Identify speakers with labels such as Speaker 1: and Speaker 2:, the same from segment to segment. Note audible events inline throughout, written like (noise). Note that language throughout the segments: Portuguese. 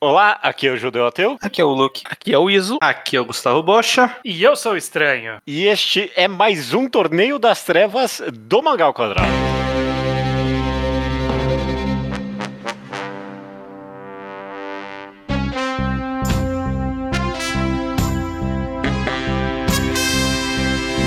Speaker 1: Olá, aqui é o Judeu Ateu.
Speaker 2: Aqui é o Luke.
Speaker 3: Aqui é o Iso.
Speaker 4: Aqui é o Gustavo Bocha.
Speaker 5: E eu sou o Estranho.
Speaker 1: E este é mais um Torneio das Trevas do Mangal Quadrado.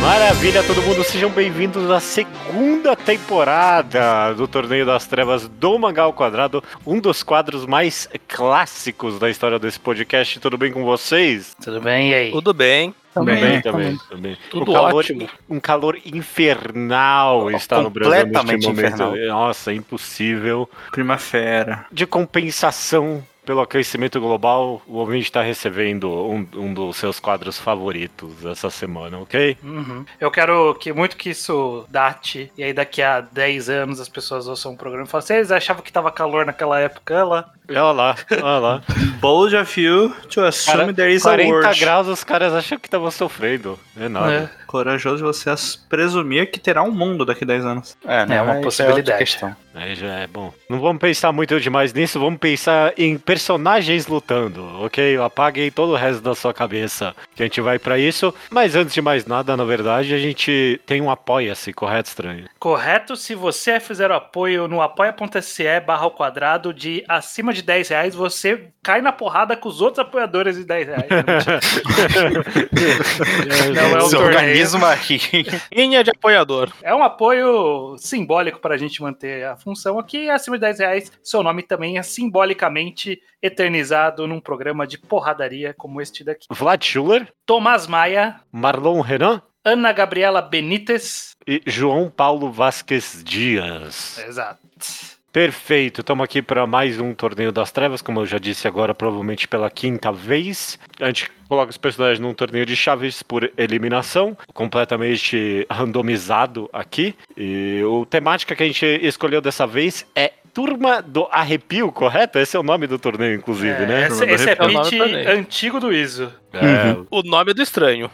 Speaker 1: Maravilha, todo mundo, sejam bem-vindos à segunda temporada do Torneio das Trevas do Mangá ao Quadrado, um dos quadros mais clássicos da história desse podcast. Tudo bem com vocês?
Speaker 5: Tudo bem, e aí?
Speaker 3: Tudo bem.
Speaker 1: Também,
Speaker 4: É,
Speaker 2: Também.
Speaker 1: também, também.
Speaker 3: Tudo
Speaker 1: um calor,
Speaker 3: ótimo.
Speaker 1: Um calor infernal está no Brasil neste
Speaker 2: Completamente
Speaker 1: momento. É,
Speaker 2: infernal.
Speaker 1: Nossa, impossível.
Speaker 4: Primavera.
Speaker 1: De compensação pelo aquecimento global, o ouvinte está recebendo um, um dos seus quadros favoritos essa semana, ok?
Speaker 5: Uhum. Eu quero que muito que isso date, e aí daqui a 10 anos as pessoas ouçam o programa e falam, vocês achavam que tava calor naquela época? Olha lá.
Speaker 1: Olha lá, olha lá.
Speaker 4: Bold of you to assume
Speaker 1: Cara,
Speaker 4: there is a
Speaker 1: 40
Speaker 4: world.
Speaker 1: graus os caras acham que estavam sofrendo. É nada.
Speaker 5: É.
Speaker 4: Corajoso de você as- presumir que terá um mundo daqui a 10 anos.
Speaker 2: É,
Speaker 5: É uma
Speaker 2: mas isso
Speaker 5: possibilidade.
Speaker 2: outra questão.
Speaker 1: Aí já é bom. Não vamos pensar muito demais nisso, vamos pensar em personagens lutando, ok? Apaguem todo o resto da sua cabeça que a gente vai pra isso. Mas antes de mais nada, na verdade, a gente tem um apoia-se, correto, estranho?
Speaker 5: Correto, se você é fizer o apoio no apoia.se barra ao quadrado de acima de 10 reais, você cai na porrada com os outros apoiadores de 10 reais. né? Não, mentira. (laughs) Não é um
Speaker 2: Se
Speaker 5: torneio.
Speaker 2: organiza uma
Speaker 5: (laughs)
Speaker 2: rinha.
Speaker 3: Linha de apoiador.
Speaker 5: É um apoio simbólico para a gente manter a função aqui. Acima de 10 reais, seu nome também é simbolicamente eternizado num programa de porradaria como este daqui.
Speaker 1: Vlad Schuller,
Speaker 5: Tomás Maia,
Speaker 1: Marlon Renan
Speaker 5: Ana Gabriela Benítez.
Speaker 1: e João Paulo Vasquez Dias.
Speaker 5: Exato.
Speaker 1: Perfeito, estamos aqui para mais um Torneio das Trevas, como eu já disse agora, provavelmente pela quinta vez. A gente coloca os personagens num torneio de chaves por eliminação, completamente randomizado aqui. E o temática que a gente escolheu dessa vez é Turma do Arrepio, correto? Esse é o nome do torneio, inclusive,
Speaker 5: É,
Speaker 1: né?
Speaker 5: esse,
Speaker 1: Turma do
Speaker 5: esse é
Speaker 1: Arrepio.
Speaker 3: o nome
Speaker 5: pitch
Speaker 3: do torneio.
Speaker 5: antigo do ISO.
Speaker 1: É,
Speaker 3: O nome é do estranho.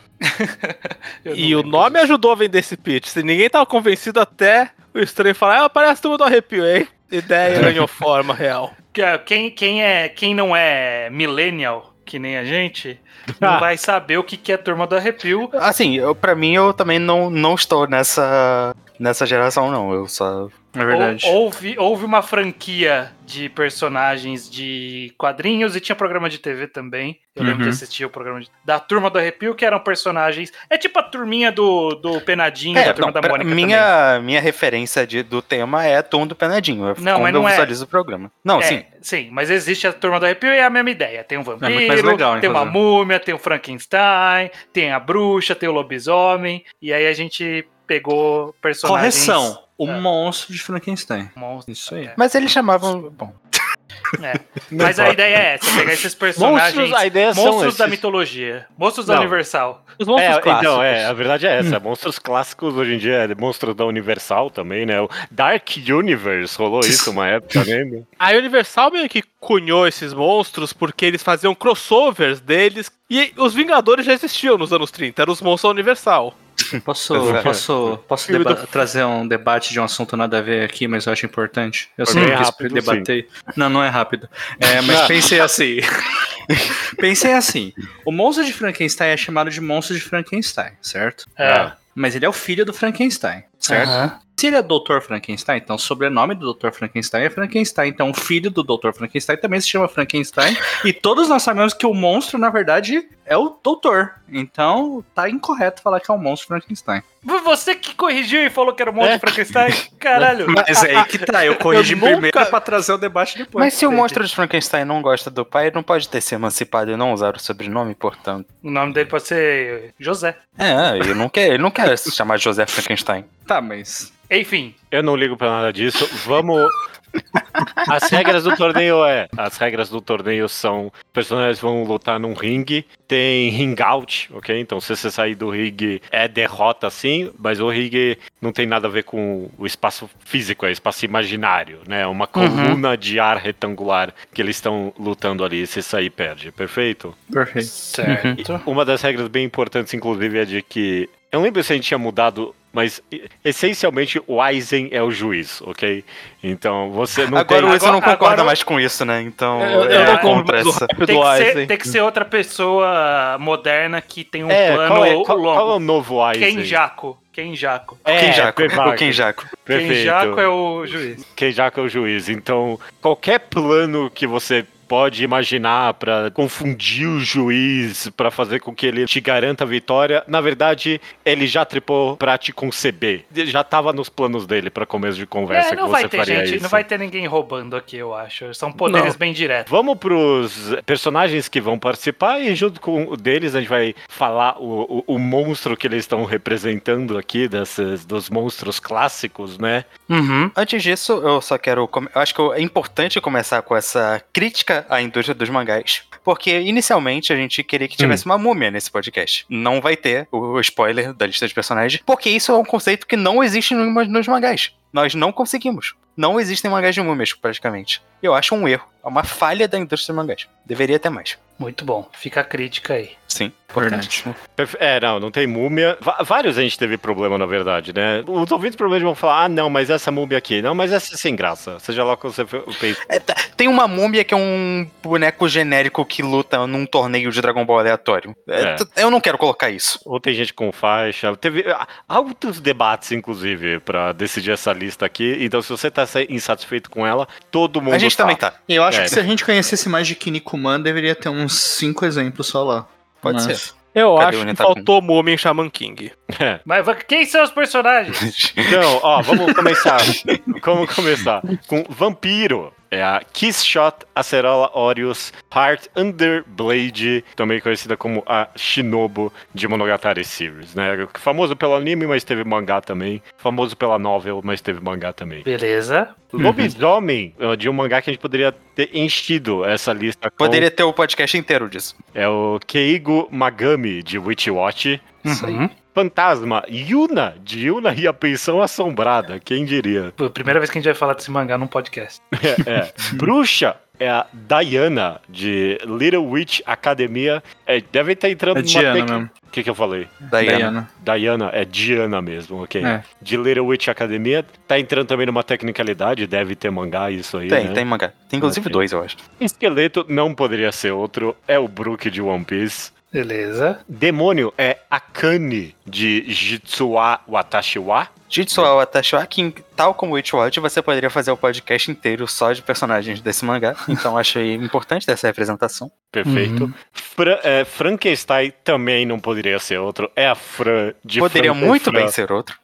Speaker 5: Eu
Speaker 3: e
Speaker 5: não
Speaker 3: o
Speaker 5: lembro.
Speaker 3: nome ajudou a vender esse pitch. Se ninguém tava convencido até o estranho falar, ah, parece tudo do arrepio, hein? Ideia ganhou forma real.
Speaker 5: Que- Quem, quem, é, quem não é millennial, que nem a gente, não
Speaker 1: Ah.
Speaker 5: vai saber o que que é Turma do Arrepio.
Speaker 2: Assim, eu, pra mim, eu também não, não estou nessa, nessa geração, não. Eu só...
Speaker 4: É verdade.
Speaker 5: Hou- Houve, houve uma franquia de personagens de quadrinhos e tinha programa de TV também. Eu lembro
Speaker 4: Uhum.
Speaker 5: de assistir o programa de- da Turma do Arrepio, que eram personagens. É tipo a turminha do, do Penadinho, da
Speaker 2: É,
Speaker 5: Turma
Speaker 2: não,
Speaker 5: da
Speaker 2: pra-
Speaker 5: Mônica. também.
Speaker 2: minha, minha referência de, do tema é Tom do Penadinho. É
Speaker 5: Não, mas
Speaker 2: quando
Speaker 5: não
Speaker 2: eu
Speaker 5: é.
Speaker 2: visualizo o programa. Não,
Speaker 1: Tipo
Speaker 5: É,
Speaker 1: assim,
Speaker 2: sim.
Speaker 5: sim, mas existe a Turma do Arrepio e é a mesma ideia. Tem um vampiro,
Speaker 4: muito mais legal,
Speaker 5: tem uma
Speaker 4: inclusive.
Speaker 5: múmia, tem o Frankenstein, tem a bruxa, tem o lobisomem. E aí a gente pegou personagens...
Speaker 4: Correção. O
Speaker 5: É.
Speaker 4: monstro de Frankenstein.
Speaker 5: Monstros,
Speaker 4: Isso aí.
Speaker 5: é.
Speaker 2: Mas eles chamavam... Bom,
Speaker 5: Mas a ideia é essa, pegar esses personagens...
Speaker 1: Monstros, a ideia são
Speaker 5: Monstros da
Speaker 1: esses.
Speaker 5: mitologia. Monstros da
Speaker 1: Não.
Speaker 5: Universal.
Speaker 3: Os monstros
Speaker 1: É,
Speaker 3: clássicos.
Speaker 1: então, é, a verdade é
Speaker 5: Hum.
Speaker 1: essa. Monstros clássicos hoje em dia é monstros da Universal também, né? O Dark Universe
Speaker 5: (laughs)
Speaker 1: rolou isso uma época, né?
Speaker 3: A Universal meio que cunhou esses monstros porque eles faziam crossovers deles. E os Vingadores já existiam nos anos 30, eram os monstros da Universal.
Speaker 4: Posso,
Speaker 1: Exato.
Speaker 4: posso, posso
Speaker 3: Filme
Speaker 4: deba-
Speaker 3: do-
Speaker 4: trazer um debate de um assunto nada a ver aqui, mas eu acho importante. Eu
Speaker 1: Foi
Speaker 4: sei
Speaker 1: bem
Speaker 4: que eu quis
Speaker 1: rápido,
Speaker 4: debater. Não, não é rápido. É, mas
Speaker 1: Não.
Speaker 4: pensei assim. (laughs) pensei assim. O monstro de Frankenstein é chamado de monstro de Frankenstein, certo?
Speaker 5: É.
Speaker 4: Mas ele é o filho do Frankenstein, certo?
Speaker 5: Aham.
Speaker 4: Se ele é Dr. Frankenstein, então o sobrenome do Dr. Frankenstein é Frankenstein. Então o filho do Dr. Frankenstein também se chama Frankenstein. e todos nós sabemos que o monstro, na verdade, é o doutor. Então tá incorreto falar que é o monstro Frankenstein.
Speaker 5: Você que corrigiu e falou que era um monstro
Speaker 1: É.
Speaker 5: de Frankenstein?
Speaker 1: (laughs)
Speaker 5: Caralho.
Speaker 4: Mas é aí que tá, eu corrigi
Speaker 3: Eu nunca-
Speaker 4: primeiro pra trazer o debate depois.
Speaker 2: mas se o monstro de Frankenstein não gosta do pai, ele não pode ter se emancipado e não usar o sobrenome, portanto.
Speaker 5: O nome dele pode ser José.
Speaker 2: É, ele não quer, ele não quer se chamar José Frankenstein.
Speaker 4: Tá, mas.
Speaker 5: Enfim,
Speaker 1: Eu não ligo pra nada disso. Vamos. As regras do torneio é. As regras do torneio são: os personagens vão lutar num ringue, tem ring out, ok? Então, se você sair do ringue, é derrota sim, mas o ringue não tem nada a ver com o espaço físico, é espaço imaginário, né? É Uma coluna de ar retangular que eles estão lutando ali. Se sair, perde, perfeito?
Speaker 4: Perfeito.
Speaker 5: certo.
Speaker 1: Uma das regras bem importantes, inclusive, é de que. Eu não lembro se a gente tinha mudado Mas e- essencialmente o Aizen é o juiz, ok? Então você não
Speaker 2: agora
Speaker 1: tem.
Speaker 2: o Wilson não
Speaker 5: agora-
Speaker 2: concorda
Speaker 5: agora-
Speaker 2: mais com isso, né? Então
Speaker 3: Eu, eu
Speaker 2: ele
Speaker 5: é,
Speaker 3: não
Speaker 2: é
Speaker 3: compro
Speaker 2: contra
Speaker 3: mais o
Speaker 2: essa.
Speaker 3: hype
Speaker 5: Tem
Speaker 3: do
Speaker 5: que, ser,
Speaker 3: Aizen.
Speaker 5: tem que ser outra pessoa moderna que tem um
Speaker 1: É,
Speaker 5: plano
Speaker 1: qual, é, qual,
Speaker 5: longo.
Speaker 1: qual é o novo Aizen?
Speaker 5: Kenjaku. Kenjaku.
Speaker 1: É,
Speaker 2: Kenjaku,
Speaker 1: Kenjaku.
Speaker 2: o Kenjaku.
Speaker 1: Perfeito.
Speaker 5: Kenjaku é o juiz.
Speaker 1: quem já que é o juiz. Então, qualquer plano que você pode imaginar pra confundir o juiz, pra fazer com que ele te garanta a vitória, na verdade, ele já tripou pra te conceber. Ele já tava nos planos dele pra começo de conversa
Speaker 5: É, não
Speaker 1: que
Speaker 5: vai
Speaker 1: você
Speaker 5: ter
Speaker 1: faria
Speaker 5: gente,
Speaker 1: isso.
Speaker 5: não vai ter ninguém roubando aqui, eu acho. São poderes bem diretos.
Speaker 1: Vamos pros personagens que vão participar e junto com o deles a gente vai falar o, o, o monstro que eles estão representando aqui, desses, dos monstros clássicos, né?
Speaker 5: Uhum.
Speaker 2: Antes disso, eu só quero. come- Eu acho que é importante começar com essa crítica à indústria dos mangás. Porque inicialmente a gente queria que
Speaker 4: Hum.
Speaker 2: tivesse uma múmia nesse podcast. Não vai ter o spoiler da lista de personagens, porque isso é um conceito que não existe no- nos mangás. Nós não conseguimos. Não existem mangás de múmias, praticamente. Eu acho um erro. É uma falha da indústria dos mangás. Deveria ter mais.
Speaker 5: Muito bom. Fica a crítica aí.
Speaker 2: Sim.
Speaker 4: Verdade.
Speaker 2: importantíssimo.
Speaker 1: Perfe- É, não, não tem múmia. Va- vários a gente teve problema, na verdade, né? Os ouvintes provavelmente vão falar, ah, não, mas essa múmia aqui, não, mas essa é sem graça. Seja lá o que você fe- pensa.
Speaker 2: É, tá- Tem uma múmia que é um boneco genérico que luta num torneio de Dragon Ball aleatório. É,
Speaker 1: É.
Speaker 2: t- Eu não quero colocar isso.
Speaker 1: Ou tem gente com faixa. Teve ah, altos debates, inclusive, pra decidir essa lista aqui. Então, se você tá sa- insatisfeito com ela, todo
Speaker 4: Um
Speaker 1: mundo
Speaker 2: A gente
Speaker 1: tá.
Speaker 2: também tá.
Speaker 4: Eu acho
Speaker 1: É.
Speaker 4: que se a gente conhecesse mais de Kinnikuman, deveria ter uns cinco exemplos só lá.
Speaker 2: Pode
Speaker 4: Mas-
Speaker 2: ser.
Speaker 3: Eu
Speaker 2: Cadê o
Speaker 3: acho que
Speaker 2: Netakun?
Speaker 3: faltou Múmia em Shaman King.
Speaker 1: É.
Speaker 5: Mas va- quem são
Speaker 1: (laughs)
Speaker 5: os personagens?
Speaker 1: Então, ó, vamos começar. Vamos começar com Vampiro. É a Kiss Shot Acerola Orius Heart Under Blade, também conhecida como a Shinobu de Monogatari Series, né? Famoso pelo anime, mas teve mangá também. Famoso pela novel, mas teve mangá também.
Speaker 5: Beleza.
Speaker 4: Uhum.
Speaker 1: Lobisomem, é de um mangá que a gente poderia ter enchido essa lista com.
Speaker 2: Poderia ter o podcast inteiro disso.
Speaker 1: É o Keigo Magami de Witch Watch.
Speaker 4: Isso aí.
Speaker 5: Uhum.
Speaker 1: Fantasma, Yuna, de Yuna e a Pensão Assombrada, quem diria?
Speaker 5: Pô, Primeira vez que a gente vai falar desse mangá num podcast.
Speaker 1: É.
Speaker 4: (laughs)
Speaker 1: Bruxa é a Diana, de Little Witch Academia. É, deve estar entrando
Speaker 4: É
Speaker 1: numa
Speaker 4: Diana
Speaker 1: tec-
Speaker 4: mesmo.
Speaker 1: O que, que eu falei?
Speaker 2: Diana.
Speaker 4: Diana.
Speaker 1: Diana, é Diana mesmo, ok.
Speaker 4: É.
Speaker 1: De Little Witch Academia. Tá entrando também numa tecnicalidade, deve ter mangá isso aí,
Speaker 2: Tem,
Speaker 1: né?
Speaker 2: tem mangá. Tem inclusive
Speaker 1: Ok.
Speaker 2: dois, eu acho.
Speaker 1: Esqueleto não poderia ser outro, é o Brook de One Piece.
Speaker 5: Beleza.
Speaker 1: Demônio é Akane, de Jitsuwa Watashiwa.
Speaker 2: Jitsuwa Watashiwa, que tal como Witch Watch, você poderia fazer o podcast inteiro só de personagens desse mangá. Então achei importante dessa representação.
Speaker 1: Perfeito.
Speaker 4: Uhum.
Speaker 1: Fra- é, Frankenstein também não poderia ser outro. É a Fran de
Speaker 2: Poderia
Speaker 1: Franco
Speaker 2: muito
Speaker 1: Fran.
Speaker 2: bem ser outro.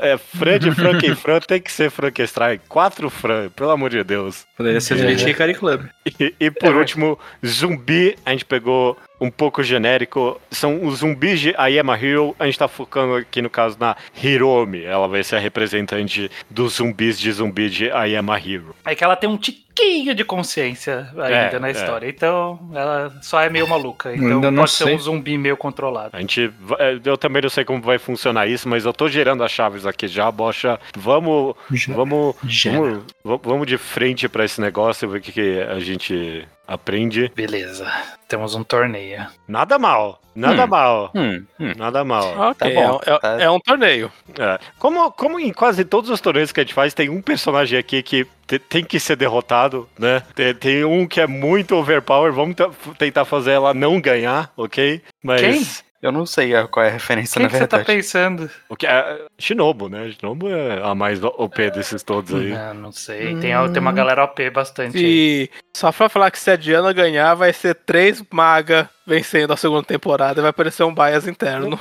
Speaker 1: É, Fran de Frank e Fran tem que ser Frankenstein. Quatro Fran, pelo amor de Deus.
Speaker 4: Poderia ser
Speaker 5: É.
Speaker 4: Elite Hikari Club.
Speaker 1: E, e por último, zumbi. A gente pegou um pouco genérico. São os zumbis de Ayama Hill. A gente tá focando aqui, no caso, na Hiromi. Ela vai ser a representante dos zumbis de zumbi de Ayama Hill.
Speaker 5: É que ela tem um tiquinho de consciência ainda
Speaker 1: É,
Speaker 5: na
Speaker 1: é.
Speaker 5: história. Então, ela só é meio maluca. Então,
Speaker 4: Ainda
Speaker 5: pode
Speaker 4: não
Speaker 5: ser
Speaker 4: sei.
Speaker 5: um zumbi meio controlado.
Speaker 1: A gente. va- é, Eu também não sei como vai funcionar isso, mas eu tô gerando as chaves aqui já, bocha. Vamos. Vamos. Vamos, va- vamos de frente pra esse negócio, ver o que, que a gente aprende.
Speaker 5: Beleza. Temos um torneio.
Speaker 1: Nada mal, nada
Speaker 2: Hum.
Speaker 1: mal,
Speaker 2: Hum, hum.
Speaker 1: nada
Speaker 5: (laughs)
Speaker 1: mal.
Speaker 3: Ok,
Speaker 2: bom,
Speaker 3: é um- é,
Speaker 2: tá.
Speaker 3: é um torneio.
Speaker 1: É, Como, como em quase todos os torneios que a gente faz, tem um personagem aqui que te- tem que ser derrotado, né? Tem, tem um que é muito overpower, vamos te- tentar fazer ela não ganhar, ok? Mas.
Speaker 5: Quem?
Speaker 2: Eu não sei a- qual é a referência,
Speaker 5: Quem
Speaker 2: na
Speaker 5: que você tá
Speaker 2: verdade.
Speaker 5: pensando?
Speaker 1: O que é, Shinobu, né? Shinobu é a mais OP desses todos aí.
Speaker 5: Ah, não sei. Tem, a- tem
Speaker 2: Hum.
Speaker 5: uma galera OP bastante aí.
Speaker 3: E só pra falar que se a Diana ganhar, vai ser três maga vencendo a segunda temporada e vai aparecer um bias interno.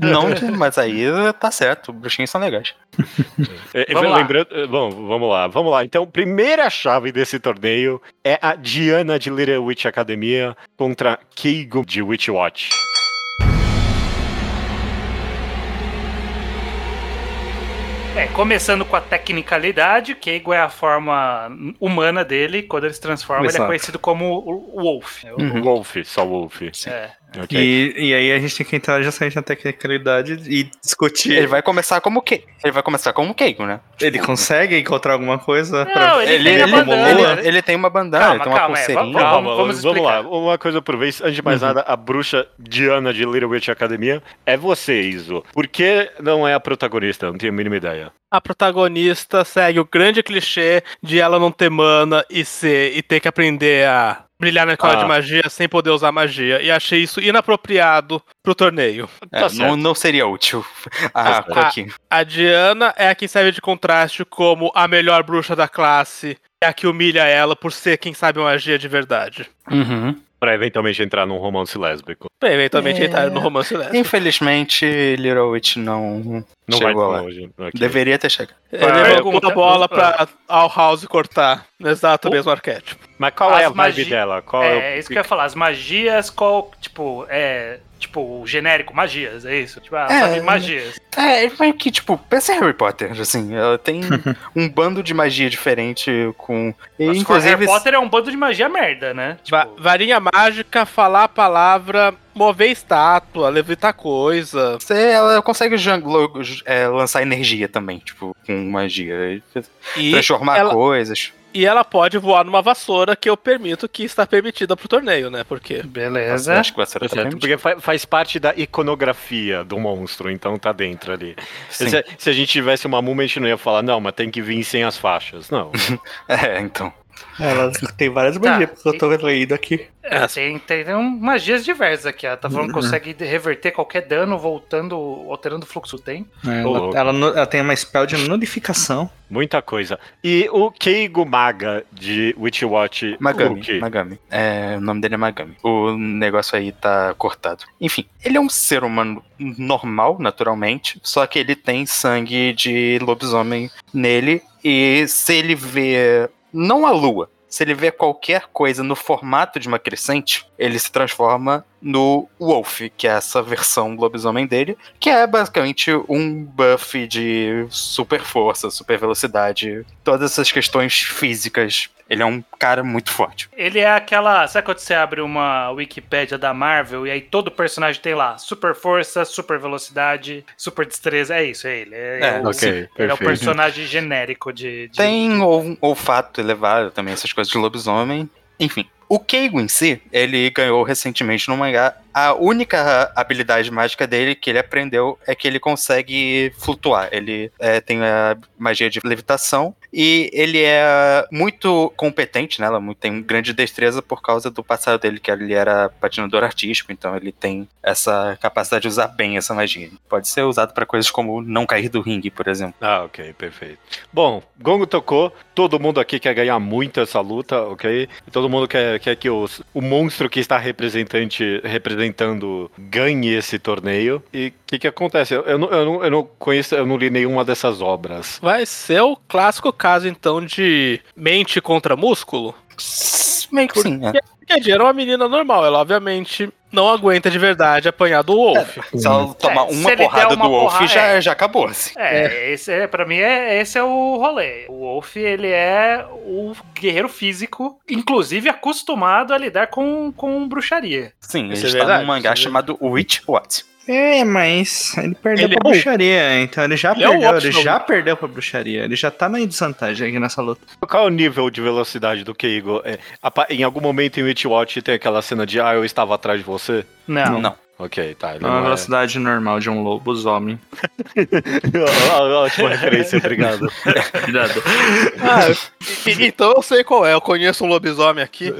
Speaker 2: não, mas aí tá certo. Bruxinhos são legais.
Speaker 1: É,
Speaker 5: Vamos lá.
Speaker 1: lembrando, é, bom, vamos lá, vamos lá. Então, primeira chave desse torneio é a Diana de Little Witch Academia contra Keigo de Witch Watch.
Speaker 5: É, começando com a tecnicalidade, o Keigo é a forma humana dele. Quando ele é se transforma, ele
Speaker 4: Exato.
Speaker 1: Hum.
Speaker 5: é conhecido como o o Wolf. né? O-
Speaker 1: Wolf, só Wolf.
Speaker 5: É,
Speaker 1: Ok.
Speaker 4: E, e aí a gente tem que entrar justamente na tecnicalidade e discutir.
Speaker 2: Ele vai começar como que Ele vai começar como Keigo, né?
Speaker 4: Ele consegue encontrar alguma coisa? é
Speaker 5: Não, ele,
Speaker 2: Ele,
Speaker 5: tem a
Speaker 2: ele,
Speaker 5: bandana.
Speaker 2: ele- ele tem uma bandana,
Speaker 5: Calma,
Speaker 2: ele tem uma
Speaker 5: calma, é,
Speaker 2: pulseirinha.
Speaker 5: vamos-
Speaker 1: Calma,
Speaker 5: vamos
Speaker 1: vamos,
Speaker 5: explicar. Uhum.
Speaker 1: lá. Uma coisa por vez. Antes de mais nada, a bruxa Diana de Little Witch Academia é você, Iso. Por que não é a protagonista? Não tenho a mínima ideia.
Speaker 3: A protagonista segue o grande clichê de ela não ter mana e ser e ter que aprender a brilhar na escola
Speaker 1: Ah.
Speaker 3: de magia sem poder usar magia. E achei isso inapropriado pro torneio.
Speaker 2: É,
Speaker 1: tá
Speaker 2: não,
Speaker 1: certo.
Speaker 2: não seria útil.
Speaker 1: Tá
Speaker 2: Ah,
Speaker 1: certo.
Speaker 2: Koki.
Speaker 3: A Diana é a que serve de contraste como a melhor bruxa da classe. É a que humilha ela por ser quem sabe magia de verdade.
Speaker 1: Uhum. Pra eventualmente entrar num romance lésbico.
Speaker 3: Bem, eventualmente
Speaker 2: É.
Speaker 3: entraram no romance lésbico.
Speaker 2: Infelizmente, Little Witch não
Speaker 1: Não é
Speaker 2: chegou é.
Speaker 1: vai
Speaker 2: lá.
Speaker 1: tão longe. Ok.
Speaker 2: Deveria ter chegado.
Speaker 3: Ele
Speaker 5: Ah,
Speaker 3: levou
Speaker 5: pergunta.
Speaker 3: a bola É, né, pra Al House cortar. Exato, o mesmo arquétipo.
Speaker 1: Mas qual é a
Speaker 5: As
Speaker 1: vibe
Speaker 5: magi-
Speaker 1: dela? Qual é, o-
Speaker 5: É, isso que eu ia falar. As magias, qual, tipo, é. Tipo, o genérico, magias, é isso? Tipo, ah,
Speaker 2: É.
Speaker 5: sabe, magias.
Speaker 2: É, ele vai que, tipo, pensa em Harry Potter, assim. Ela tem um bando de magia diferente com. E,
Speaker 5: Mas,
Speaker 2: inclusive.
Speaker 5: Harry Potter é um bando de magia merda, né? Tipo,
Speaker 3: Va- varinha mágica, falar a palavra, mover estátua, levitar coisa.
Speaker 2: Você, ela consegue janglo- é, lançar energia também, tipo, com magia.
Speaker 3: E,
Speaker 2: transformar
Speaker 3: ela-
Speaker 2: coisas.
Speaker 3: e ela pode voar numa vassoura, que eu permito que está permitida pro torneio, né? Porque.
Speaker 5: beleza.
Speaker 2: Acho que vai ser
Speaker 1: Tá certo, porque fa- faz parte da iconografia do monstro, então tá dentro ali.
Speaker 2: Sim.
Speaker 1: Se, se a gente tivesse uma múmia, a gente não ia falar, não, mas tem que vir sem as faixas.
Speaker 2: (laughs)
Speaker 1: Não.
Speaker 2: (laughs) É, então.
Speaker 4: Ela tem várias
Speaker 5: Tá.
Speaker 4: magias, porque eu tô lendo aqui.
Speaker 5: É, tem, tem, tem um- magias diversas aqui. Ela tá falando que consegue de- reverter qualquer dano voltando, alterando o fluxo do tempo.
Speaker 1: louco.
Speaker 4: É, Ela, ela nu- ela tem uma spell de nulificação.
Speaker 1: Muita coisa. E o Keigo Maga de Witch Watch.
Speaker 2: Magami.
Speaker 1: o quê?
Speaker 2: Magami. É, o nome dele é Magami. O negócio aí tá cortado. Enfim, ele é um ser humano normal, naturalmente, só que ele tem sangue de lobisomem nele. E se ele vê. Não a lua. Se ele vê qualquer coisa no formato de uma crescente, ele se transforma no Wolf, que é essa versão lobisomem dele, que é basicamente um buff de super força, super velocidade, todas essas questões físicas. Ele é um cara muito forte.
Speaker 5: Ele é aquela. Sabe quando você abre uma Wikipédia da Marvel e aí todo personagem tem lá super força, super velocidade, super destreza? É isso, é ele. É,
Speaker 2: É,
Speaker 5: o,
Speaker 1: Ok,
Speaker 5: ele é o
Speaker 1: perfeito.
Speaker 5: personagem genérico de. de-
Speaker 2: Tem um olfato elevado também, essas coisas de lobisomem. Enfim, o Keigo em si, ele ganhou recentemente no mangá. A única habilidade mágica dele que ele aprendeu é que ele consegue flutuar. Ele é, tem a magia de levitação e ele é muito competente nela, mu- tem grande destreza por causa do passado dele, que ele era patinador artístico, então ele tem essa capacidade de usar bem essa magia. Pode ser usado para coisas como não cair do ringue, por exemplo.
Speaker 1: Ah, ok, perfeito. Bom, Gongo tocou. Todo mundo aqui quer ganhar muito essa luta, ok? Todo mundo quer, quer que os- o monstro que está representante, representando ganhe esse torneio. E o que, que acontece? Eu, eu não, eu, não, eu não conheço, eu não li nenhuma dessas obras.
Speaker 3: Vai ser o clássico caso, então, de mente contra músculo.
Speaker 2: Meio que sim, é.
Speaker 3: Porque a Diana é uma menina normal, ela obviamente não aguenta de verdade apanhar do Wolf.
Speaker 2: Se ela tomar
Speaker 5: É, se
Speaker 2: uma
Speaker 5: ele der
Speaker 2: porrada
Speaker 5: uma
Speaker 2: do Wolf,
Speaker 5: porrada,
Speaker 2: já,
Speaker 5: é.
Speaker 2: já acabou. Assim.
Speaker 5: É, esse é, pra mim, é, esse é o rolê. O Wolf, ele é o guerreiro físico, inclusive acostumado a lidar com, com bruxaria.
Speaker 2: Sim,
Speaker 3: Isso
Speaker 2: ele
Speaker 3: é
Speaker 2: está
Speaker 3: verdade,
Speaker 2: num mangá
Speaker 3: isso é
Speaker 2: chamado Witch What?
Speaker 4: É, mas ele perdeu
Speaker 3: Ele
Speaker 4: pra
Speaker 3: é o-
Speaker 4: bruxaria, então ele já
Speaker 3: Ele é o
Speaker 4: perdeu, ele
Speaker 3: optional.
Speaker 4: já perdeu pra bruxaria, ele já tá na desvantagem aqui nessa luta.
Speaker 1: Qual é o nível de velocidade do Keigo? É, apa- em algum momento em Witch Watch tem aquela cena de Ah, eu estava atrás de você?
Speaker 5: Não.
Speaker 2: Não.
Speaker 1: Ok, tá. Ele
Speaker 4: É uma
Speaker 3: Ah,
Speaker 1: não é... (laughs)
Speaker 4: velocidade normal de um lobisomem.
Speaker 1: Ótima tipo, referência,
Speaker 3: (laughs)
Speaker 1: obrigado.
Speaker 4: Nada,
Speaker 3: Ah, e- e- então eu sei qual é, eu conheço um lobisomem aqui.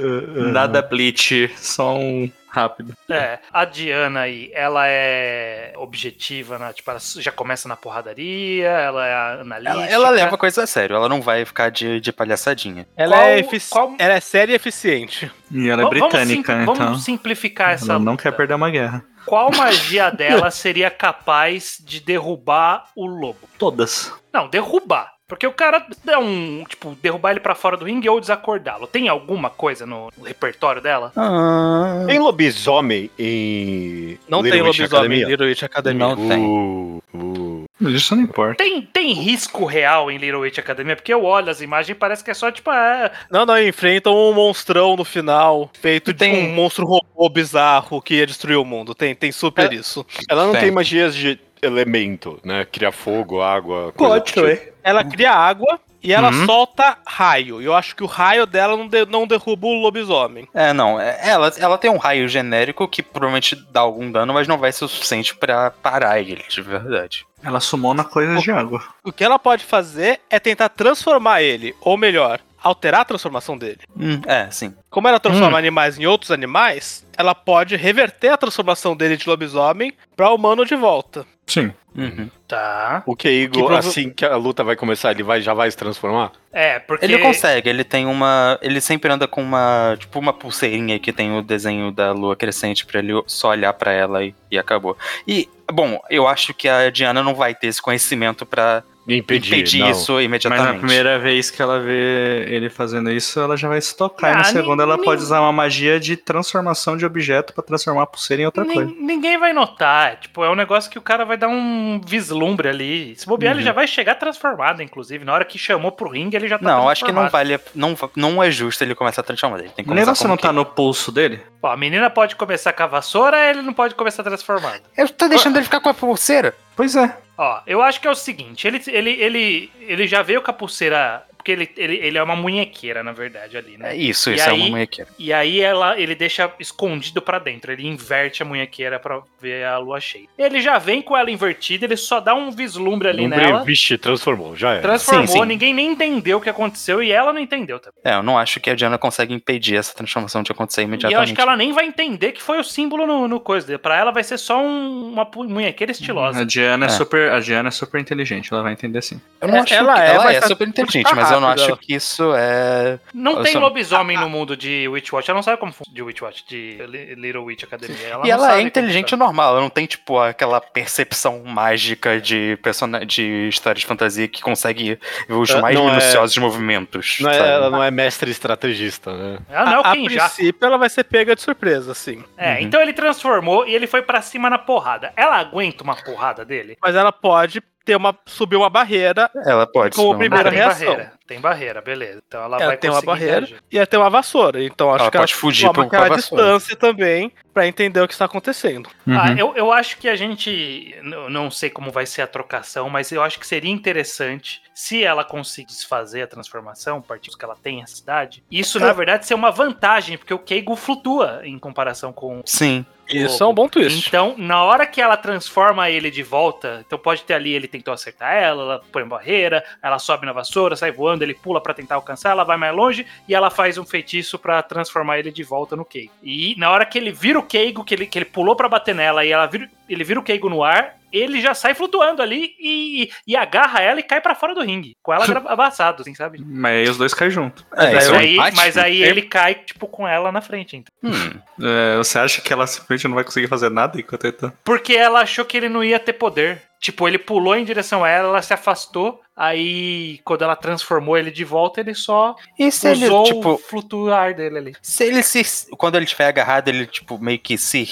Speaker 4: nada bleach, só um rápido.
Speaker 5: É, a Diana aí, ela é objetiva, né? Tipo, ela já começa na porradaria, ela é analítica.
Speaker 2: Ela, ela leva a coisa a sério, ela não vai ficar de, de palhaçadinha.
Speaker 3: Ela,
Speaker 5: Qual-
Speaker 3: é efici-
Speaker 5: qual-
Speaker 3: ela é séria e eficiente.
Speaker 4: E ela é
Speaker 5: Vamos-
Speaker 4: britânica,
Speaker 5: vamos, sim-
Speaker 4: então.
Speaker 5: Vamos simplificar essa
Speaker 4: Ela não
Speaker 5: luta.
Speaker 4: quer perder uma guerra. (laughs)
Speaker 5: Qual magia dela seria capaz de derrubar o lobo?
Speaker 4: Todas.
Speaker 5: Não, derrubar. Porque o cara dá um, tipo, derrubar ele pra fora do ringue ou desacordá-lo. Tem alguma coisa no repertório dela?
Speaker 2: Ah.
Speaker 1: Tem lobisomem em.
Speaker 3: Não
Speaker 1: Little
Speaker 3: tem
Speaker 1: Witch
Speaker 3: lobisomem
Speaker 1: Academia?
Speaker 3: em Little Witch Academia.
Speaker 2: Não tem.
Speaker 1: Uh, uh.
Speaker 4: Isso não importa.
Speaker 5: Tem, tem risco real em Little Witch Academia? Porque eu olho as imagens e parece que é só tipo. ah,
Speaker 3: Não, não, enfrentam um monstrão no final, feito de
Speaker 2: Tem-
Speaker 3: um monstro robô bizarro que ia destruir o mundo. Tem, tem super isso.
Speaker 1: Ela não
Speaker 4: Tem.
Speaker 1: tem magias de elemento, né? Criar fogo, água. coisa do
Speaker 4: Pode,
Speaker 1: tipo.
Speaker 4: ué.
Speaker 3: Ela cria água e ela
Speaker 2: Uhum.
Speaker 3: solta raio. E eu acho que o raio dela não, de- não derruba o lobisomem.
Speaker 2: É, não. é- Ela, ela tem um raio genérico que provavelmente dá algum dano, mas não vai ser o suficiente pra parar ele, de verdade.
Speaker 4: Ela sumou na coisa de água.
Speaker 3: O que ela pode fazer é tentar transformar ele, ou melhor, alterar a transformação dele.
Speaker 2: Hum, é, sim.
Speaker 3: Como ela transforma animais em outros animais, ela pode reverter a transformação dele de lobisomem pra humano de volta.
Speaker 4: Sim.
Speaker 2: Uhum.
Speaker 5: Tá.
Speaker 1: O que Igor,
Speaker 3: Que prova-
Speaker 1: assim que a luta vai começar, ele vai, já vai se transformar?
Speaker 5: É, porque.
Speaker 2: Ele consegue, ele tem uma. Ele sempre anda com uma. Tipo, uma pulseirinha que tem o desenho da lua crescente pra ele só olhar pra ela e, e acabou. E, bom, eu acho que a Diana não vai ter esse conhecimento pra
Speaker 1: Impedir,
Speaker 2: impedir,
Speaker 1: não.
Speaker 2: isso
Speaker 4: Mas
Speaker 2: imediatamente.
Speaker 4: tá na primeira vez que ela vê ele fazendo isso, ela já vai se tocar. e
Speaker 5: Ah,
Speaker 4: na
Speaker 5: nem-
Speaker 4: segunda, ela
Speaker 5: nem-
Speaker 4: pode usar uma magia de transformação de objeto pra transformar a pulseira em outra
Speaker 5: nin-
Speaker 4: coisa.
Speaker 5: ninguém vai notar. Tipo, é um negócio que o cara vai dar um vislumbre ali. Se bobear, ele
Speaker 4: Uhum.
Speaker 5: já vai chegar transformado, inclusive. Na hora que chamou pro ringue, ele já tá
Speaker 2: Não, acho que não
Speaker 5: transformado.
Speaker 2: vale. Não, va- não é justo ele começar a transformar. Ele tem que
Speaker 4: O
Speaker 2: começar
Speaker 4: negócio
Speaker 2: como
Speaker 4: não
Speaker 2: que-
Speaker 4: tá no pulso dele?
Speaker 5: Ó, a menina pode começar com a vassoura, ele não pode começar transformado.
Speaker 2: Eu tô deixando ele ficar com a pulseira.
Speaker 4: Pois é.
Speaker 5: Ó, eu acho que é o seguinte, ele, ele, ele, ele já veio com a pulseira. Porque ele, ele, ele é uma munhequeira, na verdade, ali, né?
Speaker 2: É isso,
Speaker 5: E
Speaker 2: isso é
Speaker 5: aí-
Speaker 2: uma munhequeira.
Speaker 5: E aí ela, ele deixa escondido pra dentro. Ele inverte a munhequeira pra ver a lua cheia. Ele já vem com ela invertida, ele só dá um vislumbre ali
Speaker 1: Lumbre,
Speaker 5: nela.
Speaker 1: vixe, transformou, já é.
Speaker 5: Transformou,
Speaker 2: Sim, sim.
Speaker 5: ninguém nem entendeu o que aconteceu e ela não entendeu também.
Speaker 2: É, eu não acho que a Diana consegue impedir essa transformação de acontecer
Speaker 5: E eu
Speaker 2: imediatamente.
Speaker 5: acho que ela nem vai entender que foi o símbolo no, no coisa dele. Pra ela vai ser só um- uma pu- munhequeira estilosa.
Speaker 4: A Diana é.
Speaker 2: É.
Speaker 4: super, a Diana é super inteligente, ela vai entender sim.
Speaker 2: Eu não
Speaker 3: É,
Speaker 2: acho
Speaker 3: ela
Speaker 2: que
Speaker 3: é,
Speaker 2: ela
Speaker 3: mas
Speaker 2: é
Speaker 3: tá-
Speaker 2: super inteligente,
Speaker 3: tá
Speaker 2: mas eu não
Speaker 3: rápido
Speaker 2: acho
Speaker 3: ela.
Speaker 2: que isso é.
Speaker 5: Não
Speaker 2: Eu
Speaker 5: tem
Speaker 2: só-
Speaker 5: lobisomem no mundo de Witchwatch. Ela não sabe como funciona de Witchwatch, de Li- Little Witch Academia. Ela
Speaker 2: e
Speaker 5: não
Speaker 2: ela
Speaker 5: sabe
Speaker 2: é
Speaker 5: como
Speaker 2: inteligente
Speaker 5: funciona.
Speaker 2: normal, ela não tem, tipo, aquela percepção mágica de, persona... de histórias de fantasia que consegue ver os
Speaker 1: É,
Speaker 2: mais
Speaker 1: não é-
Speaker 2: minuciosos movimentos.
Speaker 1: Não é-
Speaker 2: sabe?
Speaker 1: ela não é mestre estrategista, né?
Speaker 5: Ela não é
Speaker 3: a,
Speaker 5: o
Speaker 3: a
Speaker 5: quem já.
Speaker 3: princípio, ela vai ser pega de surpresa, sim.
Speaker 5: É,
Speaker 2: Uhum.
Speaker 5: então ele transformou e ele foi pra cima na porrada. Ela aguenta uma porrada dele?
Speaker 3: Mas ela pode ter uma, subir uma barreira,
Speaker 2: Ela
Speaker 1: Tipo,
Speaker 2: pode.
Speaker 3: Como
Speaker 2: senão-
Speaker 3: primeira-
Speaker 5: Ah, tem
Speaker 3: reação.
Speaker 5: barreira. Tem barreira, beleza. Então ela,
Speaker 3: ela
Speaker 5: vai
Speaker 3: tem uma
Speaker 5: conseguir
Speaker 3: barreira
Speaker 5: reagir.
Speaker 3: e ela tem uma vassoura. Então acho
Speaker 2: Ela
Speaker 3: que ela
Speaker 2: pode fugir
Speaker 3: toma
Speaker 2: pro- com a
Speaker 1: é
Speaker 3: aquela
Speaker 2: vassoura.
Speaker 3: distância também pra entender o que está acontecendo.
Speaker 5: Ah,
Speaker 4: Uhum.
Speaker 5: eu, eu acho que a gente. n- Não sei como vai ser a trocação, mas eu acho que seria interessante se ela conseguir desfazer a transformação, partidos que ela tem na cidade. Isso, na verdade, ser uma vantagem, porque o Keigo flutua em comparação com
Speaker 2: Sim.
Speaker 3: Isso é um bom twist.
Speaker 5: Então, na hora que ela transforma ele de volta, então pode ter ali, ele tentou acertar ela, ela põe uma barreira, ela sobe na vassoura, sai voando, ele pula pra tentar alcançar, ela vai mais longe e ela faz um feitiço pra transformar ele de volta no Keigo. E na hora que ele vira o Keigo, que ele, que ele pulou pra bater nela e ela vira- ele vira o Keigo no ar, ele já sai flutuando ali e, e- e agarra ela e cai pra fora do ringue, com ela gra- abraçado, assim, sabe?
Speaker 4: Mas aí os dois caem junto.
Speaker 2: É,
Speaker 5: Mas
Speaker 2: isso é um
Speaker 5: aí,
Speaker 2: empate?
Speaker 5: mas aí
Speaker 3: É.
Speaker 5: ele cai, tipo, com ela na frente, então.
Speaker 2: Hum.
Speaker 4: É, você acha que ela simplesmente não vai conseguir fazer nada enquanto ele tá.
Speaker 5: Porque ela achou que ele não ia ter poder. Tipo, ele pulou em direção a ela, ela se afastou. Aí, quando ela transformou ele de volta, ele só
Speaker 2: E se ele,
Speaker 5: usou o
Speaker 2: tipo,
Speaker 5: flutuar dele ali.
Speaker 2: se ele se. Quando ele estiver agarrado, ele, tipo, meio que se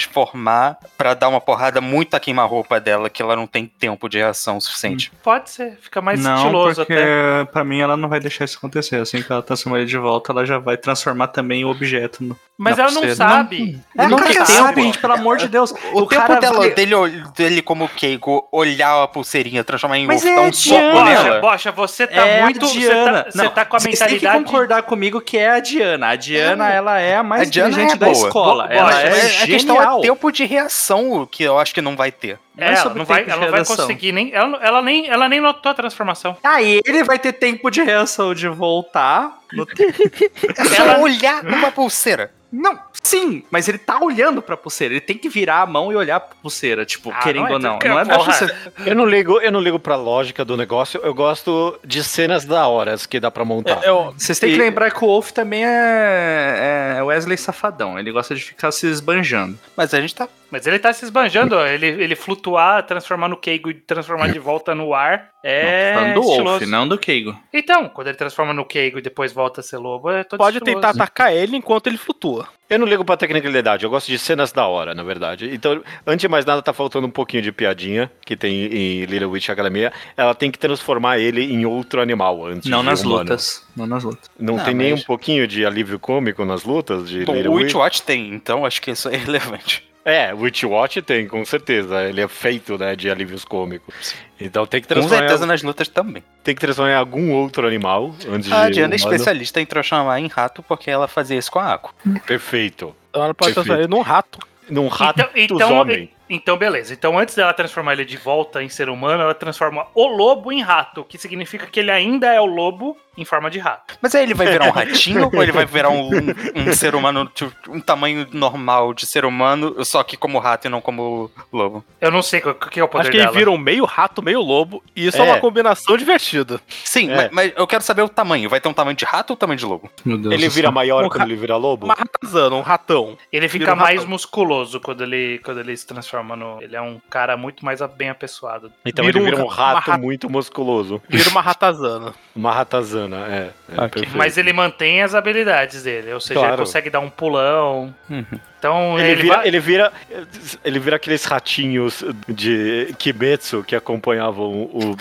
Speaker 2: retransformar pra dar uma porrada muito a queima-roupa dela, que ela não tem tempo de reação suficiente.
Speaker 5: Pode ser, fica mais
Speaker 4: não,
Speaker 5: estiloso
Speaker 4: porque
Speaker 5: até.
Speaker 4: pra mim ela não vai deixar isso acontecer. Assim que ela transformar ele de volta, ela já vai transformar também o objeto. No...
Speaker 5: Mas
Speaker 4: Não,
Speaker 5: ela não
Speaker 4: você-
Speaker 5: sabe.
Speaker 4: É,
Speaker 2: não
Speaker 4: cara,
Speaker 2: tem
Speaker 4: sabe,
Speaker 2: tempo.
Speaker 4: gente, pelo amor de Deus.
Speaker 2: O, tempo
Speaker 4: cara
Speaker 2: dela,
Speaker 4: vai-
Speaker 2: dele, ol- dele como Keiko olhar a pulseirinha, transformar em
Speaker 4: Mas
Speaker 2: ovo,
Speaker 4: é
Speaker 2: dar
Speaker 4: a
Speaker 2: um soco
Speaker 4: Diana.
Speaker 5: Bocha,
Speaker 2: nela.
Speaker 5: Bocha, você tá
Speaker 4: É a
Speaker 5: muito. Você
Speaker 4: Diana.
Speaker 5: tá, você
Speaker 4: Não,
Speaker 5: tá com a
Speaker 4: Vocês têm que
Speaker 5: mentalidade.
Speaker 4: concordar comigo que é a Diana. A Diana, ela é a mais
Speaker 2: A Diana
Speaker 4: inteligente
Speaker 2: é
Speaker 4: da
Speaker 2: boa.
Speaker 4: escola.
Speaker 5: Bo-
Speaker 4: ela
Speaker 5: boa,
Speaker 4: é,
Speaker 2: Mas
Speaker 4: genial.
Speaker 2: a questão é tempo de reação, o que eu acho que não vai ter.
Speaker 4: Não é
Speaker 5: ela
Speaker 4: sobre
Speaker 5: não vai,
Speaker 4: tempo de
Speaker 5: ela não vai
Speaker 4: reação.
Speaker 5: conseguir nem ela, não- ela nem. ela nem notou a transformação.
Speaker 4: Aí ele vai ter tempo de reação de voltar.
Speaker 2: Então,
Speaker 4: no tempo.
Speaker 2: É só
Speaker 5: Ela-
Speaker 2: olhar uma pulseira.
Speaker 4: Não, sim, mas ele tá olhando pra pulseira. Ele tem que virar a mão e olhar pra pulseira, tipo,
Speaker 5: Ah,
Speaker 4: querendo
Speaker 5: não é
Speaker 4: ou não.
Speaker 5: tudo que
Speaker 4: Não
Speaker 5: é
Speaker 4: é da
Speaker 5: porra.
Speaker 4: pulseira.
Speaker 1: Eu não ligo, eu não ligo pra lógica do negócio, eu gosto de cenas da horas que dá pra montar.
Speaker 3: é,
Speaker 4: Vocês têm que
Speaker 1: E-
Speaker 4: lembrar que o Wolf é também é, é Wesley Safadão. Ele gosta de ficar se esbanjando.
Speaker 2: Mas a gente tá
Speaker 5: Mas ele tá se esbanjando, ó. ele, ele flutuar, transformar no Keigo e transformar de volta no ar. É.
Speaker 4: tá Falando do Wolf, né?
Speaker 5: estiloso.
Speaker 4: não do Keigo.
Speaker 5: Então, quando ele transforma no Keigo e depois volta a ser lobo, é todo
Speaker 3: Pode
Speaker 5: estiloso.
Speaker 3: tentar atacar ele enquanto ele flutua.
Speaker 1: Eu não ligo pra tecnicalidade, eu gosto de cenas da hora, na verdade. Então, antes de mais nada, tá faltando um pouquinho de piadinha que tem em Little Witch Academia. Ela tem que transformar ele em outro animal antes
Speaker 4: Não
Speaker 1: de
Speaker 4: nas
Speaker 1: humano.
Speaker 4: lutas. Não nas lutas.
Speaker 1: Não,
Speaker 4: Não,
Speaker 1: tem nem um
Speaker 4: mas-
Speaker 1: pouquinho de alívio cômico nas lutas de
Speaker 2: Bom,
Speaker 1: Little
Speaker 2: o
Speaker 1: Witch?
Speaker 2: Witchwatch tem, então acho que isso é irrelevante.
Speaker 1: É, Witch Watch tem, com certeza. Ele é feito, né, de alívios cômicos. Então tem que
Speaker 2: Com
Speaker 1: transformar,
Speaker 2: certeza nas lutas também.
Speaker 1: tem que transformar em algum outro animal antes
Speaker 2: A
Speaker 1: de humano.
Speaker 2: Diana é especialista em transformar em rato porque ela fazia isso com a Aqua.
Speaker 1: Perfeito.
Speaker 3: Então ela
Speaker 1: Perfeito.
Speaker 3: pode transformar ele num rato.
Speaker 1: Num rato
Speaker 5: então,
Speaker 1: dos homens.
Speaker 5: Então, beleza. Então, antes dela transformar ele de volta em ser humano, ela transforma o lobo em rato, o que significa que ele ainda é o lobo em forma de rato.
Speaker 2: Mas aí ele vai virar um
Speaker 1: (laughs)
Speaker 2: ratinho ou ele vai virar um, um- um ser humano, tipo, um tamanho normal de ser humano, só que como rato e não como lobo?
Speaker 5: Eu não sei o que o que é o poder
Speaker 3: Acho que
Speaker 5: dela.
Speaker 3: ele vira um meio rato, meio lobo. E isso é,
Speaker 1: É.
Speaker 3: uma combinação divertida.
Speaker 2: Sim,
Speaker 1: É.
Speaker 2: mas, mas eu quero saber o tamanho. Vai ter um tamanho de rato ou tamanho de lobo? (laughs)
Speaker 4: Meu Então, Deus.
Speaker 1: Ele
Speaker 4: do céu.
Speaker 1: vira maior
Speaker 3: Um
Speaker 1: quando ele vira lobo?
Speaker 3: Uma ratazana, um ratão.
Speaker 5: Ele
Speaker 3: vira
Speaker 5: fica
Speaker 3: um
Speaker 5: mais
Speaker 3: ratão.
Speaker 5: musculoso quando ele, quando ele se transforma no. Ele é um cara muito mais a- bem apessoado.
Speaker 1: Então
Speaker 3: vira
Speaker 1: ele
Speaker 3: um
Speaker 1: vira um
Speaker 3: ra-
Speaker 1: rato
Speaker 3: uma rata-
Speaker 1: muito musculoso.
Speaker 3: Vira
Speaker 1: (laughs)
Speaker 3: uma ratazana.
Speaker 1: Uma ratazana, é. é
Speaker 2: Ok.
Speaker 1: perfeito.
Speaker 5: Mas ele mantém as habilidades dele, ou seja,
Speaker 1: Claro.
Speaker 5: ele consegue dar um pulão.
Speaker 3: Uhum.
Speaker 5: Então,
Speaker 1: Ele
Speaker 5: ele,
Speaker 1: vira,
Speaker 5: vai-
Speaker 1: ele, vira, ele vira aqueles ratinhos de Kimetsu que acompanhavam o, o- o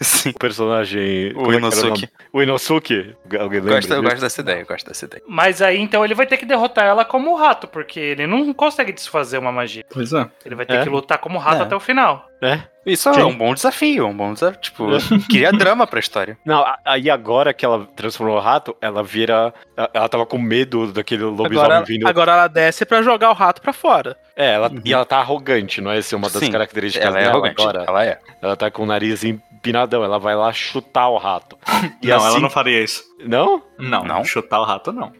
Speaker 2: Sim. (laughs)
Speaker 1: personagem.
Speaker 2: O
Speaker 1: como é que era
Speaker 2: Inosuke.
Speaker 1: nome? O Inosuke. Alguém lembra
Speaker 2: Gosto, eu
Speaker 1: disso?
Speaker 2: gosto dessa ideia, eu gosto dessa ideia.
Speaker 5: Mas aí, então, ele vai ter que derrotar ela como um rato, porque ele não consegue desfazer uma magia.
Speaker 4: Pois é.
Speaker 5: Ele vai ter
Speaker 1: É.
Speaker 5: que lutar como um rato
Speaker 2: É.
Speaker 5: até o final.
Speaker 1: né?
Speaker 2: Isso
Speaker 1: Sim.
Speaker 2: é um bom desafio, um bom desafio.
Speaker 1: (laughs)
Speaker 2: Tipo, queria drama pra história.
Speaker 1: Não, a- aí agora que ela transformou o rato, ela vira. a- Ela tava com medo daquele lobisomem
Speaker 3: Agora,
Speaker 1: vindo.
Speaker 3: agora ela desce pra jogar o rato pra fora.
Speaker 1: É, ela, e ela tá arrogante, não é? Essa é uma das
Speaker 2: Sim,
Speaker 1: características
Speaker 2: Ela é
Speaker 1: dela
Speaker 2: arrogante.
Speaker 1: agora.
Speaker 2: Ela é.
Speaker 1: Ela tá com o nariz empinadão, ela vai lá chutar o rato.
Speaker 2: (laughs)
Speaker 1: E
Speaker 4: não,
Speaker 1: assim-
Speaker 4: ela não faria isso.
Speaker 1: Não?
Speaker 4: Não,
Speaker 2: Não?
Speaker 4: chutar o rato não.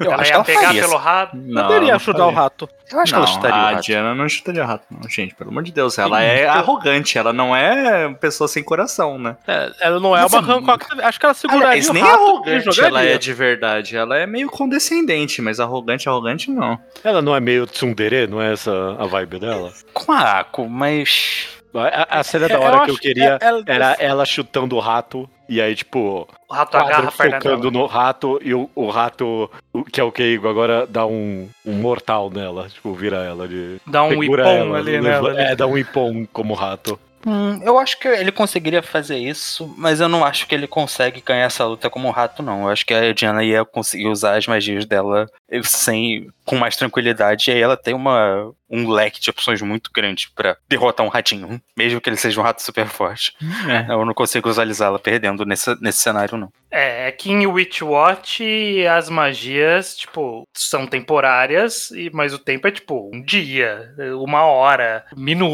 Speaker 2: Eu
Speaker 5: ela ia
Speaker 2: acho que ela
Speaker 5: pegar
Speaker 2: faria.
Speaker 5: pelo
Speaker 2: isso.
Speaker 5: rato.
Speaker 4: Não,
Speaker 3: Não poderia ajudar o
Speaker 4: faria.
Speaker 3: rato.
Speaker 2: Eu acho
Speaker 4: Não,
Speaker 2: que ela chutaria
Speaker 4: a
Speaker 2: o rato.
Speaker 4: Diana não chutaria o rato, não, gente. Pelo amor de Deus, ela é arrogante, ela não é pessoa sem coração, né?
Speaker 3: É, Ela não é uma
Speaker 4: Mas,
Speaker 3: Hancock. Acho que ela seguraria
Speaker 4: Aliás,
Speaker 3: o
Speaker 4: nem
Speaker 3: rato e
Speaker 4: arrogante
Speaker 3: jogaria.
Speaker 4: ela é de verdade. Ela é meio condescendente, mas arrogante, arrogante não.
Speaker 1: Ela não é meio tsundere, não é essa a vibe dela?
Speaker 2: Com a Ako, mas.
Speaker 1: A, a cena
Speaker 5: É,
Speaker 1: da
Speaker 3: É, Eu
Speaker 1: hora que
Speaker 3: acho é,
Speaker 1: eu queria
Speaker 3: ela-
Speaker 1: era ela chutando o rato. E aí, tipo,
Speaker 5: O rato agarra
Speaker 1: quadro
Speaker 5: a perna
Speaker 1: focando
Speaker 5: dela.
Speaker 1: no rato e o, o rato, o- que é o Keigo, agora dá um, um mortal nela. Tipo, vira ela de,
Speaker 5: Dá um
Speaker 1: Segura
Speaker 5: ipom
Speaker 1: ela,
Speaker 5: ali
Speaker 1: leva-
Speaker 5: nela. né?
Speaker 1: É, dá um ipom como rato.
Speaker 2: Hum, eu acho que ele conseguiria fazer isso, mas eu não acho que ele consegue ganhar essa luta como um rato, não. Eu acho que a Diana ia conseguir usar as magias dela eh, sem, com mais tranquilidade, e aí ela tem uma, um leque de opções muito grande pra derrotar um ratinho, mesmo que ele seja um rato super forte.
Speaker 4: É.
Speaker 2: Eu não consigo visualizá-la perdendo nesse, nesse cenário, não.
Speaker 5: É, é que em Witchwatch as magias, tipo, são temporárias, e mas o tempo é tipo um dia, uma hora, minutos.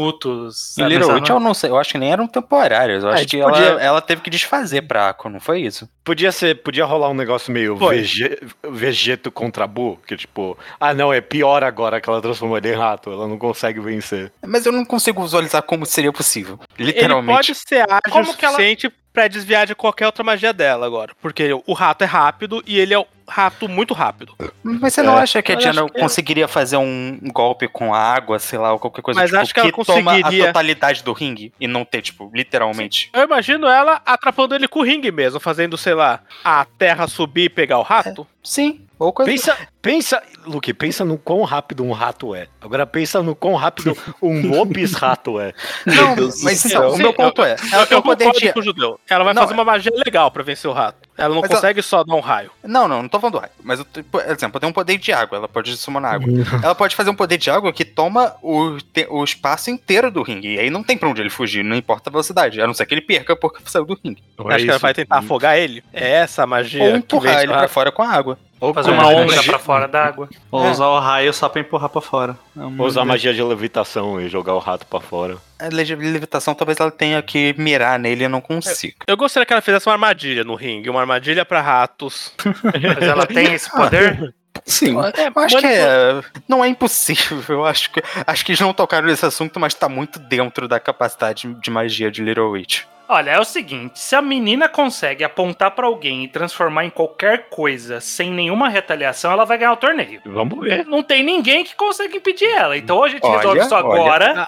Speaker 2: Em
Speaker 5: sabe?
Speaker 2: Little
Speaker 5: Essa
Speaker 2: Witch,
Speaker 5: não-
Speaker 2: eu não sei, eu acho que nem eram temporárias, eu
Speaker 1: É,
Speaker 2: acho
Speaker 1: tipo,
Speaker 2: que ela,
Speaker 1: podia-
Speaker 2: ela teve que desfazer pra Ako, não foi isso?
Speaker 1: Podia ser, podia rolar um negócio meio
Speaker 3: Foi.
Speaker 1: vege- vegeto contra bu, que tipo, ah não, é pior agora que ela transformou ele em rato, ela não consegue vencer.
Speaker 2: Mas eu não consigo visualizar como seria possível,
Speaker 3: Ele
Speaker 2: é literalmente.
Speaker 3: pode ser ágil
Speaker 5: Como
Speaker 3: o
Speaker 5: que ela-
Speaker 3: suficiente pra desviar de qualquer outra magia dela agora. Porque o rato é rápido e ele é um rato muito rápido.
Speaker 2: Mas você não
Speaker 1: É.
Speaker 2: acha que a
Speaker 3: Eu
Speaker 2: Diana
Speaker 3: acho que-
Speaker 2: conseguiria fazer um golpe com a água, sei lá, ou qualquer coisa
Speaker 3: Mas
Speaker 2: tipo,
Speaker 3: acho que ela
Speaker 2: toma
Speaker 3: conseguiria.
Speaker 2: a totalidade do ringue e não ter, tipo, literalmente.
Speaker 3: Eu imagino ela atrapalhando ele com o ringue mesmo, fazendo, sei lá, a terra subir e pegar o rato.
Speaker 2: Sim, ou coisa.
Speaker 1: Pensa, pensa, Luke, pensa no quão rápido um rato é. Agora pensa no quão rápido um lopes rato é.
Speaker 2: Não,
Speaker 4: Deus
Speaker 2: mas
Speaker 4: do
Speaker 2: então,
Speaker 4: céu.
Speaker 2: o meu ponto é, ela tem
Speaker 3: eu
Speaker 2: o poder
Speaker 3: concordo
Speaker 2: de...
Speaker 3: com o judeu. Ela vai
Speaker 2: Não, é-
Speaker 3: fazer uma magia legal pra vencer o rato. Ela não
Speaker 2: Mas
Speaker 3: consegue só dar um raio.
Speaker 2: Não, não, não tô falando do raio. Mas, eu tô- por exemplo, tem um poder de água, ela pode summonar água. ela pode fazer um poder de água que toma o, te- o espaço inteiro do ringue, e aí não tem pra onde ele fugir, não importa a velocidade, a não ser que ele perca porque saiu do ringue.
Speaker 1: Não é
Speaker 3: Acho que ela
Speaker 1: isso?
Speaker 3: vai tentar afogar ele. É essa a magia.
Speaker 2: ou
Speaker 3: que vence
Speaker 2: empurrar
Speaker 3: o
Speaker 2: ele
Speaker 3: rato.
Speaker 2: pra fora com a água.
Speaker 1: Ou
Speaker 5: Fazer
Speaker 1: com-
Speaker 5: uma
Speaker 4: É,
Speaker 2: né?
Speaker 5: onda
Speaker 4: mas-
Speaker 5: pra fora d'água.
Speaker 4: Ou
Speaker 2: É.
Speaker 4: usar o raio só pra empurrar pra fora.
Speaker 1: ou
Speaker 4: né?
Speaker 1: usar magia de levitação e jogar o rato pra fora.
Speaker 2: A lege- levitação talvez ela tenha que mirar nele e não consiga.
Speaker 3: Eu gostaria que ela fizesse uma armadilha no ringue, uma armadilha pra ratos.
Speaker 5: Mas ela tem
Speaker 2: (laughs)
Speaker 5: esse
Speaker 2: Ah,
Speaker 5: poder?
Speaker 4: Sim.
Speaker 2: É, Eu acho que é, não é impossível. Eu acho que acho que eles não tocaram nesse assunto, mas tá muito dentro da capacidade de magia de Little Witch.
Speaker 5: Olha, é o seguinte, se a menina consegue apontar pra alguém e transformar em qualquer coisa sem nenhuma retaliação, ela vai ganhar o torneio.
Speaker 1: Vamos ver.
Speaker 5: Não tem ninguém que consegue impedir ela. Então ou a gente
Speaker 2: Olha,
Speaker 5: resolve isso
Speaker 2: olha.
Speaker 5: agora.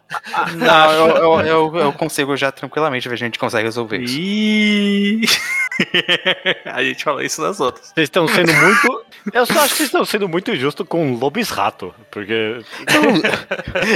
Speaker 2: Não, eu, eu- eu- eu consigo já tranquilamente ver se a gente consegue resolver isso.
Speaker 4: Ih! (laughs) a gente falou isso nas outras.
Speaker 1: Vocês estão sendo muito. (laughs) Eu só acho que vocês estão sendo muito injusto com o Lobis Rato. Porque.
Speaker 2: Então, (laughs)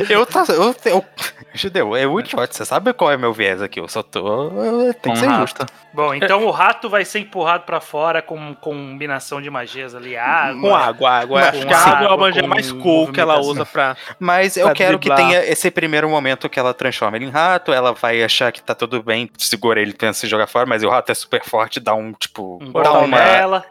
Speaker 2: Eu, tá, eu, eu, Judeu, é o idiota. Você sabe qual é meu viés aqui? Eu só tô. eu- Tem que ser
Speaker 4: Honrado.
Speaker 2: justo.
Speaker 5: Bom, então o rato vai ser empurrado pra fora com, com combinação de magias ali.
Speaker 3: Com
Speaker 5: Água.
Speaker 3: água, água.
Speaker 2: Mas
Speaker 3: Acho
Speaker 5: com
Speaker 3: que a água é
Speaker 5: água,
Speaker 3: uma magia
Speaker 2: com
Speaker 3: mais cool que ela usa pra.
Speaker 2: Mas eu
Speaker 3: Pra
Speaker 2: quero que
Speaker 3: driblar.
Speaker 2: tenha esse primeiro momento que ela transforma ele em rato. Ela vai achar que tá tudo bem, segura ele, tenta se jogar fora, mas o rato é super forte, dá um tipo.
Speaker 5: Um
Speaker 2: dá
Speaker 5: golpe
Speaker 2: uma.
Speaker 5: nela,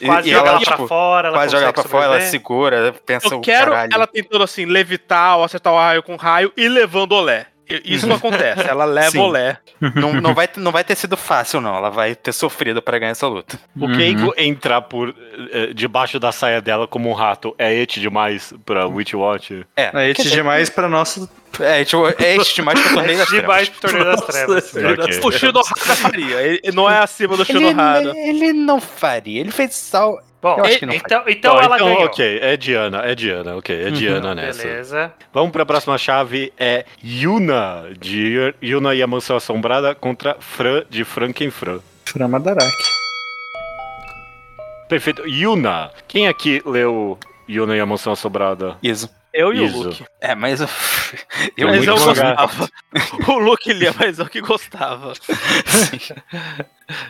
Speaker 2: e-
Speaker 5: quase
Speaker 2: e
Speaker 5: joga ela,
Speaker 2: ela,
Speaker 5: pra
Speaker 2: tipo,
Speaker 5: fora. Ela
Speaker 2: quase joga ela pra
Speaker 5: consegue
Speaker 2: fora, ela
Speaker 5: sobreviver.
Speaker 2: segura, pensa
Speaker 3: Eu
Speaker 2: o
Speaker 3: quero
Speaker 2: caralho.
Speaker 3: ela tentando assim, levitar ou acertar o raio com raio e levando olé. E-
Speaker 2: (laughs)
Speaker 3: Isso não acontece, ela leva
Speaker 2: Sim.
Speaker 3: olé.
Speaker 2: (laughs) Não, não, vai, não vai ter sido fácil, não. Ela vai ter sofrido pra ganhar essa luta.
Speaker 1: O
Speaker 4: Uhum.
Speaker 1: é Keiko entrar por eh, eh, debaixo da saia dela como um rato é et demais pra Witchwatch.
Speaker 2: É,
Speaker 4: É isso demais pra (laughs) nosso.
Speaker 2: é, tipo, é este mais que eu
Speaker 5: (laughs)
Speaker 2: tornei das
Speaker 5: De
Speaker 2: trevas.
Speaker 5: baixo
Speaker 4: (laughs)
Speaker 5: do torneio das trevas.
Speaker 1: Ok.
Speaker 3: O Shinohara faria, ele não é acima do Shinohara.
Speaker 2: ele não faria, ele fez sal.
Speaker 5: Bom,
Speaker 2: Eu acho que não
Speaker 5: então, então
Speaker 1: Não,
Speaker 5: ela ganhou.
Speaker 1: ok, é Diana, é Diana, ok, é Diana nessa.
Speaker 5: Beleza.
Speaker 1: Vamos pra próxima chave, é Yuna, de Yuna e a Mansão Assombrada contra Fran, de Frankenfran.
Speaker 4: Framadarak.
Speaker 1: Perfeito, Yuna, quem aqui leu Yuna e a Mansão Assombrada?
Speaker 2: Isso.
Speaker 3: Eu e
Speaker 1: Isso.
Speaker 3: o Luke.
Speaker 2: É, mas eu. (laughs) eu
Speaker 1: Mas
Speaker 3: Mas
Speaker 1: muito
Speaker 3: eu
Speaker 1: bom, cara.
Speaker 3: gostava. O Luke lia, mas eu que gostava.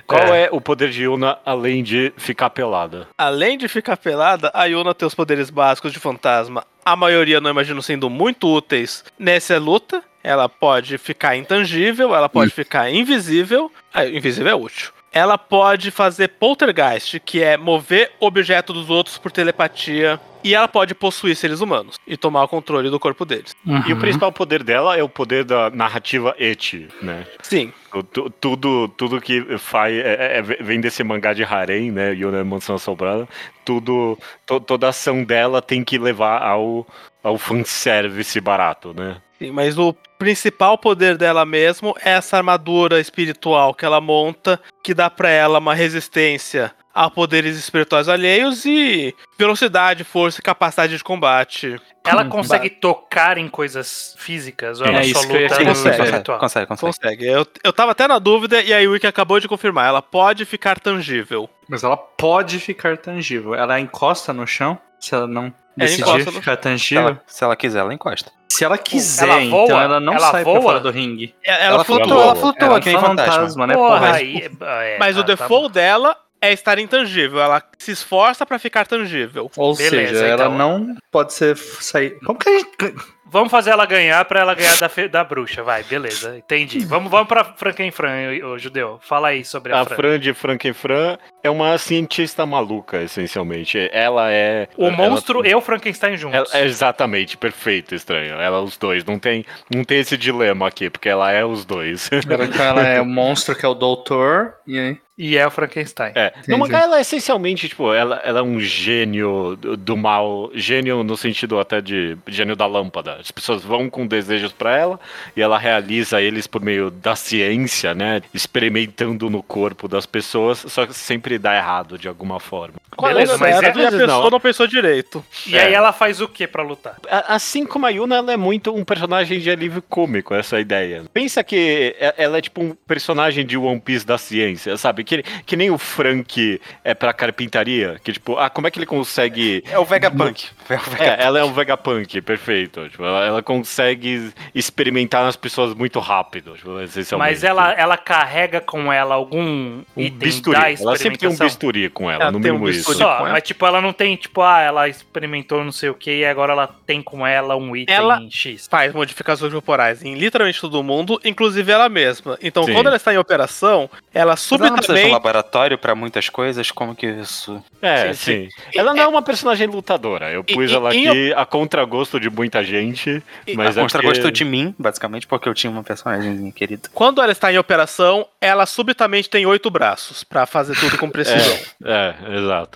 Speaker 1: Qual é o poder de Yuna além de ficar pelada?
Speaker 3: Além de ficar pelada, a Yuna tem os poderes básicos de fantasma. A maioria não imagino sendo muito úteis nessa luta. Ela pode ficar intangível, ela pode ficar invisível. Ah, invisível é útil. Ela pode fazer poltergeist, que é mover objeto dos outros por telepatia. E ela pode possuir seres humanos e tomar o controle do corpo deles.
Speaker 1: E
Speaker 5: Uhum.
Speaker 1: o principal poder dela é o poder da narrativa eti, né?
Speaker 3: Sim.
Speaker 1: Tu- tu- Tudo, tudo que faz, é- é- é- vem desse mangá de Harem, né? Yuna e a Mansão Assombrada. Tudo, to- toda ação dela tem que levar ao, ao fanservice barato, né?
Speaker 3: Sim, mas o principal poder dela mesmo é essa armadura espiritual que ela monta, que dá pra ela uma resistência a poderes espirituais alheios e velocidade, força e capacidade de combate.
Speaker 5: Ela
Speaker 4: Hum,
Speaker 5: consegue tocar em coisas físicas ou
Speaker 1: É
Speaker 5: ela só
Speaker 4: isso que eu ia
Speaker 5: luta
Speaker 4: te
Speaker 5: no
Speaker 4: dizer.
Speaker 5: espiritual?
Speaker 2: Consegue, consegue.
Speaker 3: Consegue. Eu, eu tava até na dúvida e aí o Wiki acabou de confirmar. Ela pode ficar tangível.
Speaker 4: Mas ela pode ficar tangível. Ela encosta no chão se ela não
Speaker 3: Ela
Speaker 4: decidir
Speaker 3: encosta no-
Speaker 4: ficar
Speaker 2: Se
Speaker 4: tangível.
Speaker 2: ela, se ela quiser, ela encosta.
Speaker 4: Se ela quiser,
Speaker 5: Ela voa?
Speaker 4: então ela não
Speaker 5: Ela
Speaker 4: sai
Speaker 5: voa?
Speaker 4: pra fora do ringue.
Speaker 3: E- É, Ela, flutua.
Speaker 1: flutua.
Speaker 2: ela tá flutua
Speaker 4: Ela
Speaker 2: que
Speaker 4: é
Speaker 2: nem
Speaker 4: um
Speaker 2: fantasma.
Speaker 4: fantasma, né?
Speaker 5: Porra,
Speaker 4: Porra.
Speaker 5: aí, é,
Speaker 3: Mas
Speaker 5: tá-
Speaker 3: o default dela é estar intangível. Ela se esforça pra ficar tangível.
Speaker 4: Ou
Speaker 5: Beleza,
Speaker 4: seja, ela
Speaker 5: então.
Speaker 4: não pode ser sair. Como que a (laughs) gente.
Speaker 5: tá- Vamos fazer ela ganhar pra ela ganhar da, fe- da bruxa, vai, beleza, entendi. Vamos, vamos pra Frankenfran, ô ô, judeu, fala aí sobre a,
Speaker 1: A
Speaker 5: Fran.
Speaker 1: Fran de Frankenfran é uma cientista maluca, essencialmente. Ela é.
Speaker 5: O
Speaker 1: ela-
Speaker 5: monstro e o Frankenstein
Speaker 1: Ela-
Speaker 5: juntos.
Speaker 1: é exatamente, perfeito, estranho. Ela é os dois. Não tem, não tem esse dilema aqui, porque ela é os dois.
Speaker 4: Ela, então ela é o monstro que é o doutor. E aí?
Speaker 5: E é o Frankenstein.
Speaker 1: É, no mangá ela é essencialmente, tipo, ela, ela é um gênio do do mal, gênio no sentido até de gênio da lâmpada. As pessoas vão com desejos pra ela e ela realiza eles por meio da ciência, né? Experimentando no corpo das pessoas, só que sempre dá errado de alguma forma.
Speaker 5: Beleza,
Speaker 1: Às
Speaker 5: mas
Speaker 1: vezes
Speaker 5: é-
Speaker 3: e a pessoa
Speaker 1: não.
Speaker 3: não pensou direito.
Speaker 5: E aí
Speaker 1: é.
Speaker 5: ela faz o que pra lutar?
Speaker 1: A- Assim como a Yuna, ela é muito um personagem de alívio cômico, essa é ideia. Pensa que e- ela é tipo um personagem de One Piece da ciência, sabe? Que, que nem o Frank é pra carpintaria, que tipo, ah, como é que ele consegue
Speaker 2: É o
Speaker 1: Uhum. (laughs)
Speaker 2: Vegapunk. É o Vegapunk.
Speaker 1: É, ela é um Vegapunk, perfeito. Tipo, ela, ela consegue experimentar nas pessoas muito rápido, tipo, essencialmente.
Speaker 5: Mas ela, ela carrega com ela algum
Speaker 1: Um
Speaker 5: item
Speaker 1: bisturi.
Speaker 5: da
Speaker 1: Ela sempre tem um
Speaker 5: experimentação?
Speaker 1: bisturi com ela,
Speaker 3: Ela
Speaker 1: no
Speaker 3: tem um
Speaker 1: mínimo isso.
Speaker 3: bisturi.
Speaker 5: Só,
Speaker 3: com ela.
Speaker 5: mas tipo, ela não tem, tipo, ah, ela experimentou não sei o que e agora ela tem com ela um item
Speaker 3: Ela-
Speaker 5: X.
Speaker 3: faz modificações corporais em literalmente todo mundo, inclusive ela mesma. Então,
Speaker 1: Sim.
Speaker 3: quando ela está em operação, ela
Speaker 2: Mas ela não precisa de um
Speaker 3: subitamente.
Speaker 2: laboratório pra muitas coisas, como que isso.
Speaker 1: É, sim.
Speaker 3: Sim,
Speaker 1: Ela não é uma personagem lutadora. Eu
Speaker 3: E-
Speaker 1: pus
Speaker 3: e-
Speaker 1: ela
Speaker 3: e
Speaker 1: aqui a contragosto de muita gente,
Speaker 3: E-
Speaker 1: mas
Speaker 2: a
Speaker 1: é
Speaker 2: mostra
Speaker 1: porque-
Speaker 2: gostou de mim, basicamente, porque eu tinha uma personagem querida.
Speaker 3: Quando ela está em operação,
Speaker 2: (laughs)
Speaker 3: ela subitamente tem oito braços pra fazer tudo com precisão.
Speaker 1: É, exato.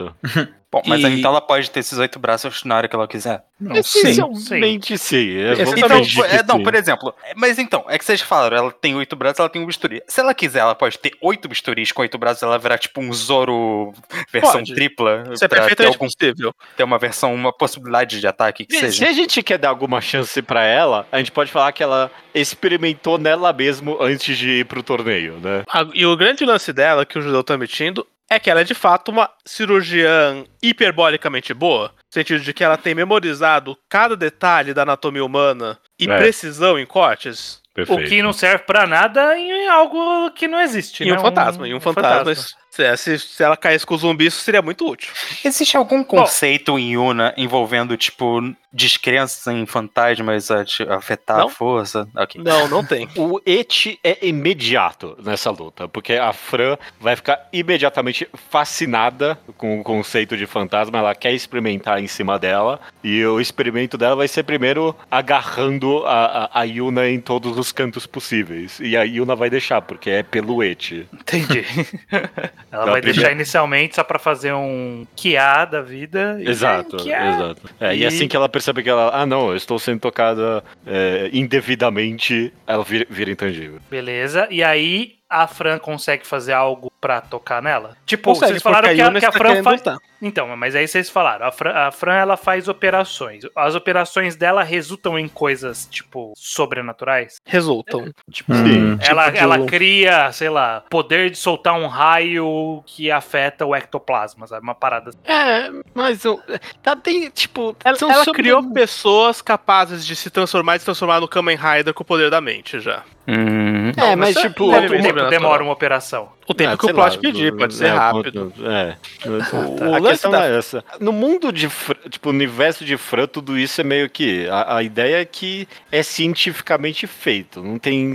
Speaker 2: Bom, mas
Speaker 4: E-
Speaker 2: então ela pode ter esses oito braços na hora que ela quiser.
Speaker 4: Não, sim.
Speaker 1: É, Essencialmente sim. É,
Speaker 3: Esse
Speaker 1: vamos
Speaker 2: Então,
Speaker 1: fingir que
Speaker 2: é, não,
Speaker 1: sim.
Speaker 2: por exemplo, é, mas então, é que vocês falaram, ela tem oito braços, ela tem um bisturi. Se ela quiser, ela pode ter oito bisturis com oito braços, ela virar tipo um Zoro versão
Speaker 3: Pode.
Speaker 2: tripla.
Speaker 3: Isso é
Speaker 2: pra ter,
Speaker 3: perfeitamente
Speaker 2: algum,
Speaker 3: possível.
Speaker 2: ter uma versão, uma possibilidade de ataque que
Speaker 1: Se- Se
Speaker 2: seja.
Speaker 1: a gente quer dar alguma chance pra ela, a gente pode falar que ela experimentou nela mesmo antes de ir pro torneio, né?
Speaker 3: A- E o grande lance dela, que o judeu tá mentindo, é que ela é de fato uma cirurgiã hiperbolicamente boa. No sentido de que ela tem memorizado cada detalhe da anatomia humana e
Speaker 1: É.
Speaker 3: precisão em cortes.
Speaker 5: O que não serve pra nada em algo que não existe.
Speaker 3: E
Speaker 5: né?
Speaker 3: um fantasma, e um fantasma. Se, se- se ela caísse com o zumbi, isso seria muito útil.
Speaker 2: Existe algum conceito em Yuna envolvendo, tipo, descrenças em fantasmas a te- afetar
Speaker 3: Não.
Speaker 2: a força? Ok.
Speaker 3: Não, não (laughs) tem.
Speaker 1: O et é imediato nessa luta, porque a Fran vai ficar imediatamente fascinada com o conceito de fantasma, ela quer experimentar em cima dela, e o experimento dela vai ser primeiro agarrando a, a, a Yuna em todos os cantos possíveis. E a Yuna vai deixar, porque é pelo et.
Speaker 5: Entendi. (laughs) Ela
Speaker 1: Dá
Speaker 5: vai
Speaker 1: primeiro.
Speaker 5: deixar inicialmente só pra fazer um QA da vida. e- é
Speaker 1: Exato,
Speaker 5: Kiá.
Speaker 1: exato. É, e...
Speaker 5: E-
Speaker 1: assim que ela percebe que ela, ah não, eu estou sendo tocada é, indevidamente, ela vira, vira intangível.
Speaker 5: Beleza. E aí a Fran consegue fazer algo pra tocar nela? Tipo,
Speaker 3: Consegue,
Speaker 5: vocês falaram
Speaker 3: porque
Speaker 5: que a,
Speaker 3: Yuna
Speaker 5: que a
Speaker 3: está
Speaker 5: Fran
Speaker 3: querendo
Speaker 5: faz.
Speaker 3: lutar.
Speaker 1: tá.
Speaker 5: Então, mas aí vocês falaram, a Fran, a Fran, ela faz operações. As operações dela resultam em coisas, tipo, sobrenaturais?
Speaker 3: Resultam.
Speaker 1: Tipo, Sim.
Speaker 5: ela,
Speaker 3: de
Speaker 5: ela
Speaker 3: um-
Speaker 5: cria, sei lá, poder de soltar um raio que afeta o ectoplasma, sabe? Uma parada. assim.
Speaker 1: É, mas eu- tá, tem, tipo,
Speaker 3: Ela,
Speaker 1: são
Speaker 3: ela
Speaker 1: sobre-
Speaker 3: criou pessoas capazes de se transformar e se transformar no Kamen Rider com o poder da mente já.
Speaker 2: Hum,
Speaker 1: É, mas
Speaker 3: mas
Speaker 1: tipo,
Speaker 3: é
Speaker 5: Quanto
Speaker 3: bem
Speaker 5: tempo
Speaker 3: sobrenatural.
Speaker 5: demora uma operação?
Speaker 3: um- O tempo
Speaker 1: Ah,
Speaker 3: que o
Speaker 1: sei lá,
Speaker 3: plot pedir,
Speaker 1: do-
Speaker 3: pode ser
Speaker 1: é,
Speaker 3: rápido.
Speaker 1: quanto- É. O-
Speaker 3: tá.
Speaker 1: O,
Speaker 3: A
Speaker 1: lance
Speaker 3: questão
Speaker 1: não
Speaker 3: da-
Speaker 1: é essa. No mundo de. Fr- Tipo, no universo de Fran, tudo isso é meio que. A, a ideia é que é cientificamente feito. Não tem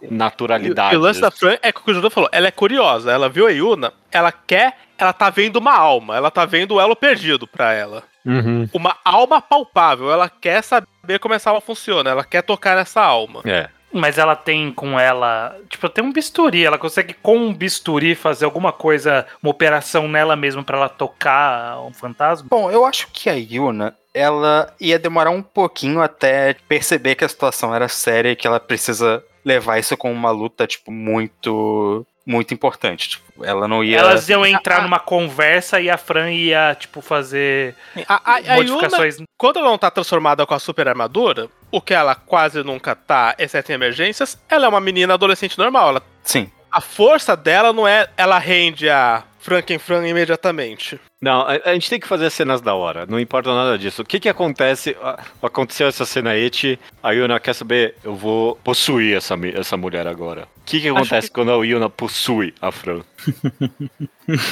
Speaker 1: sobrenaturalidade.
Speaker 3: E o lance da Fran é que o que o Judô falou, ela é curiosa, ela viu a Yuna, ela quer, ela tá vendo uma alma, ela tá vendo o elo perdido pra ela.
Speaker 1: Uhum.
Speaker 3: Uma alma palpável, ela quer saber como essa alma funciona, ela quer tocar nessa alma.
Speaker 1: É.
Speaker 5: Mas ela tem com ela. Tipo, tem um bisturi. Ela consegue com um bisturi fazer alguma coisa, uma operação nela mesma pra ela tocar um fantasma?
Speaker 2: Bom, eu acho que a Yuna, ela ia demorar um pouquinho até perceber que a situação era séria e que ela precisa levar isso como uma luta, tipo, muito, muito importante. Tipo, ela não ia...
Speaker 5: Elas iam entrar
Speaker 3: Ah, ah.
Speaker 5: numa conversa e a Fran ia, tipo, fazer
Speaker 3: A, a, a Yuna,
Speaker 5: modificações.
Speaker 3: quando ela não tá transformada com a super armadura, o que ela quase nunca tá, exceto em emergências, ela é uma menina adolescente normal, ela
Speaker 2: Sim.
Speaker 3: a força dela não é ela rende a Frankenfran imediatamente.
Speaker 1: Não, a, a gente tem que fazer as cenas da hora, não importa nada disso. O que que acontece? a- Aconteceu essa cena Eti, a Yuna quer saber, eu vou possuir essa, mi- essa mulher agora. O que que acontece quando a Yuna possui a Fran?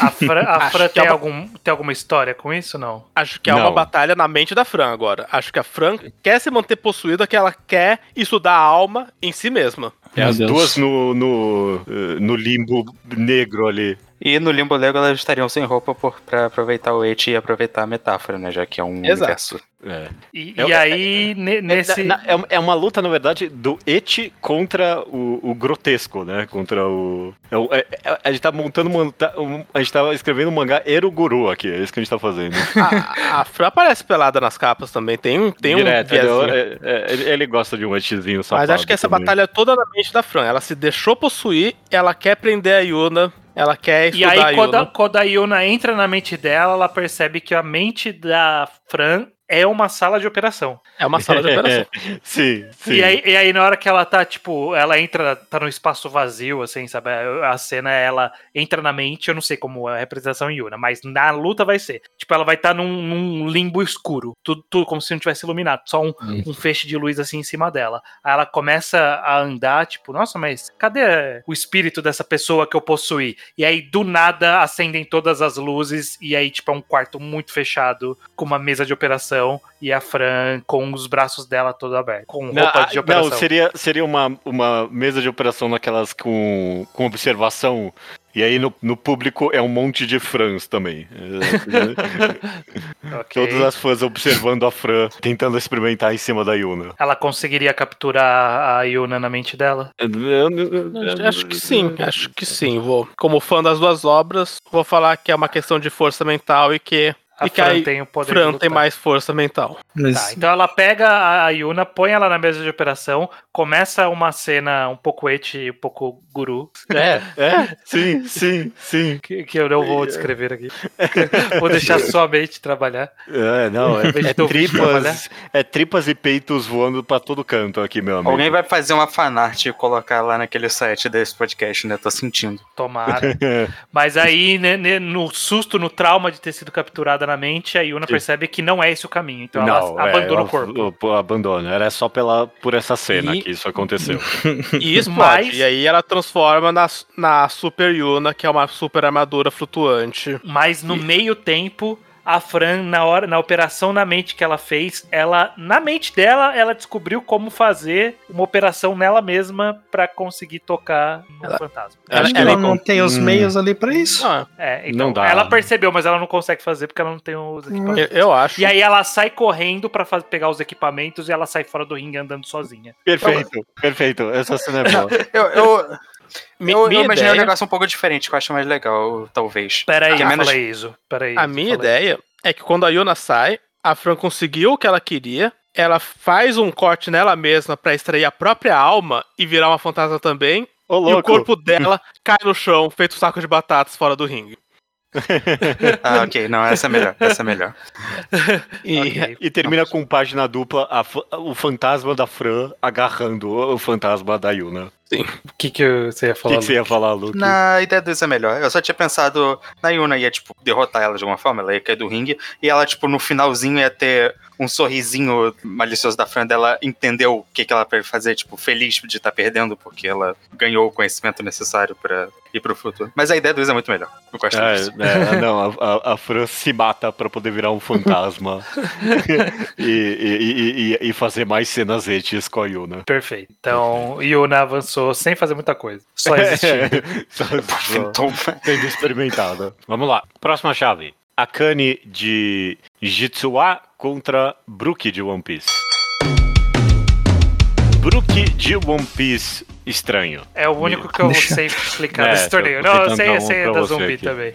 Speaker 5: A Fran, a
Speaker 3: (laughs) Acho
Speaker 5: Fran
Speaker 3: que
Speaker 5: tem,
Speaker 3: é uma-
Speaker 5: algum, tem alguma história com isso? Não.
Speaker 3: Acho que é uma
Speaker 1: Não.
Speaker 3: batalha na mente da Fran agora. Acho que a Fran quer se manter possuída, que ela quer estudar a alma em si mesma.
Speaker 1: É
Speaker 4: Meu
Speaker 1: as
Speaker 4: Deus.
Speaker 1: duas no, no, eh, no limbo negro ali.
Speaker 2: E no Limbo Lego elas estariam sem roupa por, pra aproveitar o et e aproveitar a metáfora, né? Já que é um
Speaker 3: Exato.
Speaker 2: universo.
Speaker 1: É.
Speaker 5: E,
Speaker 1: Eu-
Speaker 5: e aí, ne- nesse.
Speaker 1: Na- é, uma- é uma luta, na verdade, do et contra o, o grotesco, né? Contra o. é o- é- é- a gente tá montando uma luta- um- A gente tá escrevendo um mangá Eroguru aqui, é isso que a gente tá fazendo.
Speaker 3: A, a Fran aparece pelada nas capas também, tem, um- (laughs) tem
Speaker 1: Direto,
Speaker 3: um
Speaker 1: ele,
Speaker 3: viezinho.
Speaker 1: é- é- ele- ele gosta de um etzinho safado.
Speaker 3: Mas acho que essa
Speaker 1: também.
Speaker 3: batalha é toda na mente da Fran. Ela se deixou possuir, ela quer prender a Yuna, ela quer
Speaker 5: E
Speaker 3: estudar a
Speaker 5: aí,
Speaker 3: Yuna.
Speaker 5: quando a, quando a Yuna entra na mente dela, ela percebe que a mente da Fran é uma sala de operação.
Speaker 3: É uma sala de operação.
Speaker 1: (laughs) sim, sim.
Speaker 5: E aí, e aí, na hora que ela tá, tipo, ela entra, tá num espaço vazio, assim, sabe? A a cena, é ela entra na mente, eu não sei como é a representação em Yuna, mas na luta vai ser. Tipo, ela vai estar num, num limbo escuro, tudo, tudo como se não tivesse iluminado, só um, um feixe de luz, assim, em cima dela. Aí ela começa a andar, tipo, nossa, mas cadê o espírito dessa pessoa que eu possuí? E aí, do nada, acendem todas as luzes, e aí, tipo, é um quarto muito fechado, com uma mesa de operação, e a Fran com os braços dela todo aberto, com
Speaker 1: Não,
Speaker 5: roupa de
Speaker 1: ah,
Speaker 5: operação.
Speaker 1: Não, seria, seria uma, uma mesa de operação naquelas com, com observação E aí no, no público é um monte de Frans também.
Speaker 5: Ok.
Speaker 1: Todas as fãs observando a Fran, tentando experimentar em cima da Yuna.
Speaker 5: Ela conseguiria capturar a Yuna na mente dela?
Speaker 1: É,
Speaker 3: Acho que sim, acho que sim. Vou, como fã das duas obras, vou falar que é uma questão de força mental e que
Speaker 5: A
Speaker 3: E que
Speaker 5: Fran
Speaker 3: aí,
Speaker 5: tem o poder de
Speaker 3: Fran
Speaker 5: lutar.
Speaker 3: tem mais força mental.
Speaker 5: Tá,
Speaker 4: Mas
Speaker 5: então ela pega a Yuna, põe ela na mesa de operação, começa uma cena um pouco eti, um pouco guru,
Speaker 1: É, é, sim, sim, sim.
Speaker 5: que, que eu não vou
Speaker 1: É.
Speaker 5: descrever
Speaker 1: (laughs)
Speaker 5: aqui. vou deixar só a mente trabalhar.
Speaker 1: É, não, é, é tripas, é tripas e peitos voando pra todo canto aqui, meu amigo.
Speaker 5: então.
Speaker 2: Alguém vai fazer uma fanart e colocar lá naquele site desse podcast, né? Tô sentindo.
Speaker 5: Tomara. Mas aí, né, né, no susto, no trauma de ter sido capturada na mente, a Yuna percebe que não é esse o caminho. Então
Speaker 1: Não,
Speaker 5: ela
Speaker 1: é,
Speaker 5: abandona
Speaker 1: ela
Speaker 5: o corpo.
Speaker 1: o- o- Abandona. Era só pela, por essa cena
Speaker 3: E-
Speaker 1: que isso aconteceu.
Speaker 3: E explode.
Speaker 5: Mas-
Speaker 3: E aí ela transforma na, na Super Yuna, que é uma super armadura flutuante.
Speaker 5: Mas no meio tempo, a Fran, na hora, na operação na mente que ela fez, ela, na mente dela, ela descobriu como fazer uma operação nela mesma pra conseguir tocar no fantasma.
Speaker 4: É, acho que
Speaker 3: ela é
Speaker 4: ela não tem os
Speaker 1: Hum.
Speaker 4: meios ali pra isso.
Speaker 3: Ah,
Speaker 5: É, então,
Speaker 1: Não dá.
Speaker 5: ela percebeu, mas ela não consegue fazer porque ela não tem os equipamentos.
Speaker 3: eu, eu acho.
Speaker 5: E aí ela sai correndo pra faz- pegar os equipamentos e ela sai fora do ringue andando sozinha.
Speaker 1: Perfeito, perfeito. Essa cena é boa.
Speaker 3: (laughs)
Speaker 2: Eu, eu,
Speaker 3: Mi-
Speaker 2: eu
Speaker 3: minha
Speaker 2: imaginei um
Speaker 3: ideia-
Speaker 2: negócio um pouco diferente, que eu acho mais legal, talvez.
Speaker 5: Pera aí,
Speaker 2: Que é
Speaker 5: fala
Speaker 2: menos-
Speaker 5: aí, Iso. Pera aí,
Speaker 3: A
Speaker 5: Iso,
Speaker 3: minha
Speaker 5: fala aí.
Speaker 3: ideia é que quando a Yuna sai, a Fran conseguiu o que ela queria, ela faz um corte nela mesma pra extrair a própria alma e virar uma fantasma também,
Speaker 1: Ô,
Speaker 3: e o corpo dela cai no chão, feito um saco de batatas fora do ringue.
Speaker 2: Ah, ok. Não, essa é melhor. Essa é melhor.
Speaker 3: E
Speaker 5: Ok.
Speaker 1: (laughs) E termina com página dupla a fa- o fantasma da Fran agarrando o fantasma da Yuna.
Speaker 5: O que, que eu- você ia
Speaker 1: O
Speaker 5: falar?
Speaker 1: que, que você ia falar, Luke?
Speaker 2: Na ideia do Isa é melhor. Eu só tinha pensado na Yuna ia, tipo, derrotar ela de alguma forma, ela ia cair do ringue, e ela, tipo, no finalzinho ia ter um sorrisinho malicioso da Fran dela entendeu o que, que ela vai fazer, tipo, feliz de estar perdendo, porque ela ganhou o conhecimento necessário pra ir pro futuro. Mas a ideia do Isa é muito melhor. Eu gosto disso.
Speaker 1: É, é, não, a, a- a Fran se mata pra poder virar um fantasma e, e- e- e- e fazer mais cenas etes com a Yuna.
Speaker 5: Perfeito. Então, Yuna avançou sem fazer muita coisa.
Speaker 1: (laughs)
Speaker 5: Só existindo.
Speaker 1: Só- só-
Speaker 2: Então, (laughs)
Speaker 1: Sendo experimentada. Vamos lá. Próxima chave. Akane de Jitsuwa contra Brook de One Piece. Brook de One Piece estranho.
Speaker 5: É o único que eu
Speaker 4: Deixa-
Speaker 5: sei explicar
Speaker 1: É,
Speaker 5: nesse torneio.
Speaker 1: eu
Speaker 5: Não, eu
Speaker 1: tentando
Speaker 5: sei,
Speaker 1: dar
Speaker 5: eu
Speaker 1: um
Speaker 5: sei
Speaker 1: pra
Speaker 5: da
Speaker 1: você
Speaker 5: zumbi
Speaker 1: aqui.
Speaker 4: (laughs)
Speaker 5: também.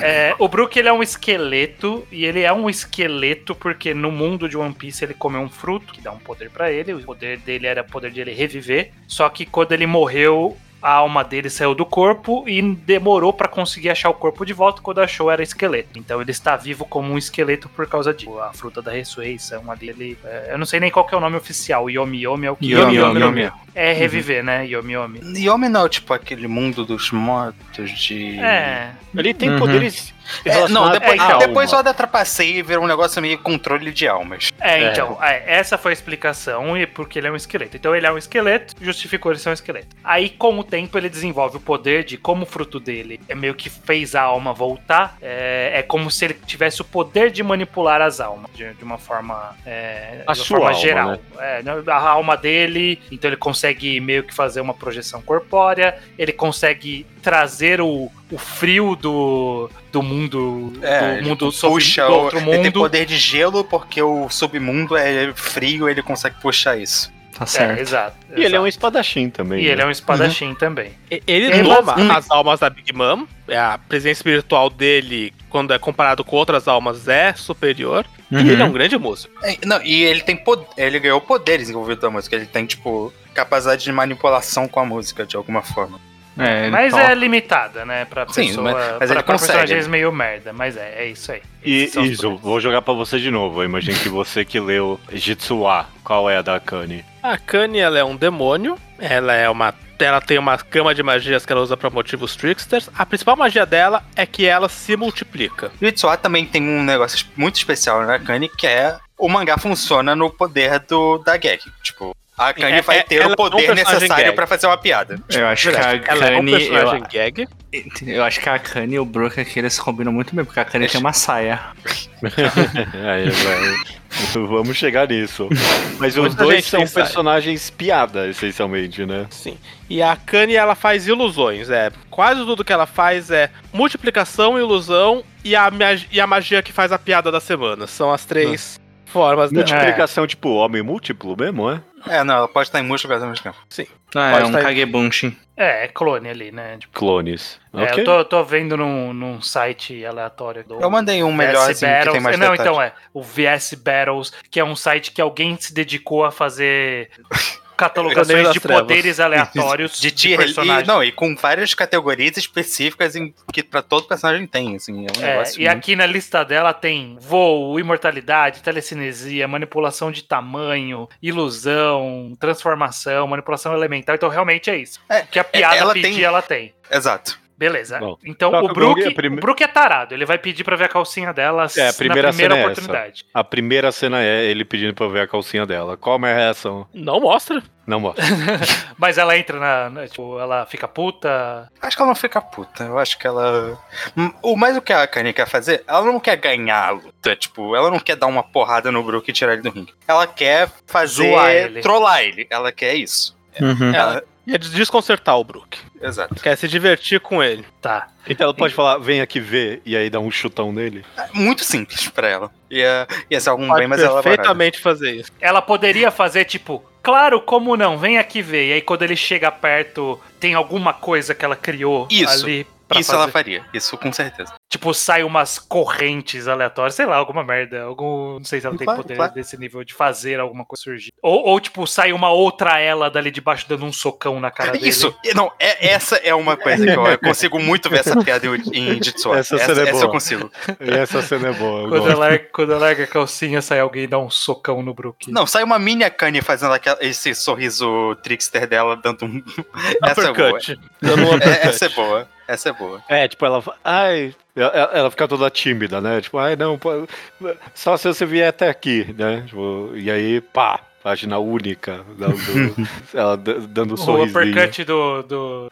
Speaker 5: É, o Brook ele é um esqueleto, e ele é um esqueleto porque no mundo de One Piece ele comeu um fruto que dá um poder pra ele. O poder dele era o poder de ele reviver. Só que quando ele morreu, a alma dele saiu do corpo e demorou pra conseguir achar o corpo de volta. Quando achou, era esqueleto. Então ele está vivo como um esqueleto por causa disso. A fruta da ressurreição ali, ele, é, eu não sei nem qual que é o nome oficial. Yomi Yomi é o que?
Speaker 4: Yomi Yomi. Uhum.
Speaker 5: É reviver, né? Yomi Yomi.
Speaker 2: Yomi não, tipo, aquele mundo dos mortos de.
Speaker 5: É.
Speaker 1: Ele tem
Speaker 4: Uhum.
Speaker 1: poderes.
Speaker 2: É, não,
Speaker 1: relacionados
Speaker 2: depois,
Speaker 1: à alma.
Speaker 2: depois só da trapaceia e virou um negócio meio controle de almas.
Speaker 5: É,
Speaker 1: É.
Speaker 5: então, é, essa foi a explicação e porque ele é um esqueleto. Então ele é um esqueleto, justificou ele ser um esqueleto. Aí, com o tempo, ele desenvolve o poder de como o fruto dele é meio que fez a alma voltar. É, é como se ele tivesse o poder de manipular as almas de, de uma forma, é,
Speaker 1: A
Speaker 5: de
Speaker 1: sua
Speaker 5: uma forma
Speaker 1: alma,
Speaker 5: geral.
Speaker 1: né?
Speaker 5: É, né, a alma dele, então ele consegue meio que fazer uma projeção corpórea, ele consegue trazer o, o frio do, do mundo,
Speaker 2: É,
Speaker 5: do mundo sob-
Speaker 2: puxa
Speaker 5: do
Speaker 2: o,
Speaker 5: outro
Speaker 2: Ele tem
Speaker 5: mundo.
Speaker 2: poder de gelo porque o submundo é frio, ele consegue puxar isso.
Speaker 4: Tá
Speaker 5: É,
Speaker 4: certo.
Speaker 5: exato.
Speaker 1: E ele é
Speaker 5: exato.
Speaker 1: um espadachim também.
Speaker 5: E ele é um espadachim também.
Speaker 3: E- Ele
Speaker 5: Ele-
Speaker 3: toma
Speaker 2: Hum.
Speaker 3: as almas da Big Mom, é, a presença espiritual dele, quando é comparado com outras almas, é superior.
Speaker 4: Uhum.
Speaker 3: E ele é um grande músico.
Speaker 2: É, não, e ele tem pod- ele ganhou poderes envolvidos da música, ele tem, tipo, capacidade de manipulação com a música, de alguma forma.
Speaker 4: É, ele
Speaker 5: Mas
Speaker 4: toma.
Speaker 5: é limitada, né? Pra
Speaker 2: Sim,
Speaker 5: pessoa.
Speaker 2: mas- mas
Speaker 5: pra
Speaker 2: ele
Speaker 5: pra
Speaker 2: consegue.
Speaker 5: personagens meio merda, mas é, é isso aí.
Speaker 1: E
Speaker 5: Esses são os
Speaker 1: Iso,
Speaker 5: poderes.
Speaker 1: vou jogar pra você de novo. Eu imagino que você que leu Jitsuwa. Qual é a da Akane?
Speaker 3: A Kanye, ela é um demônio, ela é uma. Ela tem uma cama de magias que ela usa pra motivos tricksters. A principal magia dela é que ela se multiplica.
Speaker 2: E o Itsuwa também tem um negócio es- muito especial na Akane, que é o mangá funciona no poder do da gag. Tipo, a Akane
Speaker 3: É,
Speaker 2: vai
Speaker 3: é-
Speaker 2: ter
Speaker 3: ela é
Speaker 2: o
Speaker 3: um
Speaker 2: poder
Speaker 3: personagem
Speaker 2: necessário
Speaker 3: gag.
Speaker 2: pra fazer uma piada.
Speaker 4: Eu acho que a
Speaker 3: Ela é um
Speaker 4: Kanye.
Speaker 3: personagem gag.
Speaker 4: eu, eu acho que a Kanye e o Brook aqui eles se combinam muito bem, porque a Kanye tem uma saia.
Speaker 1: (laughs) É, é, é. (laughs) Vamos chegar nisso. Mas os
Speaker 3: Muita
Speaker 1: dois
Speaker 3: gente
Speaker 1: são
Speaker 3: tem saída.
Speaker 1: personagens piada, essencialmente, né?
Speaker 3: Sim. E a Kanye, ela faz ilusões, é. Quase tudo que ela faz é multiplicação, ilusão e a, mag- e a magia que faz a piada da semana. São as três
Speaker 1: É.
Speaker 3: formas dela.
Speaker 1: Multiplicação, tipo, homem múltiplo mesmo, é?
Speaker 2: É, não, ela pode estar em múltiplas ao mesmo tempo.
Speaker 4: Ah,
Speaker 3: Pode
Speaker 4: é um
Speaker 3: sair.
Speaker 4: kagebunshin.
Speaker 5: É, é clone ali, né? Tipo,
Speaker 1: Clones.
Speaker 5: é,
Speaker 1: Ok.
Speaker 5: eu tô, tô vendo num, num site aleatório do.
Speaker 2: Eu mandei um melhor
Speaker 5: VS
Speaker 2: assim, que tem mais
Speaker 5: Não,
Speaker 2: detalhes.
Speaker 5: então é. O VS Battles, que é um site que alguém se dedicou a fazer
Speaker 3: Torneio
Speaker 5: catalogações
Speaker 3: das
Speaker 5: de
Speaker 3: Trevas.
Speaker 5: poderes aleatórios de,
Speaker 2: De tier Tipo, e,
Speaker 5: personagens.
Speaker 2: não, e com várias categorias específicas em- que pra todo personagem tem, assim, é um
Speaker 5: É,
Speaker 2: negócio.
Speaker 5: e aqui na lista dela tem voo, imortalidade, telecinesia, manipulação de tamanho, ilusão, transformação, manipulação elemental. Então realmente é isso.
Speaker 2: É,
Speaker 5: que a piada
Speaker 2: ela
Speaker 5: pedir,
Speaker 2: tem-
Speaker 5: ela tem.
Speaker 2: Exato.
Speaker 5: Beleza.
Speaker 1: Bom,
Speaker 5: então
Speaker 1: só
Speaker 5: o
Speaker 1: que o Brook
Speaker 5: Brook,
Speaker 1: é prime-
Speaker 5: o Brook é tarado. Ele vai pedir pra ver a calcinha dela
Speaker 1: É, a primeira
Speaker 5: na primeira
Speaker 1: cena é
Speaker 5: oportunidade.
Speaker 1: A primeira cena é ele pedindo pra eu ver a calcinha dela. Qual a minha reação?
Speaker 3: Não mostra.
Speaker 1: Não
Speaker 5: (laughs)
Speaker 1: mostra.
Speaker 5: Mas ela entra na. na- tipo, ela fica puta.
Speaker 2: Acho que ela não fica puta. Eu acho que ela. Hum, O mais o que a Kanye quer fazer, ela não quer ganhar a luta. Tipo, ela não quer dar uma porrada no Brook e tirar ele do ringue. Ela quer fazer.
Speaker 5: Zoar ele.
Speaker 2: trollar ele. Ela quer isso.
Speaker 5: É,
Speaker 3: Ela ia desconcertar o Brook.
Speaker 2: Exato.
Speaker 3: Quer se divertir com ele.
Speaker 5: Tá.
Speaker 1: Então ela pode falar, vem aqui ver, e aí dá um chutão nele.
Speaker 2: É Muito simples pra ela. é, Ia, ia ser algum
Speaker 3: Pode
Speaker 2: bem é mais né? elaborado.
Speaker 3: perfeitamente fazer isso.
Speaker 5: Ela poderia fazer, tipo, claro, como não? Vem aqui ver. E aí, quando ele chega perto, tem alguma coisa que ela criou
Speaker 2: Isso.
Speaker 5: ali pra
Speaker 2: Isso
Speaker 5: fazer.
Speaker 2: ela faria, isso com certeza.
Speaker 5: Tipo, sai umas correntes aleatórias, sei lá, alguma merda. Algum. Não sei se ela tem
Speaker 2: Claro,
Speaker 5: poder
Speaker 2: claro.
Speaker 5: desse nível de fazer alguma coisa surgir. Ou, ou, tipo, sai uma outra ela dali debaixo dando um socão na
Speaker 2: (laughs)
Speaker 5: cara dele.
Speaker 2: Isso, não, é, essa é uma coisa que eu, eu consigo muito ver
Speaker 1: (laughs)
Speaker 2: essa piada em, em Jitsu.
Speaker 1: Essa cena é boa.
Speaker 2: eu consigo.
Speaker 1: E essa cena é boa. eu
Speaker 5: (laughs) Quando
Speaker 1: gosto.
Speaker 5: ela, larga, quando ela larga a calcinha, sai alguém e dá um socão no Brook.
Speaker 2: Não, sai uma mini Kanye fazendo aquela- esse sorriso trickster dela, dando
Speaker 1: (laughs)
Speaker 2: um. essa é boa.
Speaker 3: Uppercut. Dando um
Speaker 2: (laughs) É,
Speaker 3: uppercut.
Speaker 2: essa é boa. Essa é boa.
Speaker 1: É, tipo, ela fa- ai, ela, ela fica toda tímida, né? Tipo, ai, não, pô, só se você vier até aqui, né? Tipo, e aí, pá, página única, dando-
Speaker 5: (laughs)
Speaker 1: ela d- dando um
Speaker 5: O
Speaker 1: sorrisinho.
Speaker 5: uppercut do, do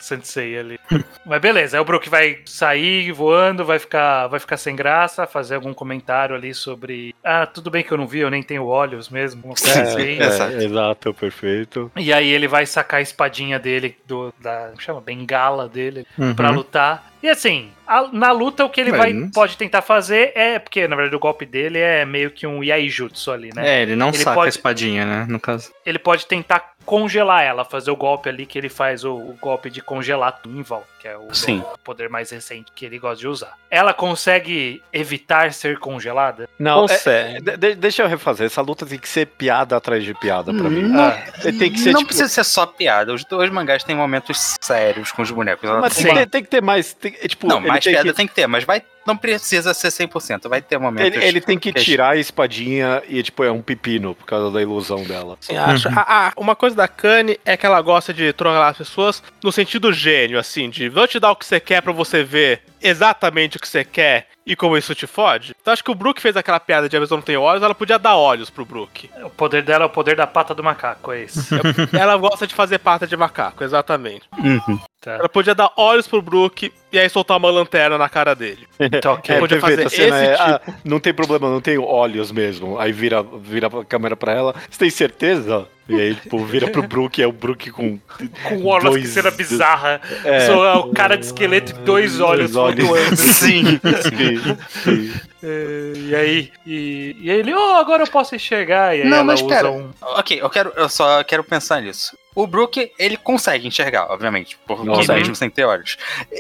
Speaker 1: (laughs)
Speaker 5: Sensei ali. Mas beleza, aí o Brook vai sair voando, vai ficar, vai ficar sem graça, fazer algum comentário ali sobre. Ah, tudo bem que eu não vi, eu nem tenho olhos mesmo. uma coisa assim.
Speaker 1: É,
Speaker 2: Exato.
Speaker 1: exato, perfeito.
Speaker 5: E aí ele vai sacar a espadinha dele, do, da. como chama? Bengala dele,
Speaker 4: Uhum.
Speaker 5: pra lutar. E assim, a- na luta o que ele
Speaker 4: Mas
Speaker 5: vai,
Speaker 4: não-
Speaker 5: pode tentar fazer é. Porque na verdade o golpe dele é meio que um Yaijutsu ali, né?
Speaker 4: É, ele não
Speaker 5: Ele
Speaker 4: saca
Speaker 5: pode-
Speaker 4: a espadinha, né? No caso.
Speaker 5: ele pode tentar congelar ela, fazer o golpe ali que ele faz o, o golpe de congelar tudo em volta, que é o
Speaker 2: Sim.
Speaker 5: o poder mais recente que ele gosta de usar. Ela consegue evitar ser congelada?
Speaker 1: Não, é-
Speaker 3: Consegue.
Speaker 1: de- de- deixa eu refazer. Essa luta tem que ser piada atrás de piada pra mim.
Speaker 2: Não,
Speaker 5: Ah,
Speaker 1: Tem que ser,
Speaker 2: Hum, não
Speaker 1: tipo-
Speaker 2: precisa ser só piada. Os dois mangás têm momentos sérios com os bonecos. Ela
Speaker 1: Mas
Speaker 2: tem
Speaker 1: tem,
Speaker 5: Sim.
Speaker 1: que ter- tem que ter mais. Tem, é, tipo,
Speaker 2: Não,
Speaker 1: ele
Speaker 2: mais
Speaker 1: tem
Speaker 2: piada
Speaker 1: que-
Speaker 2: tem que ter, mas vai, não precisa ser 100%. Vai ter momentos.
Speaker 1: ele, ele tem que tipo,
Speaker 2: Deixa.
Speaker 1: tirar a espadinha e, tipo, é um pepino por causa da ilusão dela.
Speaker 3: Sim, acho. Ah, ah, uma coisa da Kanye é que ela gosta de trollar as pessoas no sentido gênio, assim, de vou te dar o que você quer pra você ver exatamente o que você quer e como isso te fode. Então acho que o Brook fez aquela piada de a pessoa não tem olhos, ela podia dar olhos pro Brook.
Speaker 5: O poder dela é o poder da pata do macaco, é isso.
Speaker 3: ela gosta de fazer pata de macaco, exatamente.
Speaker 2: Uhum.
Speaker 5: Tá,
Speaker 3: Ela podia dar olhos pro Brook e aí soltar uma lanterna na cara dele.
Speaker 5: tá ok.
Speaker 1: É,
Speaker 3: podia
Speaker 1: perfeito,
Speaker 3: fazer
Speaker 1: a cena
Speaker 3: esse
Speaker 1: é, ah, não tem problema, não tem olhos mesmo. Aí vira, vira a câmera pra ela. Você tem certeza? E aí, tipo, vira pro Brook, é o Brook com.
Speaker 5: Com olhos que
Speaker 1: dois-
Speaker 5: cena bizarra.
Speaker 1: É,
Speaker 5: Só o cara de esqueleto e dois olhos
Speaker 1: Dois olhos.
Speaker 5: flutuando.
Speaker 2: Sim.
Speaker 1: sim, sim.
Speaker 5: É, E aí? E, e aí ele, oh, agora eu posso enxergar. E aí
Speaker 2: Não,
Speaker 5: ela
Speaker 2: mas
Speaker 5: usa
Speaker 2: pera.
Speaker 5: um.
Speaker 2: Ok, eu, quero, eu só quero pensar nisso. O Brook, ele consegue enxergar, obviamente, por
Speaker 1: Não,
Speaker 2: consegue
Speaker 5: sim.
Speaker 2: mesmo sem ter olhos.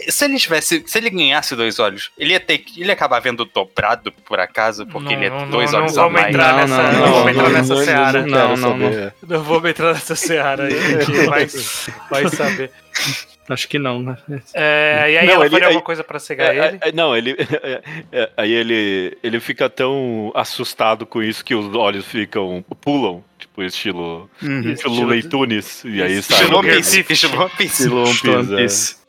Speaker 2: Se ele tivesse, se ele ganhasse dois olhos, ele ia ter, que- ele ia acabar vendo dobrado por acaso, porque ele ia ter dois
Speaker 5: não,
Speaker 2: olhos
Speaker 5: não
Speaker 2: a
Speaker 5: vamos
Speaker 2: mais.
Speaker 5: entrar
Speaker 4: Não,
Speaker 5: nessa,
Speaker 4: não,
Speaker 5: Ah, não vamos entrar
Speaker 4: não,
Speaker 5: nessa
Speaker 1: eu
Speaker 5: seara.
Speaker 1: quero
Speaker 4: Não, não,
Speaker 1: saber.
Speaker 5: Não vamos entrar nessa seara aí, a gente vai, vai saber.
Speaker 4: Acho que não, né?
Speaker 5: É, e aí
Speaker 1: Não,
Speaker 5: ela
Speaker 1: ele-
Speaker 5: faria
Speaker 1: aí-
Speaker 5: alguma coisa pra cegar
Speaker 1: É,
Speaker 5: ele?
Speaker 1: é, não, ele. é, aí ele, ele fica tão assustado com isso que os olhos ficam. pulam, tipo, estilo.
Speaker 2: (laughs) Uhum.
Speaker 1: Estilo Looney Tunes. E aí sai.
Speaker 2: Estilo One
Speaker 5: Sim.
Speaker 2: Piece, estilo One Piece.
Speaker 1: Estilo One Piece, é.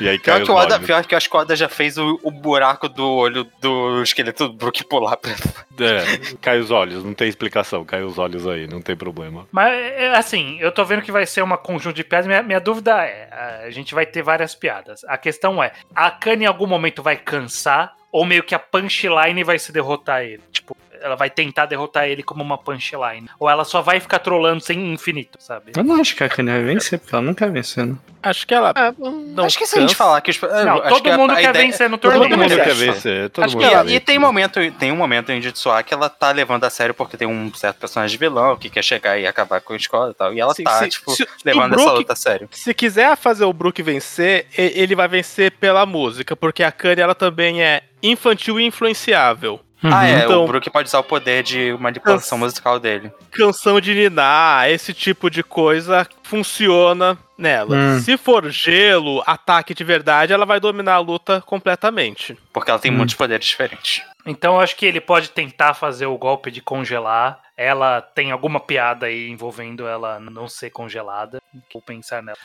Speaker 1: E aí cai
Speaker 2: Pior
Speaker 1: os
Speaker 2: que, o Oda,
Speaker 1: olhos.
Speaker 2: pior que eu acho que o Oda já fez o, o buraco do olho do esqueleto do Brook pular pra
Speaker 1: É, cai os olhos, não tem explicação. Cai os olhos aí, não tem problema.
Speaker 5: Mas, é, assim, eu tô vendo que vai ser uma conjunto de piadas. Minha, minha dúvida é: a gente vai ter várias piadas. A questão é: a Kanye em algum momento vai cansar? Ou meio que a punchline vai se derrotar ele? Tipo, ela vai tentar derrotar ele como uma punchline. Ou ela só vai ficar trolando sem infinito, sabe?
Speaker 4: Eu não acho que a Kanye vai vencer, porque ela nunca venceu, né?
Speaker 3: Acho que ela.
Speaker 6: Ah, bom.
Speaker 3: Não
Speaker 2: acho que se a gente
Speaker 3: cansa.
Speaker 2: falar que os.
Speaker 5: Não, todo mundo quer vencer no
Speaker 1: Todo
Speaker 5: torneio.
Speaker 1: mundo
Speaker 2: mundo
Speaker 1: quer
Speaker 2: acha.
Speaker 1: vencer. Todo
Speaker 3: Acho
Speaker 1: mundo
Speaker 3: que
Speaker 1: quer
Speaker 3: ela-
Speaker 1: vencer.
Speaker 2: é, E, e tem, momento, tem um momento em Jitsuá que ela tá levando a sério porque tem um certo personagem vilão que quer chegar e acabar com a escola e tal. E ela
Speaker 3: Sim,
Speaker 2: tá,
Speaker 3: assim, se-
Speaker 2: tipo,
Speaker 3: se- se
Speaker 2: levando
Speaker 3: o
Speaker 2: essa
Speaker 3: Brook-
Speaker 2: luta a sério.
Speaker 3: Se quiser fazer o Brook vencer, e- ele vai vencer pela música, porque a Kanye ela também é infantil e influenciável.
Speaker 5: Uhum.
Speaker 1: Uhum.
Speaker 2: ah, é.
Speaker 3: Então-
Speaker 2: O Brook pode usar o poder de manipulação
Speaker 3: Cansa-
Speaker 2: musical dele.
Speaker 3: Canção de ninar, esse tipo de coisa funciona nela.
Speaker 4: Hum.
Speaker 3: Se for gelo, ataque de verdade, ela vai dominar a luta completamente.
Speaker 2: Porque ela tem
Speaker 1: Uhum.
Speaker 4: Hum.
Speaker 2: muitos poderes diferentes.
Speaker 5: Então eu acho que ele pode tentar fazer o golpe de congelar. Ela tem alguma piada aí envolvendo ela não ser congelada. Vou pensar nela.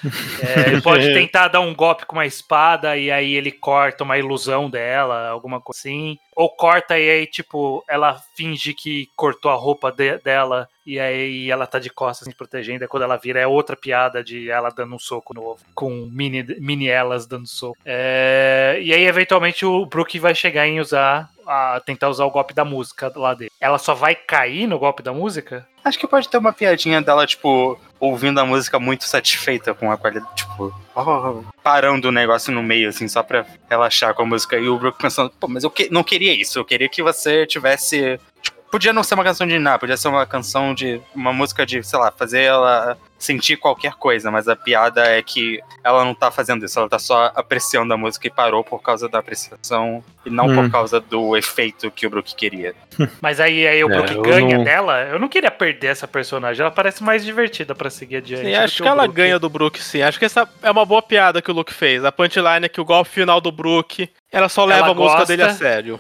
Speaker 5: É, ele pode tentar dar um golpe com uma espada e aí ele corta uma ilusão dela, alguma coisa assim. Ou corta e aí, tipo, ela finge que cortou a roupa de- dela e aí ela tá de costas se protegendo. E quando ela vira, é outra piada de ela dando um soco no ovo, com mini, mini elas dando soco. É, e aí, eventualmente, o Brook vai chegar em usar. A tentar usar o golpe da música lá dele. Ela só vai cair no golpe da música?
Speaker 2: Acho que pode ter uma piadinha dela, tipo, ouvindo a música muito satisfeita com a qualidade. Tipo, oh, parando o negócio no meio, assim, só pra relaxar com a música. E o Brook pensando, pô, mas eu que- não queria isso. Eu queria que você tivesse. tipo, podia não ser uma canção de nada, podia ser uma canção de. Uma música de, sei lá, fazer ela sentir qualquer coisa, mas a piada é que ela não tá fazendo isso, ela tá só apreciando a música e parou por causa da apreciação e não
Speaker 4: Hum.
Speaker 2: por causa do efeito que o Brook queria.
Speaker 5: Mas aí, aí o
Speaker 1: É,
Speaker 5: Brook
Speaker 1: eu
Speaker 5: ganha
Speaker 1: não-
Speaker 5: dela. Eu não queria perder essa personagem. Ela parece mais divertida pra seguir adiante.
Speaker 3: Sim,
Speaker 5: do
Speaker 3: acho que
Speaker 5: o
Speaker 3: ela
Speaker 5: Brook.
Speaker 3: ganha do Brook, sim. Acho que essa é uma boa piada que o Luke fez. A punchline é que o golpe final do Brook, ela só leva a música
Speaker 5: gosta.
Speaker 3: dele a sério.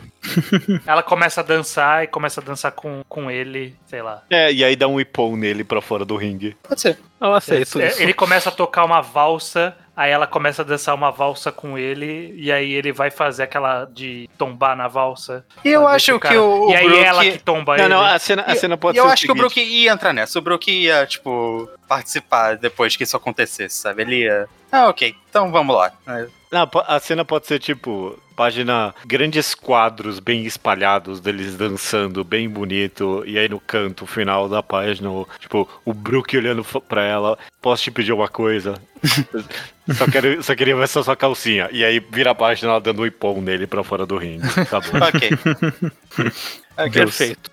Speaker 5: Ela começa a dançar e começa a dançar com, com ele, sei lá.
Speaker 1: É, e aí dá um ipon nele pra fora do ringue.
Speaker 2: Pode ser.
Speaker 3: Eu aceito
Speaker 5: É,
Speaker 3: isso.
Speaker 5: Ele começa a tocar uma valsa, aí ela começa a dançar uma valsa com ele, e aí ele vai fazer aquela de tombar na valsa.
Speaker 2: E eu
Speaker 5: Sabe,
Speaker 2: acho
Speaker 5: esse cara-
Speaker 2: que o, o
Speaker 5: e aí é
Speaker 2: Brook.
Speaker 5: ela que tomba
Speaker 1: Não,
Speaker 5: ele.
Speaker 1: não, a cena, a
Speaker 2: E-
Speaker 1: cena pode
Speaker 2: e eu
Speaker 1: ser
Speaker 2: acho que o
Speaker 1: seguinte.
Speaker 2: Brook ia entrar nessa. O Brook ia, tipo, participar depois que isso acontecesse, sabe? Ele ia. Ah, ok, então vamos lá. É,
Speaker 1: Não, po- a cena pode ser tipo página grandes quadros bem espalhados deles dançando bem bonito e aí no canto final da página o- tipo o Brook olhando fo- pra ela posso te pedir uma
Speaker 5: (laughs)
Speaker 1: coisa só quero só queria ver essa sua calcinha e aí vira a página ela dando um ipom nele pra fora do ringue tá
Speaker 5: (laughs)
Speaker 1: bom
Speaker 2: Ok. então Ok.
Speaker 3: Perfeito.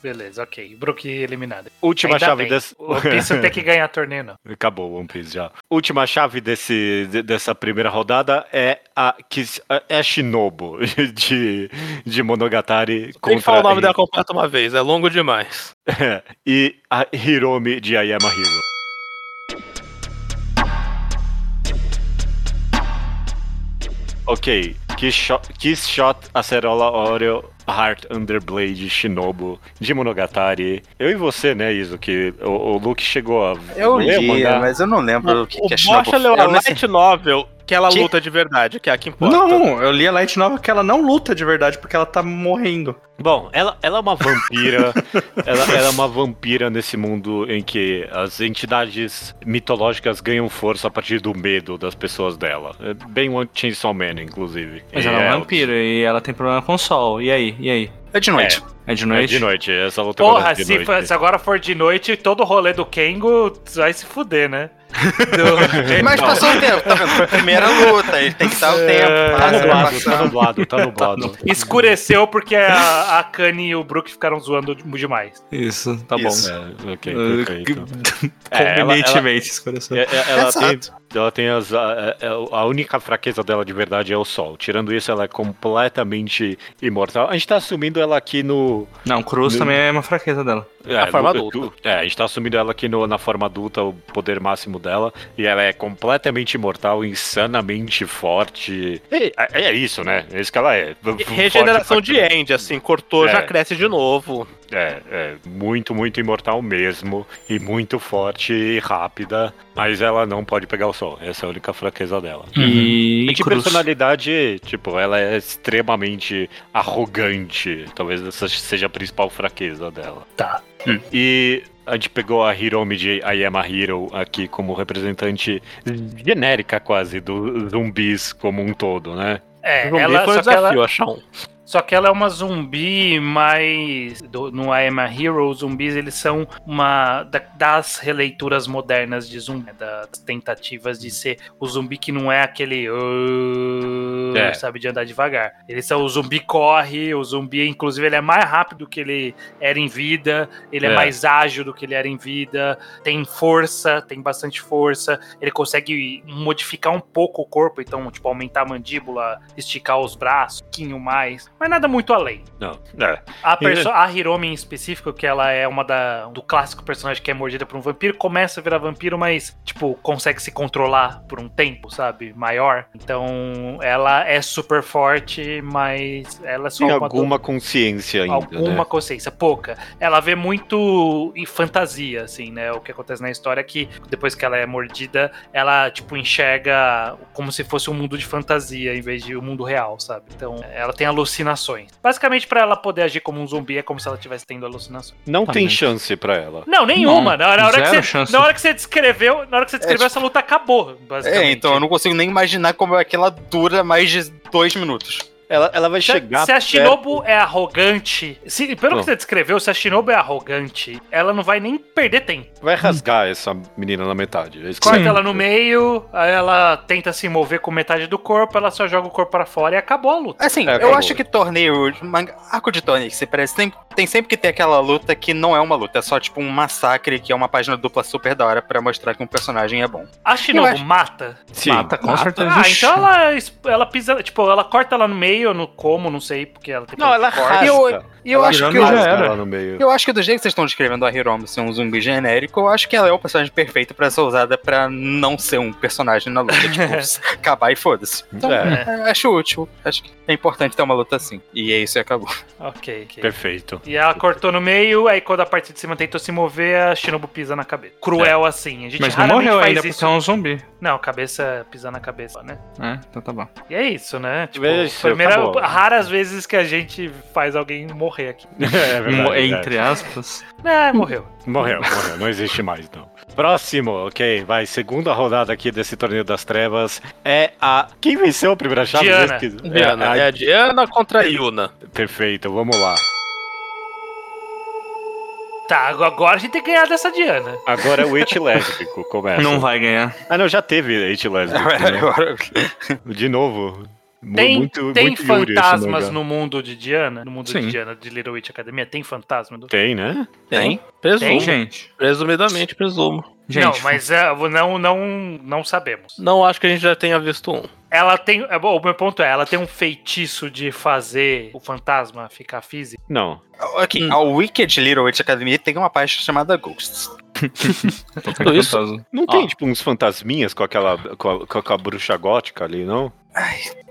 Speaker 5: Beleza, ok. Brook eliminado.
Speaker 1: última
Speaker 5: Ainda
Speaker 1: chave
Speaker 5: bem.
Speaker 1: desse...
Speaker 5: O Piece tem que ganhar
Speaker 1: (laughs)
Speaker 5: torneio, não.
Speaker 1: Acabou o One Piece já. Última chave desse, de- dessa primeira rodada é a que é a Shinobu (laughs) de, de Monogatari
Speaker 3: Tem
Speaker 1: contra
Speaker 3: que falar o nome dela completo uma vez, é longo demais.
Speaker 1: (laughs) e a Hiromi de Ayama Hiro. Ok, Kiss Shot, Kiss Shot Acerola Oreo Heart Underblade Shinobu de Monogatari. Eu e você, né, Iso, que o, o Luke chegou a
Speaker 2: Eu
Speaker 1: ler o
Speaker 2: li,
Speaker 1: mangá?
Speaker 4: né?
Speaker 2: mas eu não lembro o que,
Speaker 3: O
Speaker 2: que é
Speaker 3: Bocha leu a
Speaker 2: Eu não sei-
Speaker 3: light novel, que ela
Speaker 2: Que?
Speaker 3: luta de verdade, que é a que importa.
Speaker 4: Não, eu li a Light Nova que ela não luta de verdade, porque ela tá morrendo.
Speaker 1: Bom, ela, ela é uma vampira. ela, ela é uma vampira nesse mundo em que as entidades mitológicas ganham força a partir do medo das pessoas dela. É bem One Chainsaw Man, inclusive.
Speaker 4: Mas
Speaker 1: E
Speaker 4: ela é um vampiro e ela tem problema com o sol. E aí? E aí?
Speaker 2: É de noite.
Speaker 4: É de
Speaker 1: É
Speaker 4: noite?
Speaker 1: de noite, essa luta agora é
Speaker 5: Porra,
Speaker 1: de
Speaker 5: se,
Speaker 1: noite.
Speaker 5: fa- se agora for de noite, todo o rolê do Kengo vai se fuder, né? Do-
Speaker 2: Mas passou o tempo, tá vendo? Primeira luta, ele tem que dar o tempo.
Speaker 1: Tá
Speaker 2: (laughs) passa, vai
Speaker 1: nublado, tá
Speaker 2: passando.
Speaker 1: nublado, tá nublado.
Speaker 5: Escureceu porque a, a Kanye e o Brook ficaram zoando de- demais.
Speaker 4: Isso, tá
Speaker 2: Isso.
Speaker 4: bom.
Speaker 1: É, ok,
Speaker 4: Uh, (laughs)
Speaker 1: perfeito. É, ela-
Speaker 4: Convenientemente, esse coração.
Speaker 1: É, é, Ela tem,
Speaker 2: Exato.
Speaker 1: ela tem as, a, é, a- a única fraqueza dela de verdade é o sol. Tirando isso, ela é completamente imortal. A gente tá assumindo ela aqui no,
Speaker 4: Não, cruz
Speaker 1: Meu-
Speaker 4: também é uma fraqueza dela.
Speaker 1: É,
Speaker 3: Na forma
Speaker 1: no-
Speaker 3: adulta.
Speaker 1: tu- é, a gente tá assumindo ela aqui no- na forma adulta, o poder máximo dela. E ela é completamente imortal, insanamente forte. É, é- é isso, né? É isso que ela é.
Speaker 3: E Regeneração
Speaker 1: Forte
Speaker 3: de
Speaker 1: pra-
Speaker 3: end, assim, cortou,
Speaker 1: É.
Speaker 3: já cresce de novo.
Speaker 1: É, é, muito, muito imortal mesmo. E muito forte e rápida. Mas ela não pode pegar o sol. Essa é a única fraqueza dela.
Speaker 4: E,
Speaker 1: E de
Speaker 4: cruz.
Speaker 1: personalidade, tipo, ela é extremamente arrogante. Talvez essa seja a principal fraqueza dela.
Speaker 5: Tá.
Speaker 2: Hum.
Speaker 1: E a gente pegou a Hiromi de I Am a Hero aqui como representante genérica quase dos zumbis como um todo, né?
Speaker 5: É,
Speaker 3: Zumbi
Speaker 5: ela,
Speaker 3: foi
Speaker 5: só,
Speaker 3: um
Speaker 5: que É, ela,
Speaker 3: desafio, achar um.
Speaker 5: Só que ela é uma zumbi mais. do- no I Am a Hero, os zumbis eles são uma. da- das releituras modernas de zumbi, né, das tentativas de ser o zumbi que não é aquele. "Ah",
Speaker 1: É.
Speaker 5: Sabe, de andar devagar. Eles são o zumbi corre, o zumbi, inclusive, ele é mais rápido que ele era em vida, ele é,
Speaker 1: É.
Speaker 5: mais ágil do que ele era em vida, tem força, tem bastante força, ele consegue modificar um pouco o corpo, então, tipo, aumentar a mandíbula, esticar os braços, um pouquinho mais, mas nada muito além.
Speaker 1: Não. É.
Speaker 5: A, perso- a Hiromi em específico, que ela é uma da, do clássico personagem que é mordida por um vampiro, começa a virar vampiro, mas, tipo, consegue se controlar por um tempo, sabe? Maior. Então, ela é super forte, mas ela é só
Speaker 1: Tem
Speaker 5: uma do-
Speaker 1: alguma consciência ainda,
Speaker 5: alguma
Speaker 1: né?
Speaker 5: consciência, pouca. Ela vê muito em fantasia, assim, né? O que acontece na história é que depois que ela é mordida, ela, tipo, enxerga como se fosse um mundo de fantasia em vez de um mundo real, sabe? Então, ela tem alucinações. Basicamente, pra ela poder agir como um zumbi, é como se ela estivesse tendo alucinações.
Speaker 1: Não
Speaker 4: Tá
Speaker 1: tem
Speaker 4: bem.
Speaker 1: chance pra ela.
Speaker 5: Não, nenhuma. na, na hora que
Speaker 4: zero
Speaker 5: você,
Speaker 4: chance.
Speaker 5: na hora que você descreveu, na hora que você descreveu,
Speaker 2: tipo-
Speaker 5: essa luta acabou, basicamente.
Speaker 2: É, então eu não consigo nem imaginar como é que ela dura mais de dois minutos.
Speaker 1: Ela, ela vai
Speaker 5: Se-
Speaker 1: chegar.
Speaker 5: se a Shinobu é arrogante, se- pelo
Speaker 1: Não.
Speaker 5: que você descreveu, se a Shinobu é arrogante, ela não vai nem perder tempo.
Speaker 1: perto, Vai rasgar essa menina na metade. É isso que
Speaker 5: Corta
Speaker 1: você-
Speaker 5: ela no meio, aí ela tenta se mover com metade do corpo, ela só joga o corpo pra fora e acabou a luta.
Speaker 2: Assim,
Speaker 1: É,
Speaker 2: eu
Speaker 1: acabou.
Speaker 2: acho que torneio, manga, arco de torneio que se parece, tem, tem sempre que ter aquela luta que não é uma luta, é só tipo um massacre, que é uma página dupla super da hora pra mostrar que um personagem é bom.
Speaker 5: A Shinobu
Speaker 2: Eu acho-
Speaker 5: mata.
Speaker 1: Sim.
Speaker 4: Mata, com certeza.
Speaker 5: Ah,
Speaker 4: Vixe.
Speaker 5: então ela, es- ela pisa, tipo, ela corta ela no meio, no como, não sei, porque ela tem
Speaker 3: Não, ela rasga.
Speaker 2: E eu, e eu
Speaker 4: Ela
Speaker 2: acho
Speaker 4: virando
Speaker 2: que
Speaker 4: já
Speaker 2: eu,
Speaker 1: rasga
Speaker 4: era.
Speaker 1: ela no meio.
Speaker 2: eu acho que do jeito que vocês estão descrevendo a Hiromi ser um zumbi genérico, eu acho que ela é o personagem perfeito pra ser usada pra não ser um personagem na luta, (laughs) tipo, acabar e foda-se. Então,
Speaker 1: É.
Speaker 2: é, acho útil, acho que é importante ter uma luta assim. E é isso e acabou.
Speaker 5: Ok, ok.
Speaker 1: Perfeito.
Speaker 5: E ela cortou no meio, aí quando a parte de cima tentou se mover, a Shinobu pisa na cabeça. Cruel assim. A gente
Speaker 4: É. Mas não
Speaker 5: raramente
Speaker 4: morreu
Speaker 5: faz
Speaker 4: ainda
Speaker 5: isso.
Speaker 4: porque é um zumbi.
Speaker 5: Não, cabeça pisar na cabeça, né?
Speaker 4: É, então tá bom.
Speaker 5: E é isso, né? Tipo,
Speaker 1: É isso,
Speaker 4: tá
Speaker 5: primeira,
Speaker 1: acabou.
Speaker 4: né?
Speaker 5: raras vezes que a gente faz alguém morrer aqui.
Speaker 1: É
Speaker 4: Mo-
Speaker 1: verdade,
Speaker 4: Entre aspas.
Speaker 5: Ah, morreu.
Speaker 1: Morreu, morreu, não existe mais não. Próximo, ok, vai, segunda rodada aqui desse torneio das trevas é a... Quem venceu a primeira chave?
Speaker 5: Diana.
Speaker 1: Eu esqueci.
Speaker 3: Diana,
Speaker 1: É, a-
Speaker 3: é a Diana contra a Yuna.
Speaker 1: Perfeito, vamos lá.
Speaker 5: Tá, agora a gente tem que ganhar dessa Diana.
Speaker 1: Agora é o it lésbico, começa.
Speaker 4: Não vai ganhar.
Speaker 1: Ah não, já teve it lésbico, né?
Speaker 2: (laughs) Agora-
Speaker 1: De novo. Mu-
Speaker 5: Tem,
Speaker 1: muito-
Speaker 5: tem
Speaker 1: muito Yuri esse
Speaker 5: fantasmas
Speaker 1: mangá.
Speaker 5: no mundo de Diana? No mundo de
Speaker 4: Sim.
Speaker 5: Diana, de Little Witch Academia? Tem fantasma? Do...
Speaker 1: Tem, né?
Speaker 2: Tem?
Speaker 3: Presumo.
Speaker 4: Gente,
Speaker 3: Presumidamente, presumo.
Speaker 4: gente.
Speaker 5: não, mas é, não, não, não sabemos.
Speaker 3: Não acho que a gente já tenha visto um.
Speaker 5: Ela tem. é, bom, O meu ponto é, ela tem um feitiço de fazer o fantasma ficar físico.
Speaker 1: Não.
Speaker 2: Ok, a Wicked Little Witch Academy tem uma página chamada Ghosts.
Speaker 4: Tudo
Speaker 3: isso-
Speaker 4: isso.
Speaker 1: Não tem,
Speaker 3: Ó.
Speaker 1: tipo, uns fantasminhas com aquela, com a, com aquela bruxa gótica ali, não?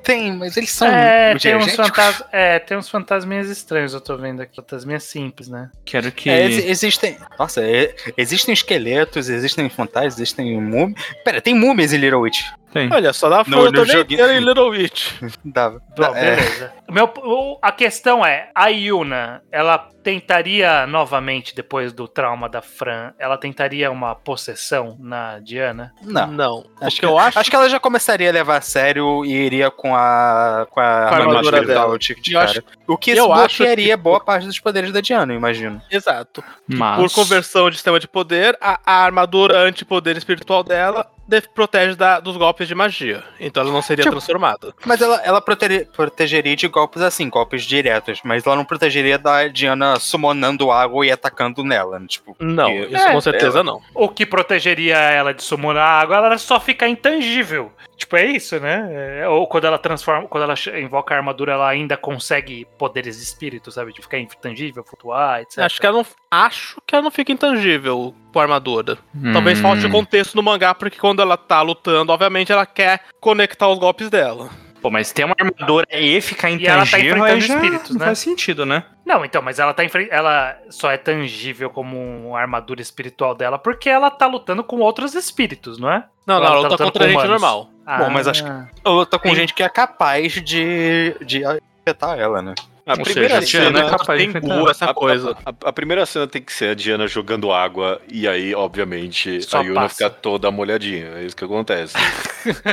Speaker 2: Tem, mas eles são. Tipo,
Speaker 5: É tem, uns
Speaker 2: energéticos.
Speaker 5: fantas... é, tem uns fantasminhas estranhos, eu tô vendo aqui. Fantasminhas simples, né?
Speaker 4: Quero que.
Speaker 2: É, exi- existem. Nossa, é- existem esqueletos, existem fantasmas, existem múmias. Pera, tem múmias em Little Witch.
Speaker 4: Tem.
Speaker 3: (laughs) Olha, só dá
Speaker 2: No-
Speaker 3: foto
Speaker 2: no
Speaker 3: também
Speaker 2: joguinho.
Speaker 3: em Little Witch.
Speaker 2: Dá,
Speaker 5: Bom,
Speaker 2: dá- é,
Speaker 5: beleza. O Meu, o- a questão é, a Yuna, ela tentaria novamente, depois do trauma da Fran, ela tentaria uma possessão na Diana?
Speaker 2: não.
Speaker 3: Não.
Speaker 2: Acho
Speaker 3: o que eu acho,
Speaker 2: Acho que ela já começaria a levar a sério e iria com a. com a,
Speaker 3: armadura
Speaker 2: espiritual
Speaker 3: dela.
Speaker 2: de- de
Speaker 3: Eu
Speaker 2: cara. O que
Speaker 3: eu acho
Speaker 2: bloquearia boa parte dos poderes da Diana, eu imagino.
Speaker 3: exato.
Speaker 4: Mas...
Speaker 3: Por conversão de sistema de poder, a, a armadura antipoder espiritual dela def- protege da- dos golpes de magia. Então ela não seria
Speaker 2: Tipo-
Speaker 3: transformada.
Speaker 2: Mas ela, ela prote- protegeria de golpes assim, golpes diretos. Mas ela não protegeria da Diana summonando água e atacando nela. né? Tipo,
Speaker 3: Não,
Speaker 2: É,
Speaker 3: isso com certeza não.
Speaker 5: O que protegeria ela de summonar água, ela só fica intangível. Tipo, é isso, né? É, ou quando ela transforma, quando ela che- invoca a armadura, ela ainda consegue poderes de espírito, sabe? De ficar intangível, flutuar, etc.
Speaker 3: Acho que, ela não, acho que ela não fica intangível com a armadura.
Speaker 4: Hum.
Speaker 3: Talvez falte o contexto no mangá, porque quando ela tá lutando, obviamente ela quer conectar os golpes dela.
Speaker 4: Pô, mas ter uma armadura e ficar
Speaker 5: E ela tá
Speaker 4: intangível
Speaker 5: enfrentando
Speaker 4: aí já
Speaker 5: espíritos,
Speaker 4: não
Speaker 5: né?
Speaker 4: faz sentido, né?
Speaker 5: Não, então, mas ela tá em frente, ela só é tangível como a armadura espiritual dela porque ela tá lutando com outros espíritos, não é? Ah,
Speaker 3: Não,
Speaker 5: Ela
Speaker 3: não,
Speaker 5: tá
Speaker 3: ela luta
Speaker 5: lutando
Speaker 3: contra a
Speaker 5: com
Speaker 3: gente
Speaker 5: humanos.
Speaker 3: normal.
Speaker 2: Bom, mas acho
Speaker 5: que
Speaker 2: ela luta com
Speaker 5: Tem-
Speaker 2: gente que é capaz de, de afetar ela, né?
Speaker 1: A
Speaker 4: Ou seja, a Diana
Speaker 3: né?
Speaker 4: é capaz de
Speaker 3: tem
Speaker 4: enfrentar
Speaker 3: boa essa
Speaker 1: a- a-
Speaker 3: coisa.
Speaker 1: A, a primeira cena tem que ser a Diana jogando água e aí, obviamente,
Speaker 5: Só
Speaker 1: a Yuna (laughs)
Speaker 5: passa.
Speaker 1: fica toda molhadinha. É isso que acontece.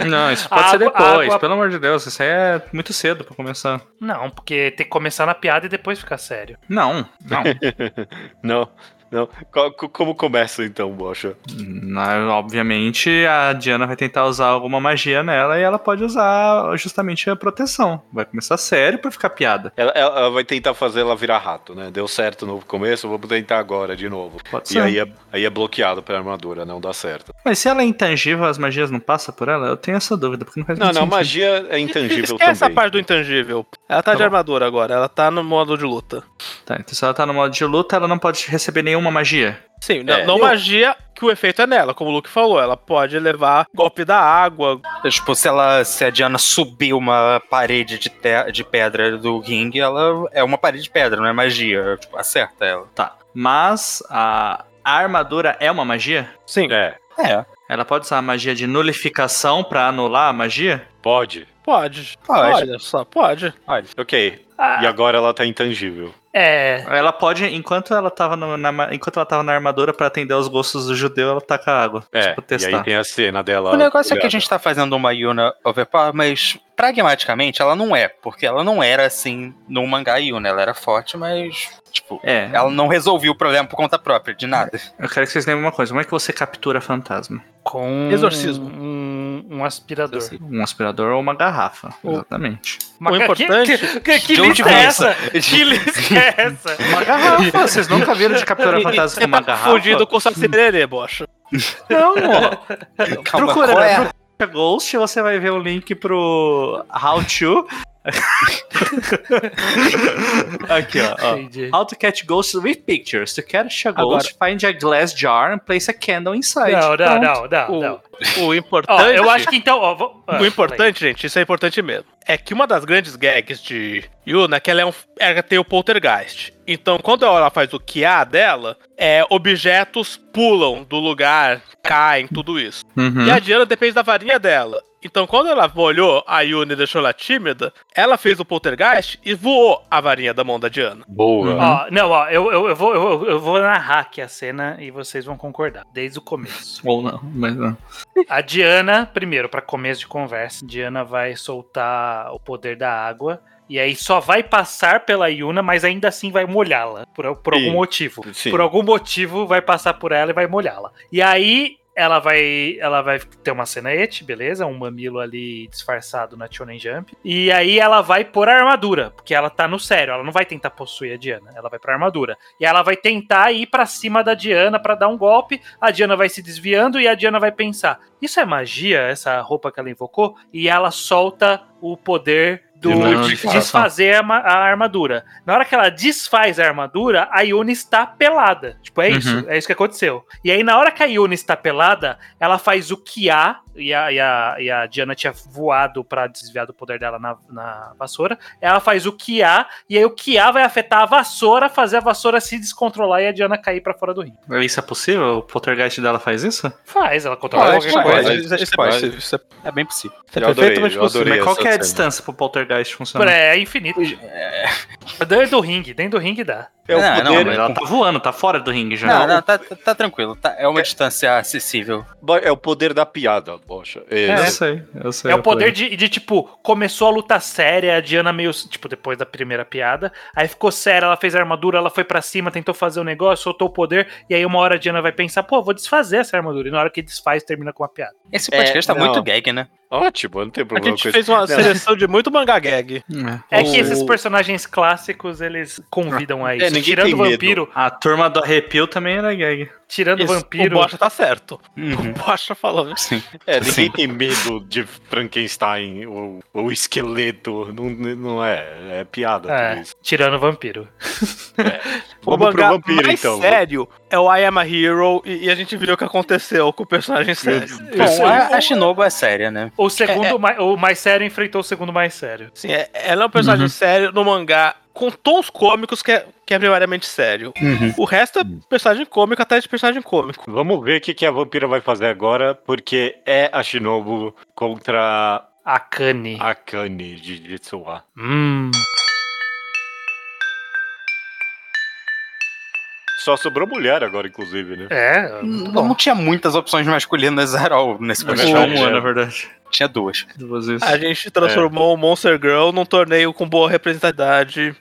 Speaker 4: Não, isso
Speaker 5: A
Speaker 4: pode ser
Speaker 5: água-
Speaker 4: depois,
Speaker 5: a água-
Speaker 4: pelo amor de Deus. Isso aí é muito cedo pra começar.
Speaker 5: Não, porque tem que começar na piada e depois ficar sério.
Speaker 4: Não, (laughs)
Speaker 1: Não,
Speaker 4: não.
Speaker 1: não. Co- co- Como começa então, Bocha?
Speaker 4: Na- Obviamente a Diana vai tentar usar alguma magia nela e ela pode usar justamente a proteção. Vai começar sério pra ficar piada.
Speaker 1: Ela, ela- ela vai tentar fazer ela virar rato, né? Deu certo no começo, vamos tentar agora de novo.
Speaker 4: Pode
Speaker 1: E
Speaker 4: ser.
Speaker 1: aí é, aí é bloqueado pela armadura, não dá certo.
Speaker 4: Mas se ela é intangível, as magias não passam por ela? Eu tenho essa dúvida, porque não faz
Speaker 1: Não,
Speaker 4: muito
Speaker 1: não,
Speaker 4: sentido.
Speaker 1: magia é intangível
Speaker 3: Esquece essa
Speaker 1: também.
Speaker 3: parte do intangível. Ela tá,
Speaker 4: Tá
Speaker 3: de
Speaker 4: bom.
Speaker 3: armadura agora, ela tá no modo de luta.
Speaker 4: Tá, então se ela tá no modo de luta, ela não pode receber nenhuma magia.
Speaker 3: Sim, não,
Speaker 1: É.
Speaker 3: não
Speaker 1: Eu-
Speaker 3: magia que o efeito é nela, como o Luke falou. Ela pode levar golpe da água.
Speaker 2: Tipo, se ela. Se a Diana subir uma parede de, te- de pedra do ringue, ela é uma parede de pedra, não é magia. Tipo, acerta ela.
Speaker 4: Tá. Mas a, a armadura é uma magia?
Speaker 3: Sim,
Speaker 1: É,
Speaker 2: É,
Speaker 4: Ela pode usar a magia de nulificação pra anular a magia?
Speaker 1: pode.
Speaker 3: pode.
Speaker 2: pode.
Speaker 3: Olha só, pode.
Speaker 1: Ok.
Speaker 5: Ah,
Speaker 1: E agora ela tá intangível.
Speaker 5: É.
Speaker 4: Ela pode, enquanto ela tava, no- na, ma- enquanto ela tava na armadura pra atender aos gostos do judeu, ela taca água.
Speaker 1: É,
Speaker 4: tipo,
Speaker 1: e aí
Speaker 4: testar.
Speaker 1: tem a cena dela.
Speaker 2: O negócio é que a
Speaker 1: olhada.
Speaker 2: gente tá fazendo uma Yuna Overpower, mas pragmaticamente ela não é, porque ela não era assim no mangá Yuna, ela era forte, mas tipo,
Speaker 4: É,
Speaker 2: ela não resolvia o problema por conta própria, de
Speaker 4: (laughs)
Speaker 2: nada.
Speaker 4: eu quero que vocês lembrem uma coisa. Como é que você captura fantasma?
Speaker 5: Com.
Speaker 3: Exorcismo.
Speaker 5: Um, um aspirador.
Speaker 4: Um aspirador ou uma garrafa,
Speaker 3: Ou-
Speaker 4: exatamente.
Speaker 5: Mas
Speaker 3: O
Speaker 5: que-
Speaker 3: importante-
Speaker 5: Que, que, que
Speaker 2: De onde
Speaker 5: lista é
Speaker 2: vem
Speaker 5: essa?
Speaker 4: (laughs)
Speaker 5: Que lista é essa?
Speaker 4: Uma garrafa, vocês nunca viram de (laughs) capturar fantasma com uma garrafa?
Speaker 3: Fugido tá com o sacererê, bocha.
Speaker 4: Não, ó.
Speaker 2: (laughs) Calma,
Speaker 4: procura,
Speaker 2: qual é?
Speaker 4: procura Ghost, você vai ver o link pro How to. (laughs) Aqui, ó. ó.
Speaker 5: Entendi.
Speaker 4: How to catch ghosts with pictures. To catch a
Speaker 3: Agora-
Speaker 4: ghost, find a glass jar and place a candle inside.
Speaker 5: Não, não,
Speaker 4: Pronto.
Speaker 5: não, não,
Speaker 3: O,
Speaker 5: não.
Speaker 3: o
Speaker 5: Ó,
Speaker 3: importante.
Speaker 5: eu acho que então. ó, vou- ah,
Speaker 3: O importante, gente, isso é importante mesmo. É que uma das grandes gags de Yuna é que ela, é um, ela tem o poltergeist. Então, quando ela faz o QA dela, é, objetos pulam do lugar, caem, tudo isso.
Speaker 4: Uhum.
Speaker 3: E a Diana depende da varinha dela. Então, quando ela olhou a Yuna e deixou ela tímida, ela fez o poltergeist e voou a varinha da mão da Diana.
Speaker 1: Boa.
Speaker 4: Uhum.
Speaker 5: Ó, não, ó, eu, eu, eu vou, eu, eu vou narrar aqui a cena e vocês vão concordar, desde o começo.
Speaker 4: Ou não, mas não.
Speaker 5: A Diana, primeiro, pra começo de conversa, Diana vai soltar o poder da água. E aí só vai passar pela Yuna, mas ainda assim vai molhá-la, por, por algum
Speaker 1: Sim.
Speaker 5: motivo.
Speaker 1: Sim.
Speaker 5: Por algum motivo vai passar por ela e vai molhá-la. E aí ela vai ela vai ter uma cenaete, beleza? Um mamilo ali disfarçado na Shonen Jump. E aí ela vai pôr a armadura, porque ela tá no sério, ela não vai tentar possuir a Diana, ela vai pra armadura. E ela vai tentar ir pra cima da Diana pra dar um golpe. A Diana vai se desviando e a Diana vai pensar: "Isso é magia, essa roupa que ela invocou?" E ela solta o poder do
Speaker 1: Demônio
Speaker 5: de
Speaker 1: de
Speaker 5: desfazer a, ma- a armadura. Na hora que ela desfaz a armadura, a Yuna está pelada. Tipo, é isso. É isso que aconteceu. E aí, na hora que a Yuna está pelada, ela faz o que há. E a, e a, e a Diana tinha voado pra desviar do poder dela na, na vassoura. Ela faz o que há. E aí, o que há vai afetar a vassoura, fazer a vassoura se descontrolar e a Diana cair pra fora do ringue.
Speaker 4: Isso é possível? O poltergeist dela faz isso?
Speaker 5: Faz, ela controla
Speaker 2: Pode,
Speaker 5: qualquer coisa.
Speaker 2: pode.
Speaker 1: isso é- isso é possível,
Speaker 2: É bem possível.
Speaker 1: Eu adorei, eu adorei
Speaker 4: Mas qual
Speaker 1: essa
Speaker 4: que é a
Speaker 1: cena.
Speaker 4: distância pro poltergeist funcionar?
Speaker 5: É infinito. Dentro do ringue, dentro do ringue dá.
Speaker 1: É o
Speaker 2: Não,
Speaker 1: poder.
Speaker 2: não,
Speaker 4: Mas ela tá voando, tá fora do ringue já.
Speaker 2: Não, não, tá, tá- tá tranquilo. tá- é uma distância acessível.
Speaker 1: É o poder da piada, Bocha. É
Speaker 4: Eu
Speaker 1: Esse.
Speaker 4: sei, eu sei.
Speaker 5: É o poder de, de, tipo, começou a luta séria, a Diana meio, tipo, depois da primeira piada, aí ficou séria, ela fez a armadura, ela foi pra cima, tentou fazer o negócio, soltou o poder, e aí uma hora a Diana vai pensar, pô, vou desfazer essa armadura, e na hora que desfaz, termina com uma piada.
Speaker 2: Esse podcast tá
Speaker 1: não.
Speaker 2: muito gag, né?
Speaker 1: Ótimo, não tem
Speaker 3: A
Speaker 1: problema com
Speaker 3: gente
Speaker 1: isso.
Speaker 3: fez uma
Speaker 1: Não.
Speaker 3: seleção de muito manga gag.
Speaker 4: É. O-
Speaker 5: É
Speaker 4: É,
Speaker 5: que esses personagens clássicos, eles
Speaker 4: (laughs)
Speaker 5: convidam a isso.
Speaker 1: ninguém
Speaker 5: tirando
Speaker 1: tem
Speaker 5: o vampiro,
Speaker 4: A turma do arrepio também era gag.
Speaker 5: tirando o
Speaker 3: Esse-
Speaker 5: vampiro,
Speaker 3: O Bocha tá certo.
Speaker 2: Uhum.
Speaker 3: O Bocha falou.
Speaker 2: Sim.
Speaker 1: É, ninguém
Speaker 2: Sim.
Speaker 1: tem medo de Frankenstein ou, ou esqueleto. Não, não é. É piada
Speaker 5: É.
Speaker 1: tudo isso.
Speaker 5: tirando o vampiro.
Speaker 3: O
Speaker 1: Vamos pro
Speaker 3: mangá
Speaker 1: vampiro,
Speaker 3: mais
Speaker 1: então.
Speaker 3: sério é o I Am a Hero e, e a gente viu o que aconteceu com o personagem sério.
Speaker 2: Bom, a, a Shinobu é séria, né?
Speaker 5: O segundo,
Speaker 4: É,
Speaker 5: mai- o mais sério enfrentou o segundo mais sério.
Speaker 3: Sim, é- ela é um personagem
Speaker 4: Uhum.
Speaker 3: sério no mangá com tons cômicos que é, que é primariamente sério. O resto é personagem cômico atrás de personagem cômico.
Speaker 1: Vamos ver o que, que a vampira vai fazer agora, porque é a Shinobu contra
Speaker 5: A Kani.
Speaker 1: a Kane de Jitsuwa.
Speaker 5: Hum.
Speaker 1: Só sobrou mulher agora, inclusive, né?
Speaker 5: É, muito
Speaker 2: Não,
Speaker 5: bom.
Speaker 2: não tinha muitas opções masculinas (laughs) at all nesse
Speaker 1: É
Speaker 4: Só
Speaker 1: verdade,
Speaker 2: podcast.
Speaker 4: uma,
Speaker 1: é.
Speaker 4: na verdade.
Speaker 2: Tinha duas.
Speaker 4: Duas vezes.
Speaker 3: A gente transformou o Monster Girl num torneio com boa representatividade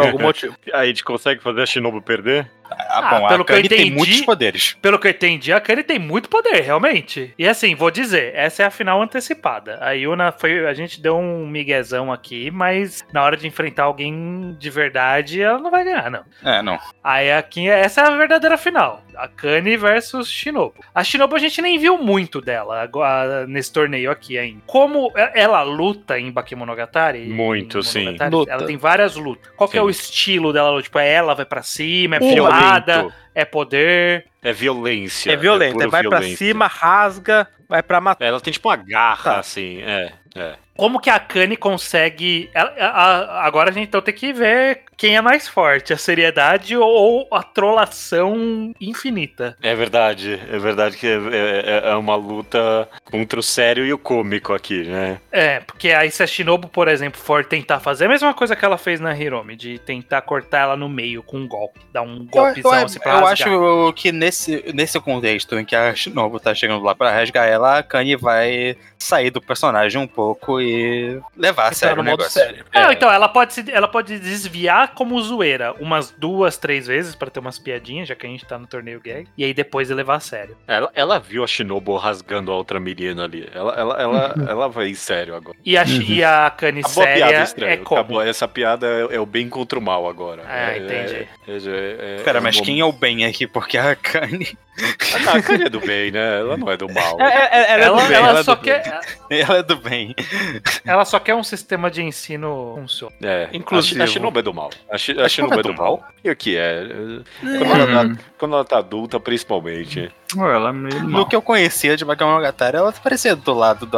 Speaker 1: (laughs)
Speaker 3: algum motivo.
Speaker 1: A gente consegue fazer a Shinobu perder?
Speaker 2: Ah,
Speaker 5: Ah,
Speaker 2: bom,
Speaker 5: pelo
Speaker 2: a
Speaker 5: que eu
Speaker 2: Kanye tem
Speaker 5: entendi-
Speaker 2: muitos poderes.
Speaker 5: Pelo que eu entendi, a Kane tem muito poder, realmente. E assim, vou dizer, essa é a final antecipada. A Yuna foi. A gente deu um miguezão aqui, mas na hora de enfrentar alguém de verdade, ela não vai ganhar, não.
Speaker 2: É, não.
Speaker 5: Aí aqui, essa é a verdadeira final. A Kane versus Shinobu. A Shinobu a gente nem viu muito dela agora, nesse torneio aqui ainda. Como e- ela luta em Bakemonogatari?
Speaker 1: Muito,
Speaker 5: em
Speaker 1: sim.
Speaker 5: Monogatari,
Speaker 3: Luta.
Speaker 5: Ela tem várias lutas. Qual que é
Speaker 1: Sim.
Speaker 5: o estilo dela? Tipo, é ela vai pra cima, é
Speaker 1: É
Speaker 5: porrada,
Speaker 1: violento.
Speaker 5: é poder.
Speaker 1: É violência.
Speaker 3: É violento,
Speaker 1: pura
Speaker 3: é vai pra
Speaker 1: violência.
Speaker 3: cima, rasga, vai pra matar.
Speaker 1: Ela tem tipo uma garra,
Speaker 3: Tá.
Speaker 1: assim. É, é.
Speaker 5: Como que a Kane consegue. ela- a- a- agora a gente então tem que ver quem é mais forte: a seriedade ou a trolação infinita.
Speaker 1: É verdade. É verdade que é, é- é uma luta contra o sério e o cômico aqui, né?
Speaker 5: É, porque aí se a Shinobu, por exemplo, for tentar fazer a mesma coisa que ela fez na Hiromi, de tentar cortar ela no meio com um golpe, dar um golpezão
Speaker 2: eu, eu-
Speaker 5: assim
Speaker 2: eu
Speaker 5: pra rasgar.
Speaker 2: acho que nesse, nesse contexto em que a Shinobu tá chegando lá pra rasgar ela, a Kanye vai sair do personagem um pouco e levar a sério o
Speaker 4: é
Speaker 2: negócio.
Speaker 1: É.
Speaker 5: Não, então, ela pode, se, ela pode desviar como zoeira umas duas, três vezes pra ter umas piadinhas, já que a gente tá no torneio gag, e aí depois levar a sério.
Speaker 1: Ela, ela viu a Shinobu rasgando a outra menina ali. Ela, ela, ela, ela vai em sério agora.
Speaker 5: E a, e a Kani
Speaker 1: Uhum. Acabou a
Speaker 5: séria
Speaker 1: piada
Speaker 5: é
Speaker 1: estranha.
Speaker 5: como?
Speaker 1: Acabou. Essa piada é, é o bem contra o mal agora.
Speaker 5: Ah,
Speaker 1: É-
Speaker 5: entendi.
Speaker 1: é- é- é-
Speaker 2: Pera,
Speaker 1: é
Speaker 2: mas
Speaker 1: um
Speaker 2: quem é o bem aqui? Porque a Kanye,
Speaker 1: Ah, não, a Kanye é do bem, né? Ela não é do mal.
Speaker 5: Ela,
Speaker 2: do bem,
Speaker 5: ela
Speaker 2: ela é
Speaker 5: só
Speaker 2: do
Speaker 5: quer,
Speaker 2: ela é do bem.
Speaker 5: ela só quer um sistema de ensino funcional.
Speaker 1: É,
Speaker 3: Inclusive.
Speaker 1: A, Shi- a Shinobu é do mal. A, Shi- a Shinobu é do mal. E o que é? Quando, ela
Speaker 4: Uhum.
Speaker 1: tá, quando ela tá adulta, principalmente.
Speaker 4: Ué, Ela é meio mal.
Speaker 2: No que eu conhecia de Bakemonogatari, ela parecia do lado do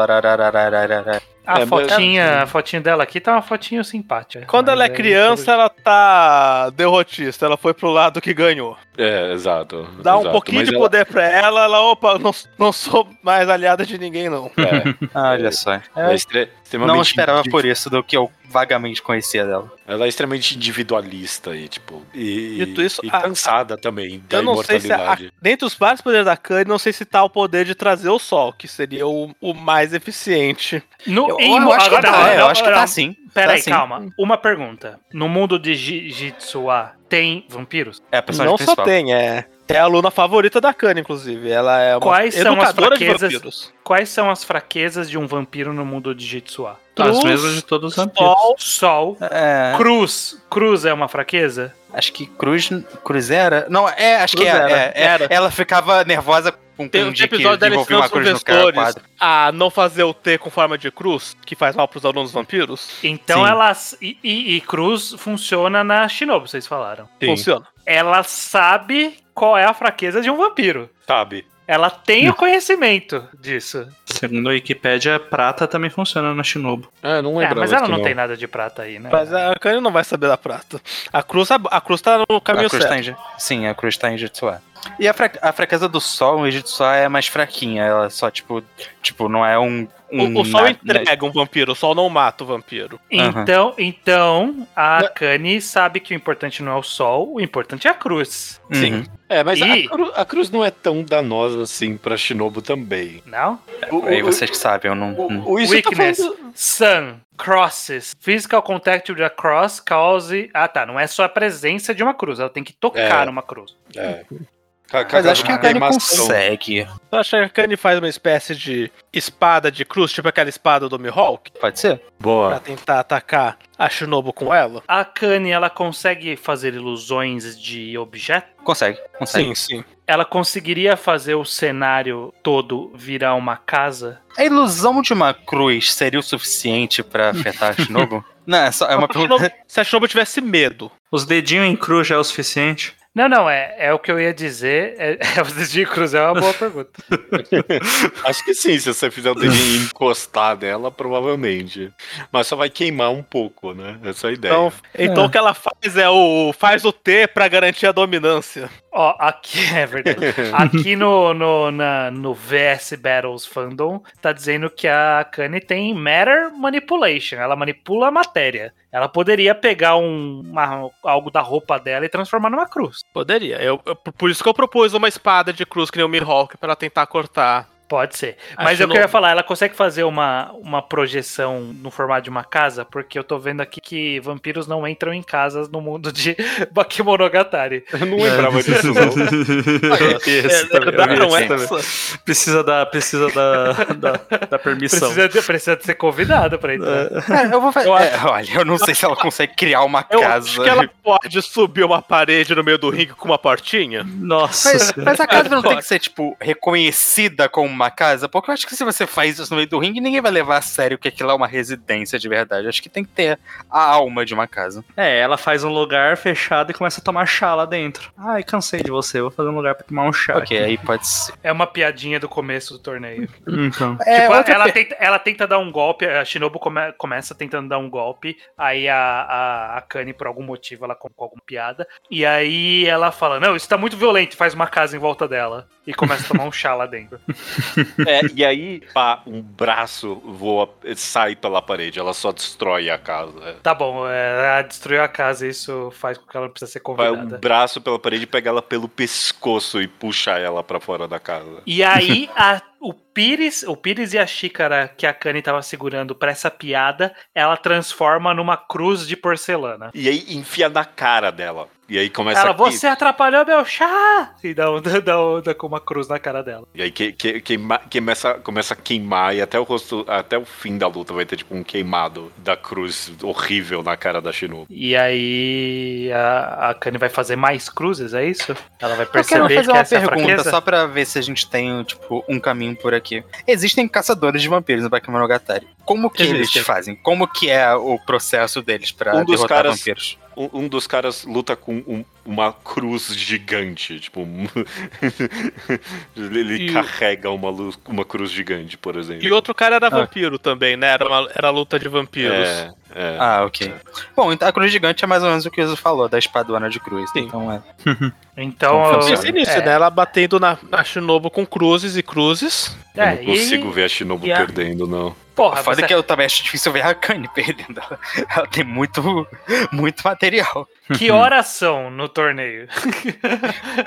Speaker 2: ararararararara.
Speaker 5: A,
Speaker 1: É, mas-
Speaker 5: fotinha, a fotinha dela aqui tá uma fotinha simpática.
Speaker 3: Quando
Speaker 5: Mas
Speaker 3: ela é
Speaker 5: aí-
Speaker 3: criança, ela tá derrotista, ela foi pro lado que ganhou.
Speaker 1: É, exato.
Speaker 3: Dá um
Speaker 1: exato.
Speaker 3: pouquinho
Speaker 1: Mas
Speaker 3: de
Speaker 1: ela-
Speaker 3: poder pra ela, ela, opa, não, não sou mais aliada de ninguém, não.
Speaker 1: É,
Speaker 2: Ah, olha só.
Speaker 1: ela é extre- extremamente
Speaker 2: Não esperava
Speaker 1: indi-
Speaker 2: por isso do que eu vagamente conhecia dela.
Speaker 1: Ela é extremamente individualista e, tipo. E,
Speaker 3: Dito isso,
Speaker 1: e
Speaker 3: a-
Speaker 1: cansada também da
Speaker 3: Eu não sei se a,
Speaker 1: imortalidade.
Speaker 3: dentre os vários poderes da Kanye, não sei se tá o poder de trazer o sol, que seria o, o mais eficiente.
Speaker 5: No,
Speaker 2: Eu,
Speaker 5: em-
Speaker 2: eu acho que
Speaker 5: agora,
Speaker 2: tá,
Speaker 5: não,
Speaker 2: é, eu
Speaker 5: não,
Speaker 2: acho que
Speaker 5: não,
Speaker 2: tá sim.
Speaker 5: Pera
Speaker 2: tá
Speaker 5: aí,
Speaker 2: sim.
Speaker 5: calma. Uma pergunta. No mundo de Ji- Jitsuá, tem vampiros?
Speaker 2: É a personagem
Speaker 3: não só
Speaker 2: principal.
Speaker 3: tem, é. É a aluna favorita da Kanye, inclusive. Ela é uma
Speaker 5: Quais são as
Speaker 3: educadora de
Speaker 5: fraquezas?
Speaker 3: vampiros.
Speaker 5: Quais são as fraquezas de um vampiro no mundo de Jitsuá?
Speaker 4: As
Speaker 3: Cruz,
Speaker 4: mesmas de todos os vampiros.
Speaker 3: Sol,
Speaker 5: Sol.
Speaker 2: É,
Speaker 5: Cruz. Cruz é uma fraqueza?
Speaker 2: acho que Cruz, Cruzera. Não, é, acho que
Speaker 3: Cruzera,
Speaker 2: é, é, é.
Speaker 3: era.
Speaker 2: Ela ficava nervosa com
Speaker 3: Tem
Speaker 2: com
Speaker 3: um
Speaker 2: de que
Speaker 3: episódio dela
Speaker 2: envolvia
Speaker 3: ensinando
Speaker 2: uma
Speaker 3: os
Speaker 2: cruz no cara,
Speaker 3: professores
Speaker 2: quadro.
Speaker 3: a não fazer o T com forma de cruz, que faz mal pros alunos vampiros.
Speaker 5: Então
Speaker 2: Sim.
Speaker 5: elas. E, e- e cruz funciona na Shinobu, vocês falaram.
Speaker 1: Sim.
Speaker 3: Funciona.
Speaker 5: Ela sabe qual é a fraqueza de um vampiro.
Speaker 1: Sabe?
Speaker 5: Ela tem o conhecimento disso.
Speaker 4: Segundo a Wikipédia, prata também funciona na Shinobu.
Speaker 1: É, não
Speaker 5: É,
Speaker 1: lembrava.
Speaker 5: mas ela
Speaker 1: disso,
Speaker 5: não tem nada de prata aí, né?
Speaker 3: Mas a Kanye não vai saber da prata. A cruz, a cruz tá no
Speaker 2: A
Speaker 3: caminho
Speaker 2: cruz
Speaker 3: certo.
Speaker 2: tá em, Jitsu- sim, a cruz tá em Jitsuá. E a, fra- a fraqueza do sol em Jitsuá é mais fraquinha. Ela só, tipo, tipo não é um. um
Speaker 3: O, o sol
Speaker 2: na- na-
Speaker 3: entrega um vampiro, o sol não mata o vampiro.
Speaker 2: Aham.
Speaker 5: Então, então a
Speaker 1: Não.
Speaker 5: Kani sabe que o importante não é o sol, o importante é a cruz.
Speaker 2: Sim.
Speaker 1: É, mas
Speaker 5: Ih.
Speaker 1: a, cru- a cruz não é tão danosa assim pra Shinobu também.
Speaker 5: Não?
Speaker 3: Uhum.
Speaker 1: O,
Speaker 2: Aí
Speaker 1: o-
Speaker 2: vocês que sabem, eu não. não-
Speaker 1: o, o Isu tá
Speaker 5: Weakness.
Speaker 1: falando-
Speaker 5: Sun, crosses. Physical contact with a cross cause. Ah, tá. Não é só a presença de uma cruz, ela tem que tocar
Speaker 1: É.
Speaker 5: uma cruz.
Speaker 1: É. Ca- ca-
Speaker 2: Mas acho que é a Kanye
Speaker 1: queimação.
Speaker 2: consegue.
Speaker 3: Tu acha que a Kanye faz uma espécie de espada de cruz, tipo aquela espada do Mihawk,
Speaker 2: Pode ser?
Speaker 3: pra
Speaker 1: Boa.
Speaker 3: tentar atacar a Shinobu com ela?
Speaker 5: A Kani, ela consegue fazer ilusões de objeto?
Speaker 2: Consegue, consegue.
Speaker 3: sim.
Speaker 5: Ela conseguiria fazer o cenário todo virar uma casa?
Speaker 2: A ilusão de uma cruz seria o suficiente pra afetar a
Speaker 3: (laughs)
Speaker 2: Shinobu? não, é, só, é uma
Speaker 3: Se a
Speaker 2: pergunta.
Speaker 3: Shinobu- se a Shinobu tivesse medo.
Speaker 4: Os dedinhos em cruz já é o suficiente.
Speaker 5: Não, não, é, é o que eu ia dizer. É, (laughs) é, os de cruz é uma boa pergunta.
Speaker 1: Acho que sim, se você fizer o dedinho encostar dela, provavelmente. Mas só vai queimar um pouco, né? Essa é a ideia.
Speaker 3: Então, então
Speaker 4: É.
Speaker 3: o que ela faz é o faz o T pra garantir a dominância.
Speaker 5: Ó, aqui (laughs) é verdade. Aqui no, no, na- no VS Battles Fandom, tá dizendo que a Kanye tem Matter Manipulation. Ela manipula a matéria. Ela poderia pegar um, uma- algo da roupa dela e transformar numa cruz.
Speaker 3: Poderia. Eu, eu- por isso que eu propus uma espada de cruz que nem o Mihawk pra tentar cortar.
Speaker 5: Pode ser. Mas
Speaker 3: Acho
Speaker 5: eu queria
Speaker 3: novo.
Speaker 5: falar, ela consegue fazer uma, uma projeção no formato de uma casa? Porque eu tô vendo aqui que vampiros não entram em casas no mundo de (laughs) Bakemonogatari.
Speaker 1: Eu não
Speaker 4: É,
Speaker 1: lembrava disso,
Speaker 4: (laughs)
Speaker 1: não.
Speaker 2: Isso, também, eu vi
Speaker 3: Não é
Speaker 2: isso também.
Speaker 3: essa?
Speaker 4: Precisa da, precisa da, da, da permissão.
Speaker 5: Precisa, de- precisa de ser convidado pra entrar.
Speaker 2: É, eu vou fazer.
Speaker 5: Eu acho-
Speaker 2: é, olha, eu não sei (laughs) se ela consegue criar uma
Speaker 3: Eu
Speaker 2: casa.
Speaker 3: acho que ela pode subir uma parede no meio do ringue com uma portinha.
Speaker 4: Nossa
Speaker 2: Mas,
Speaker 4: senhora.
Speaker 2: mas a casa não tem
Speaker 3: Pode.
Speaker 2: que ser, tipo, reconhecida como uma casa, porque eu acho que se você faz isso no meio do ringue, ninguém vai levar a sério que aquilo é uma residência de verdade. Eu Acho que tem que ter a alma de uma casa.
Speaker 4: É, ela faz um lugar fechado e começa a tomar chá lá dentro. Ai, cansei de você, vou fazer um lugar pra tomar um chá.
Speaker 2: Ok, aí pode ser.
Speaker 5: É uma piadinha do começo do torneio.
Speaker 4: Então.
Speaker 2: É,
Speaker 5: tipo,
Speaker 2: outra
Speaker 5: ela
Speaker 2: pe-
Speaker 5: tenta, ela tenta dar um golpe, a Shinobu come- começa tentando dar um golpe, aí a, a, a Kani, por algum motivo, ela com, com alguma piada, e aí ela fala, não, isso tá muito violento, e faz uma casa em volta dela, e começa a tomar um chá lá
Speaker 1: (laughs)
Speaker 5: dentro.
Speaker 1: É, e aí, pá, um braço voa, sai pela parede, ela só destrói a casa.
Speaker 5: Tá bom, é, ela destruiu a casa, isso faz com que ela não precisa ser
Speaker 1: Vai um
Speaker 5: convidada.
Speaker 1: braço pela parede, pega ela pelo pescoço e puxa ela pra fora da casa.
Speaker 5: E aí, a- o Pires, o Pires e a xícara que a Kani tava segurando pra essa piada, ela transforma numa cruz de porcelana.
Speaker 1: E aí enfia na cara dela. E aí começa
Speaker 5: Ela,
Speaker 1: a
Speaker 5: você atrapalhou meu chá! E dá, um, (laughs) dá, um, dá com uma cruz na cara dela.
Speaker 1: E aí que, que- queima- começa, começa a queimar e até o rosto, até o fim da luta vai ter tipo um queimado da cruz horrível na cara da Shinobu.
Speaker 5: E aí a, a Kanye vai fazer mais cruzes, é isso? Ela vai
Speaker 2: Eu quero
Speaker 5: perceber
Speaker 2: fazer
Speaker 5: que
Speaker 2: uma
Speaker 5: essa é a
Speaker 2: pergunta
Speaker 5: fraqueza?
Speaker 2: só pra ver se a gente tem, tipo, um caminho por aqui. Existem caçadores de vampiros no Bakemonogatari. Como que
Speaker 3: Existem.
Speaker 2: eles fazem? Como que é o processo deles pra
Speaker 1: Um dos
Speaker 2: derrotar
Speaker 1: caras-
Speaker 2: vampiros?
Speaker 1: Um, um dos caras luta com um- uma cruz gigante, tipo. um- (laughs) ele ele
Speaker 3: E-
Speaker 1: carrega uma, luz- uma cruz gigante, por exemplo.
Speaker 3: E outro cara era vampiro também, né? Era, uma- era luta de vampiros.
Speaker 1: É, é.
Speaker 2: Ah, ok. Bom, então a cruz gigante é mais ou menos o que o Uso falou, da espaduana de cruz.
Speaker 3: Sim.
Speaker 2: Então é.
Speaker 5: Então,
Speaker 2: Não
Speaker 5: eu-
Speaker 3: Eu pensei nisso,
Speaker 5: é,
Speaker 3: né? Ela batendo na, na Shinobu com cruzes e cruzes.
Speaker 1: Eu
Speaker 5: é,
Speaker 1: não consigo
Speaker 5: e,
Speaker 1: ver a Shinobu
Speaker 5: e a-
Speaker 1: perdendo, não.
Speaker 5: Porra,
Speaker 2: Foda
Speaker 5: você-
Speaker 2: que eu também acho difícil ver a Kanye perdendo. (laughs) Ela, ela tem muito, muito material.
Speaker 5: que horas são no torneio?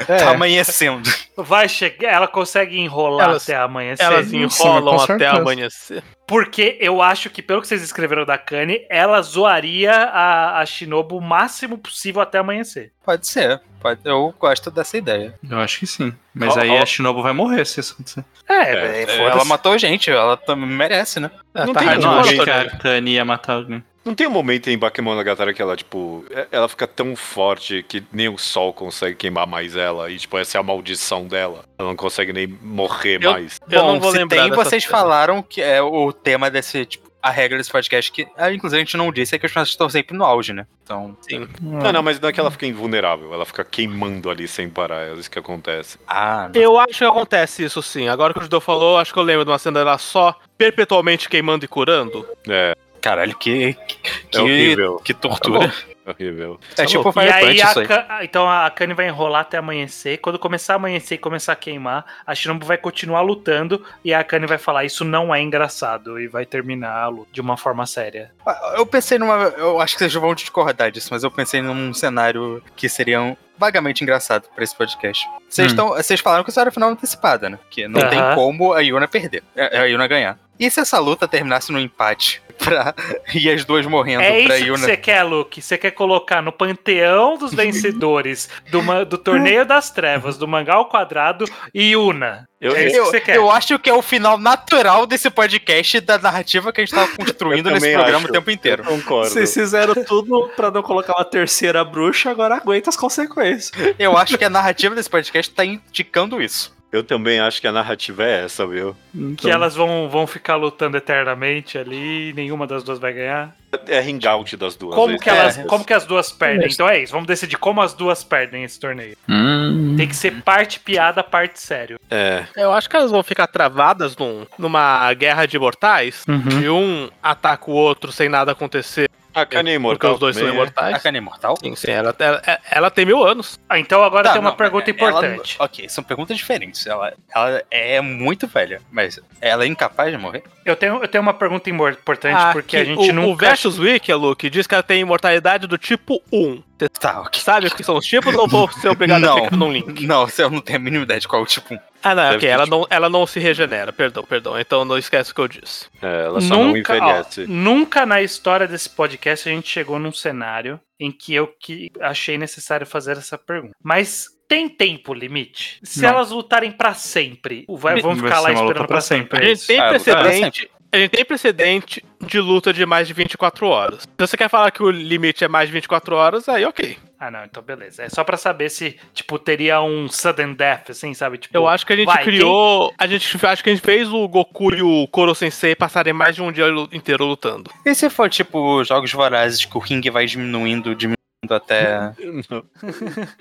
Speaker 2: Tá amanhecendo.
Speaker 5: Vai chegar, ela consegue enrolar
Speaker 3: Elas-
Speaker 5: até amanhecer.
Speaker 3: Elas enrolam
Speaker 4: com
Speaker 3: até
Speaker 4: certeza.
Speaker 3: amanhecer.
Speaker 5: Porque eu acho que, pelo que vocês escreveram da Kanye, ela zoaria a, a Shinobu o máximo possível até amanhecer.
Speaker 2: Pode ser. Pode, eu gosto dessa ideia.
Speaker 4: Eu acho que sim. Mas
Speaker 1: Ó,
Speaker 4: aí
Speaker 1: ó.
Speaker 4: a Shinobu vai morrer se isso acontecer.
Speaker 5: É,
Speaker 2: É,
Speaker 5: foda-se.
Speaker 2: ela matou gente, ela também merece, né?
Speaker 3: Ah,
Speaker 1: Não
Speaker 3: tá
Speaker 1: tem Cara,
Speaker 4: Eu
Speaker 3: hard
Speaker 4: não
Speaker 1: como
Speaker 3: bola,
Speaker 4: acho que
Speaker 3: Antônio.
Speaker 4: a Kanye ia matar alguém.
Speaker 1: Não tem um momento em Bakemonogatari que ela, tipo, é- ela fica tão forte que nem o sol consegue queimar mais ela. E, tipo, essa é a maldição dela. Ela não consegue nem morrer
Speaker 3: Eu-
Speaker 1: mais.
Speaker 3: Eu
Speaker 2: Bom,
Speaker 3: não vou
Speaker 2: se
Speaker 3: lembrar.
Speaker 2: tem,
Speaker 3: dessa
Speaker 2: vocês
Speaker 3: cena.
Speaker 2: falaram que é o tema desse, tipo, a regra desse podcast, que ah, inclusive a gente não disse, é que os personagens estão sempre no auge, né? Então,
Speaker 1: Não, não, mas não é que ela fica invulnerável. Ela fica queimando ali sem parar. É isso que acontece.
Speaker 2: ah, não.
Speaker 3: Eu acho que acontece isso sim. Agora que o Judô falou, acho que eu lembro de uma cena dela só perpetualmente queimando e curando.
Speaker 1: É,
Speaker 2: caralho, que,
Speaker 1: é
Speaker 2: que,
Speaker 1: horrível.
Speaker 2: que tortura.
Speaker 1: É horrível.
Speaker 2: é tipo o
Speaker 5: E
Speaker 2: Fire Punch
Speaker 5: aí,
Speaker 2: isso
Speaker 5: a
Speaker 2: aí.
Speaker 5: Ka- então a Kanye vai enrolar até amanhecer. Quando começar a amanhecer e começar a queimar, a Shinobu vai continuar lutando e a Kanye vai falar: Isso não é engraçado. E vai terminar a luta de uma forma séria.
Speaker 2: Ah, Eu pensei numa. Eu acho que vocês vão discordar disso, mas eu pensei num cenário que seria um- vagamente engraçado pra esse podcast. Vocês
Speaker 4: Hum.
Speaker 2: estão, vocês falaram que isso era final antecipada, né? Que não tem
Speaker 5: Aham.
Speaker 2: como a Yuna perder, é, a a Yuna ganhar. E se essa luta terminasse num empate pra, (laughs) e as duas morrendo
Speaker 5: é
Speaker 2: pra
Speaker 5: isso que
Speaker 2: Yuna?
Speaker 5: você quer, Luke. Você quer colocar no panteão (laughs) dos vencedores do, ma- do Torneio das Trevas, do Mangá ao Quadrado e Una.
Speaker 1: Eu,
Speaker 5: É isso
Speaker 2: eu,
Speaker 5: que você quer.
Speaker 2: eu acho que é o final natural desse podcast e da narrativa que a
Speaker 1: (laughs)
Speaker 2: gente tava construindo
Speaker 1: Eu
Speaker 2: nesse
Speaker 1: também
Speaker 2: programa
Speaker 1: acho.
Speaker 2: o tempo inteiro.
Speaker 1: concordo.
Speaker 4: Vocês fizeram (laughs) tudo pra não colocar uma terceira bruxa, agora aguenta as consequências.
Speaker 2: Eu acho que a narrativa desse podcast tá indicando isso.
Speaker 1: Eu também acho que a narrativa é essa, viu?
Speaker 4: Então-
Speaker 5: Que elas vão, vão ficar lutando eternamente ali, e nenhuma das duas vai ganhar.
Speaker 1: É hangout das duas.
Speaker 5: Como
Speaker 1: né?
Speaker 5: que, elas,
Speaker 1: É.
Speaker 5: como que as duas perdem? Então é isso, vamos decidir como as duas perdem esse torneio.
Speaker 4: Hum.
Speaker 5: Tem que ser parte piada, parte sério.
Speaker 1: É.
Speaker 3: Eu acho que elas vão ficar travadas num- numa guerra de mortais.
Speaker 4: Uhum.
Speaker 3: E um ataca o outro sem nada acontecer.
Speaker 1: A Kanye
Speaker 3: Porque
Speaker 1: Imortal.
Speaker 3: os dois são
Speaker 1: também é.
Speaker 2: A
Speaker 3: imortais.
Speaker 2: Cana Imortal?
Speaker 3: Sim, sim, ela, ela, ela tem mil anos.
Speaker 5: Ah, então agora
Speaker 2: Tá,
Speaker 5: tem uma
Speaker 2: não,
Speaker 5: pergunta
Speaker 2: é- ela-
Speaker 5: importante.
Speaker 2: ok, são perguntas diferentes. Ela, ela é muito velha, mas ela é incapaz de morrer?
Speaker 5: Eu, tenho, eu tenho uma pergunta imor- importante,
Speaker 3: Ah,
Speaker 5: porque a
Speaker 3: que
Speaker 5: gente
Speaker 3: o,
Speaker 5: nunca.
Speaker 3: O Versus Wiki, Luke, diz que ela tem imortalidade do tipo 1. Você
Speaker 2: Tá, ok. (laughs)
Speaker 3: sabe o que são os tipos ou vou ser obrigado
Speaker 2: Não.
Speaker 3: a clicar num link?
Speaker 2: Não, eu não tenho a mínima ideia de qual tipo.
Speaker 3: Ah, não,
Speaker 2: Deve
Speaker 3: ok.
Speaker 2: ter
Speaker 3: Ela
Speaker 2: tipo-
Speaker 3: não, ela não se regenera. Perdão, perdão. Então não esquece o que eu disse.
Speaker 1: É, ela só não
Speaker 5: ó,
Speaker 1: envelhece.
Speaker 5: nunca na história desse podcast a gente chegou num cenário em que eu que achei necessário fazer essa pergunta. Mas tem tempo limite? Se
Speaker 2: Não.
Speaker 5: elas lutarem pra sempre, vai,
Speaker 4: Vai
Speaker 5: vão ficar
Speaker 4: ser
Speaker 5: lá
Speaker 4: uma luta
Speaker 5: esperando
Speaker 4: pra
Speaker 5: pra
Speaker 4: sempre,
Speaker 5: sempre.
Speaker 3: A
Speaker 5: é
Speaker 3: gente
Speaker 5: isso?
Speaker 3: tem
Speaker 2: Ah,
Speaker 3: precedente. A gente tem precedente de luta de mais de 24 horas. Se você quer falar que o limite é mais de 24 horas, aí ok.
Speaker 5: Ah, não, então beleza. É só pra saber se, tipo, teria um sudden death, assim, sabe? Tipo,
Speaker 3: Eu acho que a gente
Speaker 5: vai,
Speaker 3: criou. A gente acho que a gente fez o Goku e o Koro Sensei passarem mais de um dia lu- inteiro lutando.
Speaker 2: E se for tipo jogos vorazes que o ring vai diminuindo, diminuindo até.
Speaker 1: (laughs)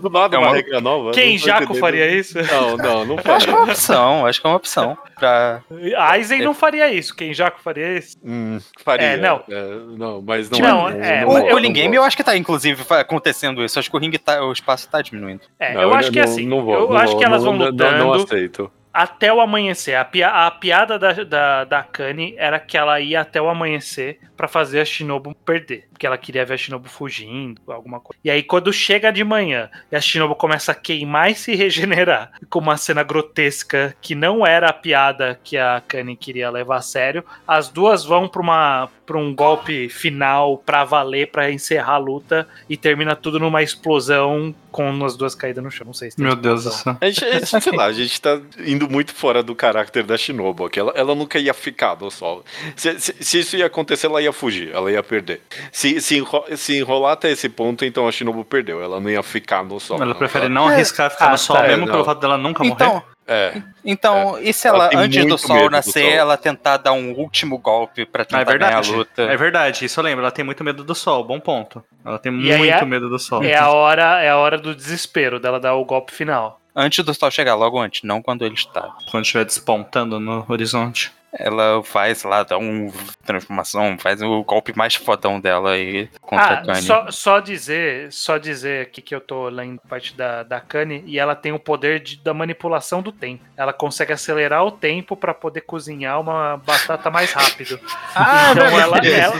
Speaker 1: Do nada,
Speaker 2: É
Speaker 1: uma
Speaker 2: uma-
Speaker 1: regra nova.
Speaker 5: Quem Jaco faria isso?
Speaker 1: Não, não, não
Speaker 5: (laughs)
Speaker 2: Eu acho que é
Speaker 1: faria.
Speaker 2: uma opção, acho que é uma opção. Pra...
Speaker 5: Aizen não faria isso. Quem Jaco faria isso?
Speaker 1: Hum, faria.
Speaker 5: É, não.
Speaker 1: É, não, mas não.
Speaker 5: Não,
Speaker 1: é,
Speaker 5: é,
Speaker 1: eu
Speaker 2: O
Speaker 1: não
Speaker 2: o
Speaker 1: gosto,
Speaker 2: Lingame
Speaker 1: não
Speaker 2: eu
Speaker 1: gosto.
Speaker 2: acho que tá, inclusive, fa- acontecendo isso. Acho que o ring tá. O espaço tá diminuindo.
Speaker 5: É,
Speaker 1: Não,
Speaker 5: eu acho que é
Speaker 1: não-
Speaker 5: assim.
Speaker 1: não vou,
Speaker 5: eu
Speaker 1: não
Speaker 5: acho
Speaker 1: vou,
Speaker 5: que elas
Speaker 1: não-
Speaker 5: vão
Speaker 1: não-
Speaker 5: lutando.
Speaker 1: Não, não aceito.
Speaker 5: até o amanhecer. A, pia- a piada da, da, da Kani era que ela ia até o amanhecer pra fazer a Shinobu perder. Porque ela queria ver a Shinobu fugindo, alguma coisa. E aí, quando chega de manhã e a Shinobu começa a queimar e se regenerar, com uma cena grotesca que não era a piada que a Kani queria levar a sério, as duas vão pra, uma, pra um golpe final pra valer, pra encerrar a luta e termina tudo numa explosão com as duas caídas no chão. Não sei se tem
Speaker 4: Meu Deus do
Speaker 5: explosão.
Speaker 4: céu.
Speaker 1: A gente, a gente, sei lá, a gente tá indo muito fora do caráter da Shinobu. aqui. Ela, ela nunca ia ficar do sol. Se, se- se isso ia acontecer, ela ia fugir, ela ia perder. Se, se, enro- se enrolar até esse ponto, então a Shinobu perdeu. Ela não ia ficar no sol.
Speaker 4: Ela prefere não
Speaker 3: É,
Speaker 4: arriscar ficar
Speaker 5: Ah,
Speaker 4: no sol
Speaker 1: tá,
Speaker 4: mesmo
Speaker 1: não.
Speaker 4: pelo fato dela nunca morrer.
Speaker 2: Então,
Speaker 1: É.
Speaker 2: então e se
Speaker 1: Ela
Speaker 2: ela,
Speaker 1: tem
Speaker 2: antes do
Speaker 1: muito
Speaker 2: sol
Speaker 1: medo do
Speaker 2: nascer,
Speaker 1: sol.
Speaker 2: ela tentar dar um último golpe pra
Speaker 4: Ah,
Speaker 2: tentar
Speaker 4: é verdade.
Speaker 2: ganhar tá a luta?
Speaker 4: É verdade, isso eu lembro. Ela tem muito medo do sol, bom ponto. Ela tem
Speaker 5: E aí
Speaker 4: muito
Speaker 5: é-
Speaker 4: medo do sol.
Speaker 5: É a hora, é a hora do desespero dela dar o golpe final.
Speaker 2: Antes do sol chegar, logo antes, não quando ele está.
Speaker 4: Quando estiver despontando no horizonte.
Speaker 2: Ela faz lá, dá uma transformação, faz o golpe mais fodão dela aí contra a
Speaker 5: ah,
Speaker 2: Kanye.
Speaker 5: só, só dizer, só dizer aqui que eu tô lendo parte da, da Kanye e ela tem o poder de- da manipulação do tempo. Ela consegue acelerar o tempo pra poder cozinhar uma batata mais rápido.
Speaker 3: (laughs) Ah,
Speaker 2: é
Speaker 3: é,
Speaker 5: então ela, ela-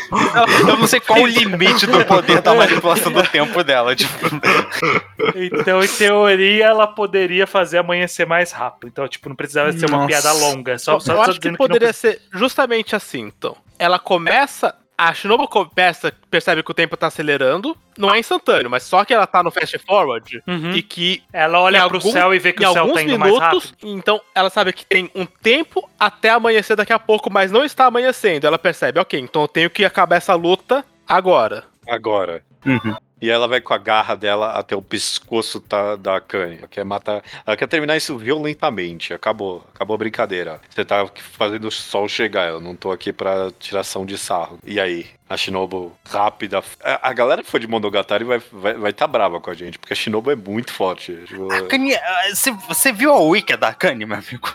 Speaker 2: Eu não sei qual o limite do poder da manipulação do tempo dela. (laughs) Tipo,
Speaker 5: então em teoria ela poderia fazer amanhecer mais rápido. Então tipo não precisava ser uma
Speaker 4: Nossa.
Speaker 5: piada longa. Só, só,
Speaker 3: eu
Speaker 5: só
Speaker 3: acho que
Speaker 5: dizendo
Speaker 3: poderia
Speaker 5: não
Speaker 3: ser justamente assim, então. Ela começa. A Shinobu começa, percebe que o tempo tá acelerando. Não é instantâneo, mas só que ela tá no fast forward.
Speaker 5: precisa- Uhum.
Speaker 3: E que
Speaker 5: Ela olha
Speaker 3: em
Speaker 5: pro
Speaker 3: algum-
Speaker 5: céu e vê que
Speaker 3: em
Speaker 5: o céu
Speaker 3: alguns
Speaker 5: tá indo mais rápido.
Speaker 3: minutos. Então ela sabe que tem um tempo até amanhecer daqui a pouco, mas não está amanhecendo. Ela percebe, ok, então eu tenho que acabar essa luta agora.
Speaker 1: Agora. E ela vai com a garra dela até o pescoço tá, da Kanye. Ela quer matar. Ela quer terminar isso violentamente. Acabou. Acabou a brincadeira. Você tá fazendo o sol chegar. Eu não tô aqui pra tiração de sarro. E aí? A Shinobu rápida. A, a galera que foi de Monogatari vai estar vai, vai tá brava com a gente, porque a Shinobu é muito forte. Tipo,
Speaker 2: a Kanye, ah, você, você viu a Wicca da Kanye, meu amigo?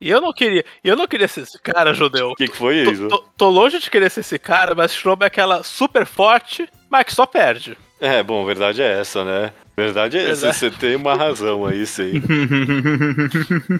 Speaker 3: E eu não queria. Eu não queria ser esse cara, judeu.
Speaker 1: O que, que foi isso?
Speaker 3: Tô, tô- tô longe de querer ser esse cara, mas Shinobu é aquela super forte, mas que só perde.
Speaker 1: É, bom, verdade é essa, né? Verdade é essa.
Speaker 3: Verdade.
Speaker 1: Você tem uma razão aí, sim.
Speaker 2: (laughs)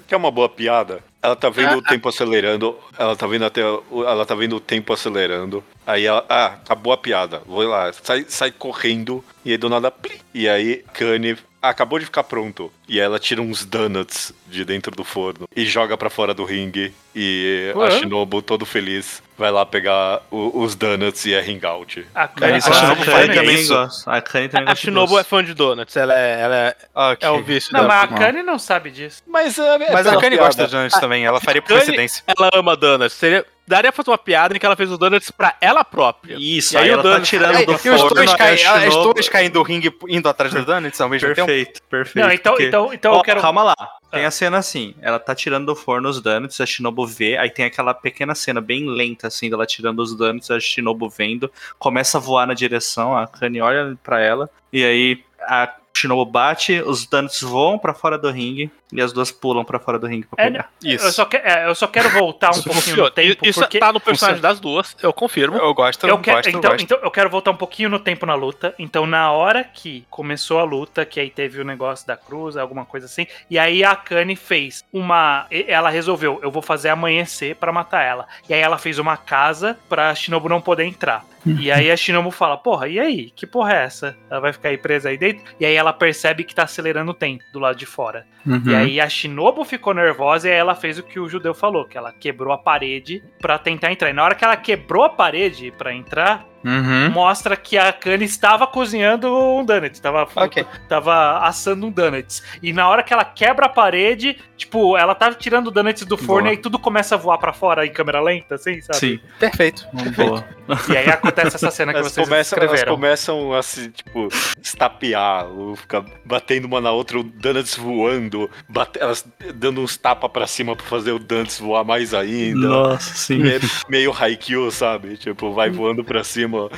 Speaker 1: Que é uma boa piada. Ela tá vendo
Speaker 2: Ah,
Speaker 1: o tempo acelerando. Ela tá vendo até. o- Ela tá vendo o tempo acelerando. Aí ela. Ah, acabou a piada. Vou lá. Sai, sai correndo. E aí do nada. plim. E aí, Kanye. ah, Acabou de ficar pronto. E ela tira uns donuts de dentro do forno e joga pra fora do ringue. E a
Speaker 3: Ué?
Speaker 1: Shinobu, todo feliz, vai lá pegar o- os donuts e é ringout.
Speaker 5: A
Speaker 4: Ela-
Speaker 5: Kanye
Speaker 1: isso
Speaker 4: a
Speaker 1: é
Speaker 5: gosta
Speaker 4: Shinobu
Speaker 1: Shinobu
Speaker 5: de
Speaker 4: também
Speaker 1: é
Speaker 5: Kanye.
Speaker 1: isso.
Speaker 4: gosta. A Kanye também
Speaker 3: A, a
Speaker 4: gosta de
Speaker 3: Shinobu é
Speaker 4: doce.
Speaker 3: fã de donuts, ela é, ela é,
Speaker 2: Ok.
Speaker 3: é o vício
Speaker 5: Não,
Speaker 3: dela.
Speaker 5: mas a Kanye não sabe disso.
Speaker 1: Mas, é, é
Speaker 2: Mas a
Speaker 1: pela
Speaker 2: Kanye
Speaker 1: piada.
Speaker 2: gosta de antes também, ela faria por
Speaker 3: Kanye-
Speaker 2: coincidência.
Speaker 3: Ela ama donuts. Seria, daria pra fazer uma piada em que ela fez os donuts pra ela própria.
Speaker 4: Isso,
Speaker 3: E aí
Speaker 4: aí
Speaker 3: o
Speaker 4: ela tá
Speaker 3: Dante-
Speaker 4: tirando do
Speaker 2: E os
Speaker 4: forno.
Speaker 2: dois
Speaker 4: a
Speaker 2: caem- ah, os
Speaker 4: Shinobu-
Speaker 2: dois caindo do ringue indo atrás do Donuts ao mesmo tempo?
Speaker 4: Perfeito, perfeito.
Speaker 5: Não, então,
Speaker 4: porque-
Speaker 5: então, então
Speaker 4: Ó,
Speaker 5: eu quero.
Speaker 4: Calma lá. Tem a cena assim, ela tá tirando do forno os donuts, a Shinobu vê, aí tem aquela pequena cena bem lenta, assim, dela tirando os donuts, a Shinobu vendo, começa a voar na direção, a Kanye olha pra ela, e aí a Shinobu bate, os danos voam pra fora do ringue e as duas pulam pra fora do ringue pra
Speaker 5: É,
Speaker 4: pegar.
Speaker 2: Isso.
Speaker 5: Eu só, que- é, eu só quero voltar um
Speaker 3: Isso
Speaker 5: pouquinho
Speaker 3: funciona.
Speaker 5: no tempo,
Speaker 3: Assim, Isso
Speaker 5: porque...
Speaker 3: tá no personagem das duas, eu confirmo.
Speaker 2: Eu gosto, eu
Speaker 5: Eu quero,
Speaker 2: gosto, eu
Speaker 5: então,
Speaker 2: gosto.
Speaker 5: então, eu quero voltar um pouquinho no tempo na luta. Então, na hora que começou a luta, que aí teve o negócio da cruz, alguma coisa assim, e aí a Kanye fez uma. e- Ela resolveu, eu vou fazer amanhecer pra matar ela. E aí ela fez uma casa pra Shinobu não poder entrar. E aí a Shinobu fala, porra, e aí? Que porra é essa? Ela vai ficar aí presa aí dentro? E aí ela percebe que tá acelerando o tempo do lado de fora.
Speaker 4: Uhum,
Speaker 5: E aí a Shinobu ficou nervosa e aí ela fez o que o judeu falou, que ela quebrou a parede pra tentar entrar. E na hora que ela quebrou a parede pra entrar,
Speaker 4: Uhum.
Speaker 5: mostra que a Kanye estava cozinhando um donut, estava
Speaker 2: Ok.
Speaker 5: tava assando um donuts. E na hora que ela quebra a parede, tipo, ela tá tirando o donuts do forno
Speaker 4: Boa.
Speaker 5: e tudo começa a voar pra fora em câmera lenta, assim, sabe?
Speaker 4: Sim,
Speaker 2: Perfeito.
Speaker 4: boa.
Speaker 5: E aí acontece essa cena é que
Speaker 1: Elas
Speaker 5: vocês
Speaker 1: começam, elas
Speaker 5: escreveram.
Speaker 1: começam a se, tipo, estapear, ou ficar batendo uma na outra, o Donuts voando, bate- elas dando uns tapas pra cima pra fazer o Donuts voar mais ainda.
Speaker 4: Nossa, sim.
Speaker 1: É meio Haikyuu, sabe? Tipo, vai voando pra cima o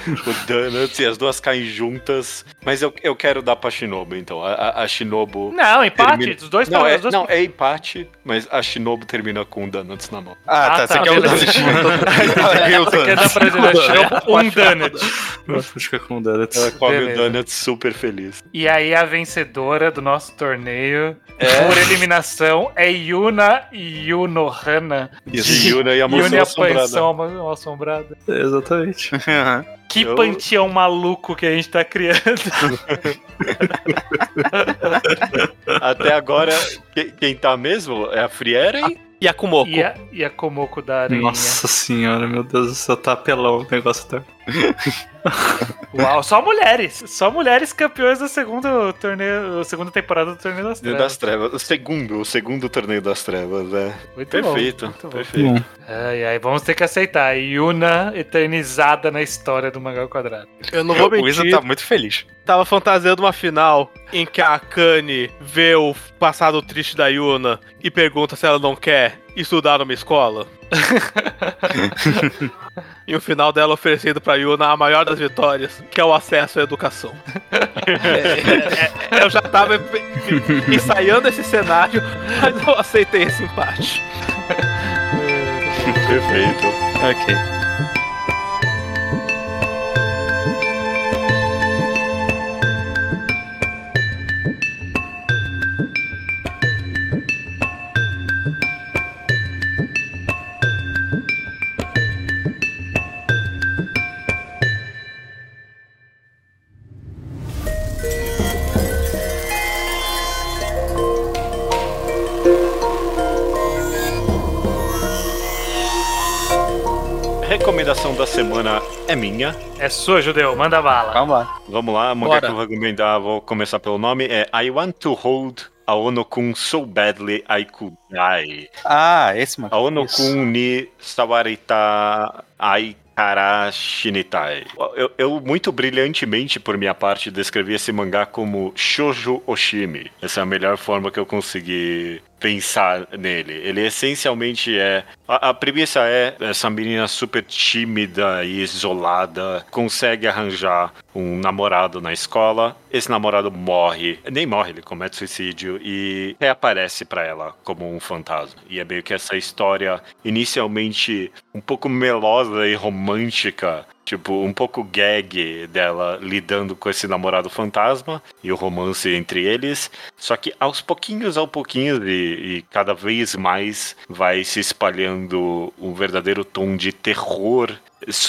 Speaker 1: Donuts e as duas caem juntas. Mas eu, eu quero dar pra Shinobu, então. A- A, a Shinobu.
Speaker 5: Não, empate,
Speaker 1: Termina-
Speaker 5: os dois
Speaker 1: Não
Speaker 5: pra-
Speaker 1: é,
Speaker 5: os dois-
Speaker 1: não, é empate, mas a Shinobu termina com o Donuts na mão.
Speaker 2: Ah, tá,
Speaker 5: Ah,
Speaker 2: você
Speaker 5: tá,
Speaker 2: quer o
Speaker 5: beleza.
Speaker 2: Dante.
Speaker 5: (laughs)
Speaker 2: (laughs) Ela ganhou o
Speaker 5: Você quer
Speaker 2: Dante.
Speaker 5: dar pra Shinobu um donut.
Speaker 4: Fica com Donuts.
Speaker 1: Ela come
Speaker 5: Beleza.
Speaker 1: o Donuts super feliz.
Speaker 5: E aí a vencedora do nosso torneio,
Speaker 1: É.
Speaker 5: por eliminação, é Yuna Yunohana.
Speaker 1: Isso, Yuna e a
Speaker 5: Yuna e
Speaker 1: moça
Speaker 5: a
Speaker 1: É assombrada.
Speaker 5: Pansão Mal Assombrada.
Speaker 4: Exatamente.
Speaker 2: Aham.
Speaker 5: Que
Speaker 1: Eu-
Speaker 5: panteão maluco que a gente
Speaker 1: (laughs)
Speaker 5: tá criando.
Speaker 1: Até agora, que- quem tá mesmo é a Frieren.
Speaker 3: E a Kumoko.
Speaker 5: E a, e a Komoko da aranha.
Speaker 4: Nossa senhora, meu Deus do céu, tá apelão o negócio tá.
Speaker 5: Uau, só mulheres. Só mulheres campeões da segunda, torneio, segunda temporada do Torneio das
Speaker 1: Torneio
Speaker 5: Trevas.
Speaker 1: das Trevas. O segundo, o segundo torneio das trevas, né?
Speaker 5: Muito
Speaker 1: Perfeito,
Speaker 5: bom, muito bom.
Speaker 1: perfeito.
Speaker 5: Ai, ai, vamos ter que aceitar. Yuna eternizada na história do Mangal Quadrado.
Speaker 3: Eu não vou
Speaker 2: O Isa
Speaker 3: mentir,
Speaker 2: tá muito feliz.
Speaker 3: tava fantasiando uma final em que a Kanye vê o passado triste da Yuna e pergunta se ela não quer estudar numa (laughs) escola. e o final dela oferecido pra Yuna a maior das vitórias, que é o acesso à educação. É, é, é, eu já tava en- ensaiando esse cenário, mas eu aceitei esse empate.
Speaker 1: Perfeito.
Speaker 4: Ok.
Speaker 1: Recomendação da semana é minha.
Speaker 5: É sua, judeu, manda bala.
Speaker 2: Vamos lá.
Speaker 1: Vamos lá, a mangá
Speaker 3: Bora.
Speaker 1: que eu vou recomendar, vou começar pelo nome, é I Want to Hold a Ono-kun So Badly I Could Die.
Speaker 2: Ah, esse mano.
Speaker 1: A Ono-kun ni Sawarita Ai Kara Shinitai. Eu, eu, muito brilhantemente, por minha parte, descrevi esse mangá como Shoujo Oshimi. Essa é a melhor forma que eu consegui pensar nele. Ele essencialmente é. A, a premissa é essa menina super tímida e isolada consegue arranjar um namorado na escola. Esse namorado morre, nem morre, ele comete suicídio e reaparece pra ela como um fantasma. E é meio que essa história inicialmente um pouco melosa e romântica, tipo, um pouco gag dela lidando com esse namorado fantasma e o romance entre eles. Só que aos pouquinhos, aos pouquinhos, e, e cada vez mais vai se espalhando um verdadeiro tom de terror,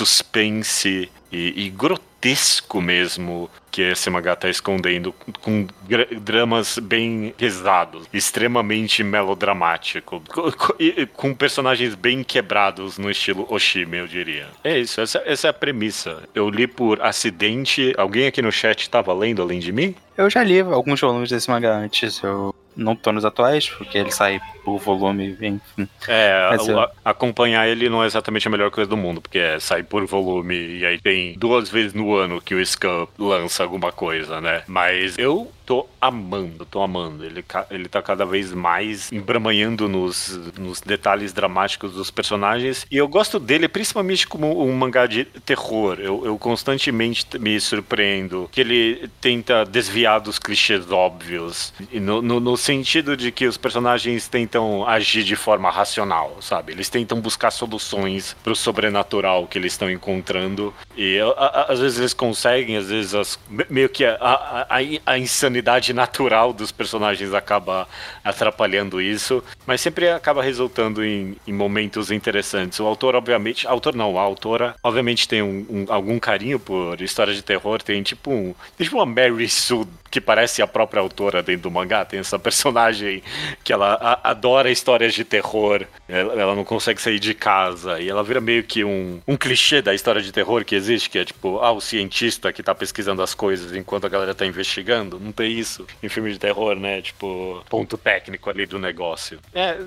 Speaker 1: suspense e, e grotesco mesmo que esse mangá tá escondendo, com gra- dramas bem pesados, extremamente melodramático, co- co- e- e com personagens bem quebrados no estilo Oshime, eu diria. É isso, essa, essa é a premissa. Eu li por acidente, alguém aqui no chat tava lendo além de mim?
Speaker 2: Eu já li alguns volumes desse mangá antes. Eu não tô nos atuais, porque ele sai por volume, enfim.
Speaker 1: É,
Speaker 2: Mas
Speaker 1: o-
Speaker 2: eu-
Speaker 1: a- acompanhar ele não é exatamente a melhor coisa do mundo, porque é sair por volume e aí tem duas vezes no ano que o Scan lança alguma coisa, né? Mas eu tô amando, tô amando. Ele, ca- ele tá cada vez mais embramanhando nos, nos detalhes dramáticos dos personagens. E eu gosto dele principalmente como um mangá de terror. Eu, eu constantemente t- me surpreendo que ele tenta desviar dos clichês óbvios. E No, no, no sentido de que os personagens tentam agir de forma racional, sabe? Eles tentam buscar soluções pro sobrenatural que eles estão encontrando. E a- a- às vezes eles conseguem, às vezes as- me- meio que a, a, a- a insanidade (laughs) natural dos personagens acaba atrapalhando isso, mas sempre acaba resultando em, em momentos interessantes. O autor, obviamente, autor não, a autora, obviamente tem um- um- algum carinho por história de terror, tem tipo um, tem tipo uma Mary Sue que parece a própria autora dentro do mangá, tem essa personagem que ela a- adora histórias de terror, ela, ela não consegue sair de casa, e ela vira meio que um, um clichê da história de terror que existe, que é tipo, ah, o cientista que tá pesquisando as coisas enquanto a galera tá investigando, não tem isso em filme de terror, né, tipo, ponto técnico ali do negócio. É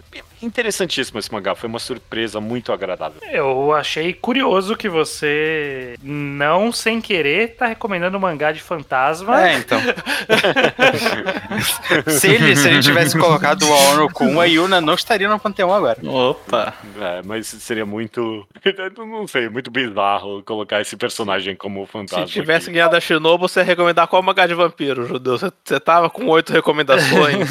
Speaker 1: interessantíssimo esse mangá, foi uma surpresa muito agradável.
Speaker 5: Eu achei curioso que você, não sem querer, tá recomendando um mangá de fantasma.
Speaker 2: É, então. (laughs) se, ele, se ele tivesse colocado o Aono Kun, a Yuna não estaria no panteão agora.
Speaker 4: Opa!
Speaker 1: É, mas seria muito, (laughs) não sei, muito bizarro colocar esse personagem como
Speaker 3: Se
Speaker 1: fantasma.
Speaker 3: tivesse ganhado a Shinobu, você ia recomendar qual mangá de vampiro, judeu? Você, você tava com oito recomendações.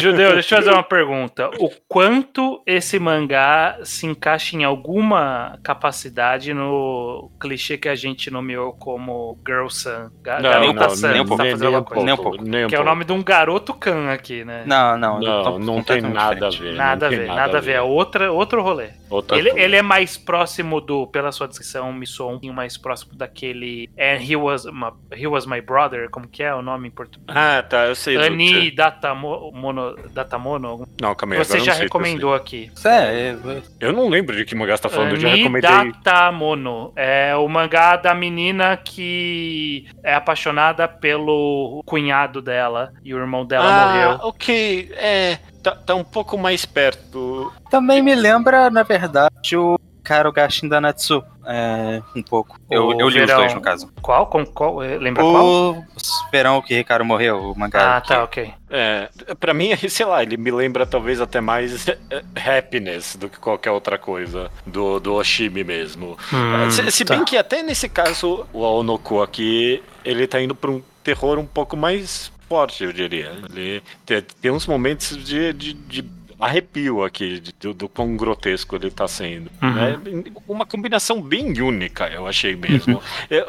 Speaker 5: Judeu, deixa eu fazer uma pergunta. O quanto esse mangá se encaixa em alguma capacidade no clichê que a gente nomeou como Girl Sun? Ga-
Speaker 1: Não,
Speaker 5: garota
Speaker 1: não,
Speaker 5: Sun.
Speaker 1: nem um
Speaker 5: tá
Speaker 1: pouco,
Speaker 5: fazendo
Speaker 1: nem um
Speaker 5: alguma coisa.
Speaker 1: pouco,
Speaker 2: Nem um pouco.
Speaker 1: nem um
Speaker 5: Que é o
Speaker 1: pouco.
Speaker 5: nome de um garoto Khan aqui, né?
Speaker 2: Não, não.
Speaker 1: Não,
Speaker 2: tão-
Speaker 1: não tem
Speaker 2: completamente
Speaker 1: nada a
Speaker 2: diferente.
Speaker 1: ver.
Speaker 5: Nada a
Speaker 1: não tem
Speaker 5: ver, nada a ver. É outra, outro rolê.
Speaker 1: Outra
Speaker 5: Ele,
Speaker 1: coisa.
Speaker 5: ele é mais próximo do, pela sua descrição, me soa um pouquinho mais próximo daquele. And he was, my, he was my brother, como que é o nome em português?
Speaker 1: Ah, tá, eu sei. do
Speaker 5: Ani
Speaker 1: que-
Speaker 5: Datamono. Datamono algum-
Speaker 1: Não, calma aí,
Speaker 5: Você
Speaker 1: agora eu
Speaker 5: já
Speaker 1: não sei,
Speaker 5: recomendou aqui.
Speaker 2: Isso é, é-
Speaker 1: Eu, sei. Eu não lembro de que mangá você tá falando, eu já
Speaker 5: Ani
Speaker 1: recomendei.
Speaker 5: Datamono. É o mangá da menina que é apaixonada pelo cunhado dela e o irmão dela
Speaker 1: Ah.
Speaker 5: morreu.
Speaker 1: ok, é. Tá, tá um pouco mais perto.
Speaker 2: também me lembra, na verdade, o Karo Gashin da Natsu. É, um pouco. Eu,
Speaker 5: O
Speaker 2: eu li
Speaker 5: verão.
Speaker 2: os dois, no caso.
Speaker 5: Qual? Com, qual? Lembra qual?
Speaker 2: O verão que Ricardo morreu, o mangá.
Speaker 5: Ah, tá, ok.
Speaker 1: É, pra mim, (laughs) sei lá, ele me lembra talvez até mais é, é, happiness do que qualquer outra coisa. Do, do Oshimi mesmo. É, se, se bem que até nesse caso, o Aonoko aqui, ele tá indo pra um terror um pouco mais forte, eu diria. Ele tem, tem uns momentos de, de- de arrepio aqui, de- do, do quão grotesco ele tá sendo.
Speaker 5: Uhum.
Speaker 1: né? Uma combinação bem única, eu achei mesmo.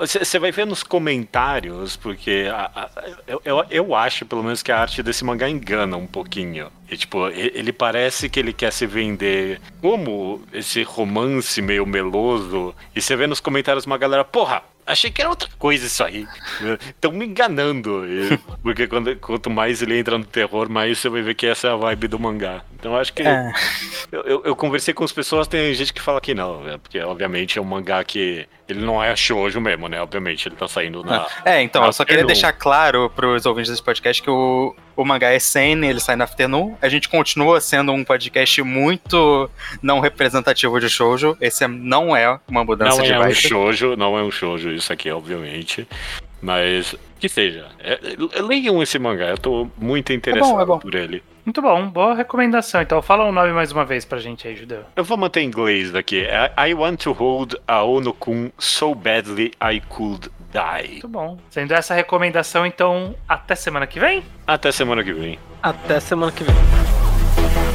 Speaker 1: Você vai ver nos comentários, porque a- a- eu, eu, eu acho, pelo menos, que a arte desse mangá engana um pouquinho. E, tipo, e- ele parece que ele quer se vender como esse romance meio meloso. E você vê nos comentários uma galera, porra, achei que era outra coisa isso aí. Estão me enganando. E- porque quando- quanto mais ele entra no terror, mais você vai ver que essa é a vibe do mangá. Então acho que.
Speaker 2: É.
Speaker 1: Eu, eu- eu conversei com as pessoas, tem gente que fala que não, né? porque obviamente é um mangá que ele não é shoujo mesmo, né? Obviamente ele tá saindo na.
Speaker 2: É, então, eu só queria
Speaker 1: Afternoon.
Speaker 2: deixar claro pros ouvintes desse podcast que o, o mangá é Seinen, ele sai na Afternoon. A gente continua sendo um podcast muito não representativo de shoujo. Esse é- não é uma mudança
Speaker 1: não
Speaker 2: de
Speaker 1: é um
Speaker 2: vibe.
Speaker 1: shoujo, não é um shoujo isso aqui, obviamente. Mas que seja, é, é, leiam esse mangá, eu tô muito interessado
Speaker 2: é bom.
Speaker 1: por ele.
Speaker 5: Muito bom, boa recomendação. Então fala o nome mais uma vez pra gente aí, Judeu.
Speaker 1: Eu vou manter em inglês daqui. É, I want to hold a Ono-kun so badly I could die.
Speaker 5: Muito bom. Sendo essa a recomendação, então até semana que vem.
Speaker 1: Até semana que vem.
Speaker 3: (laughs) Até semana que vem.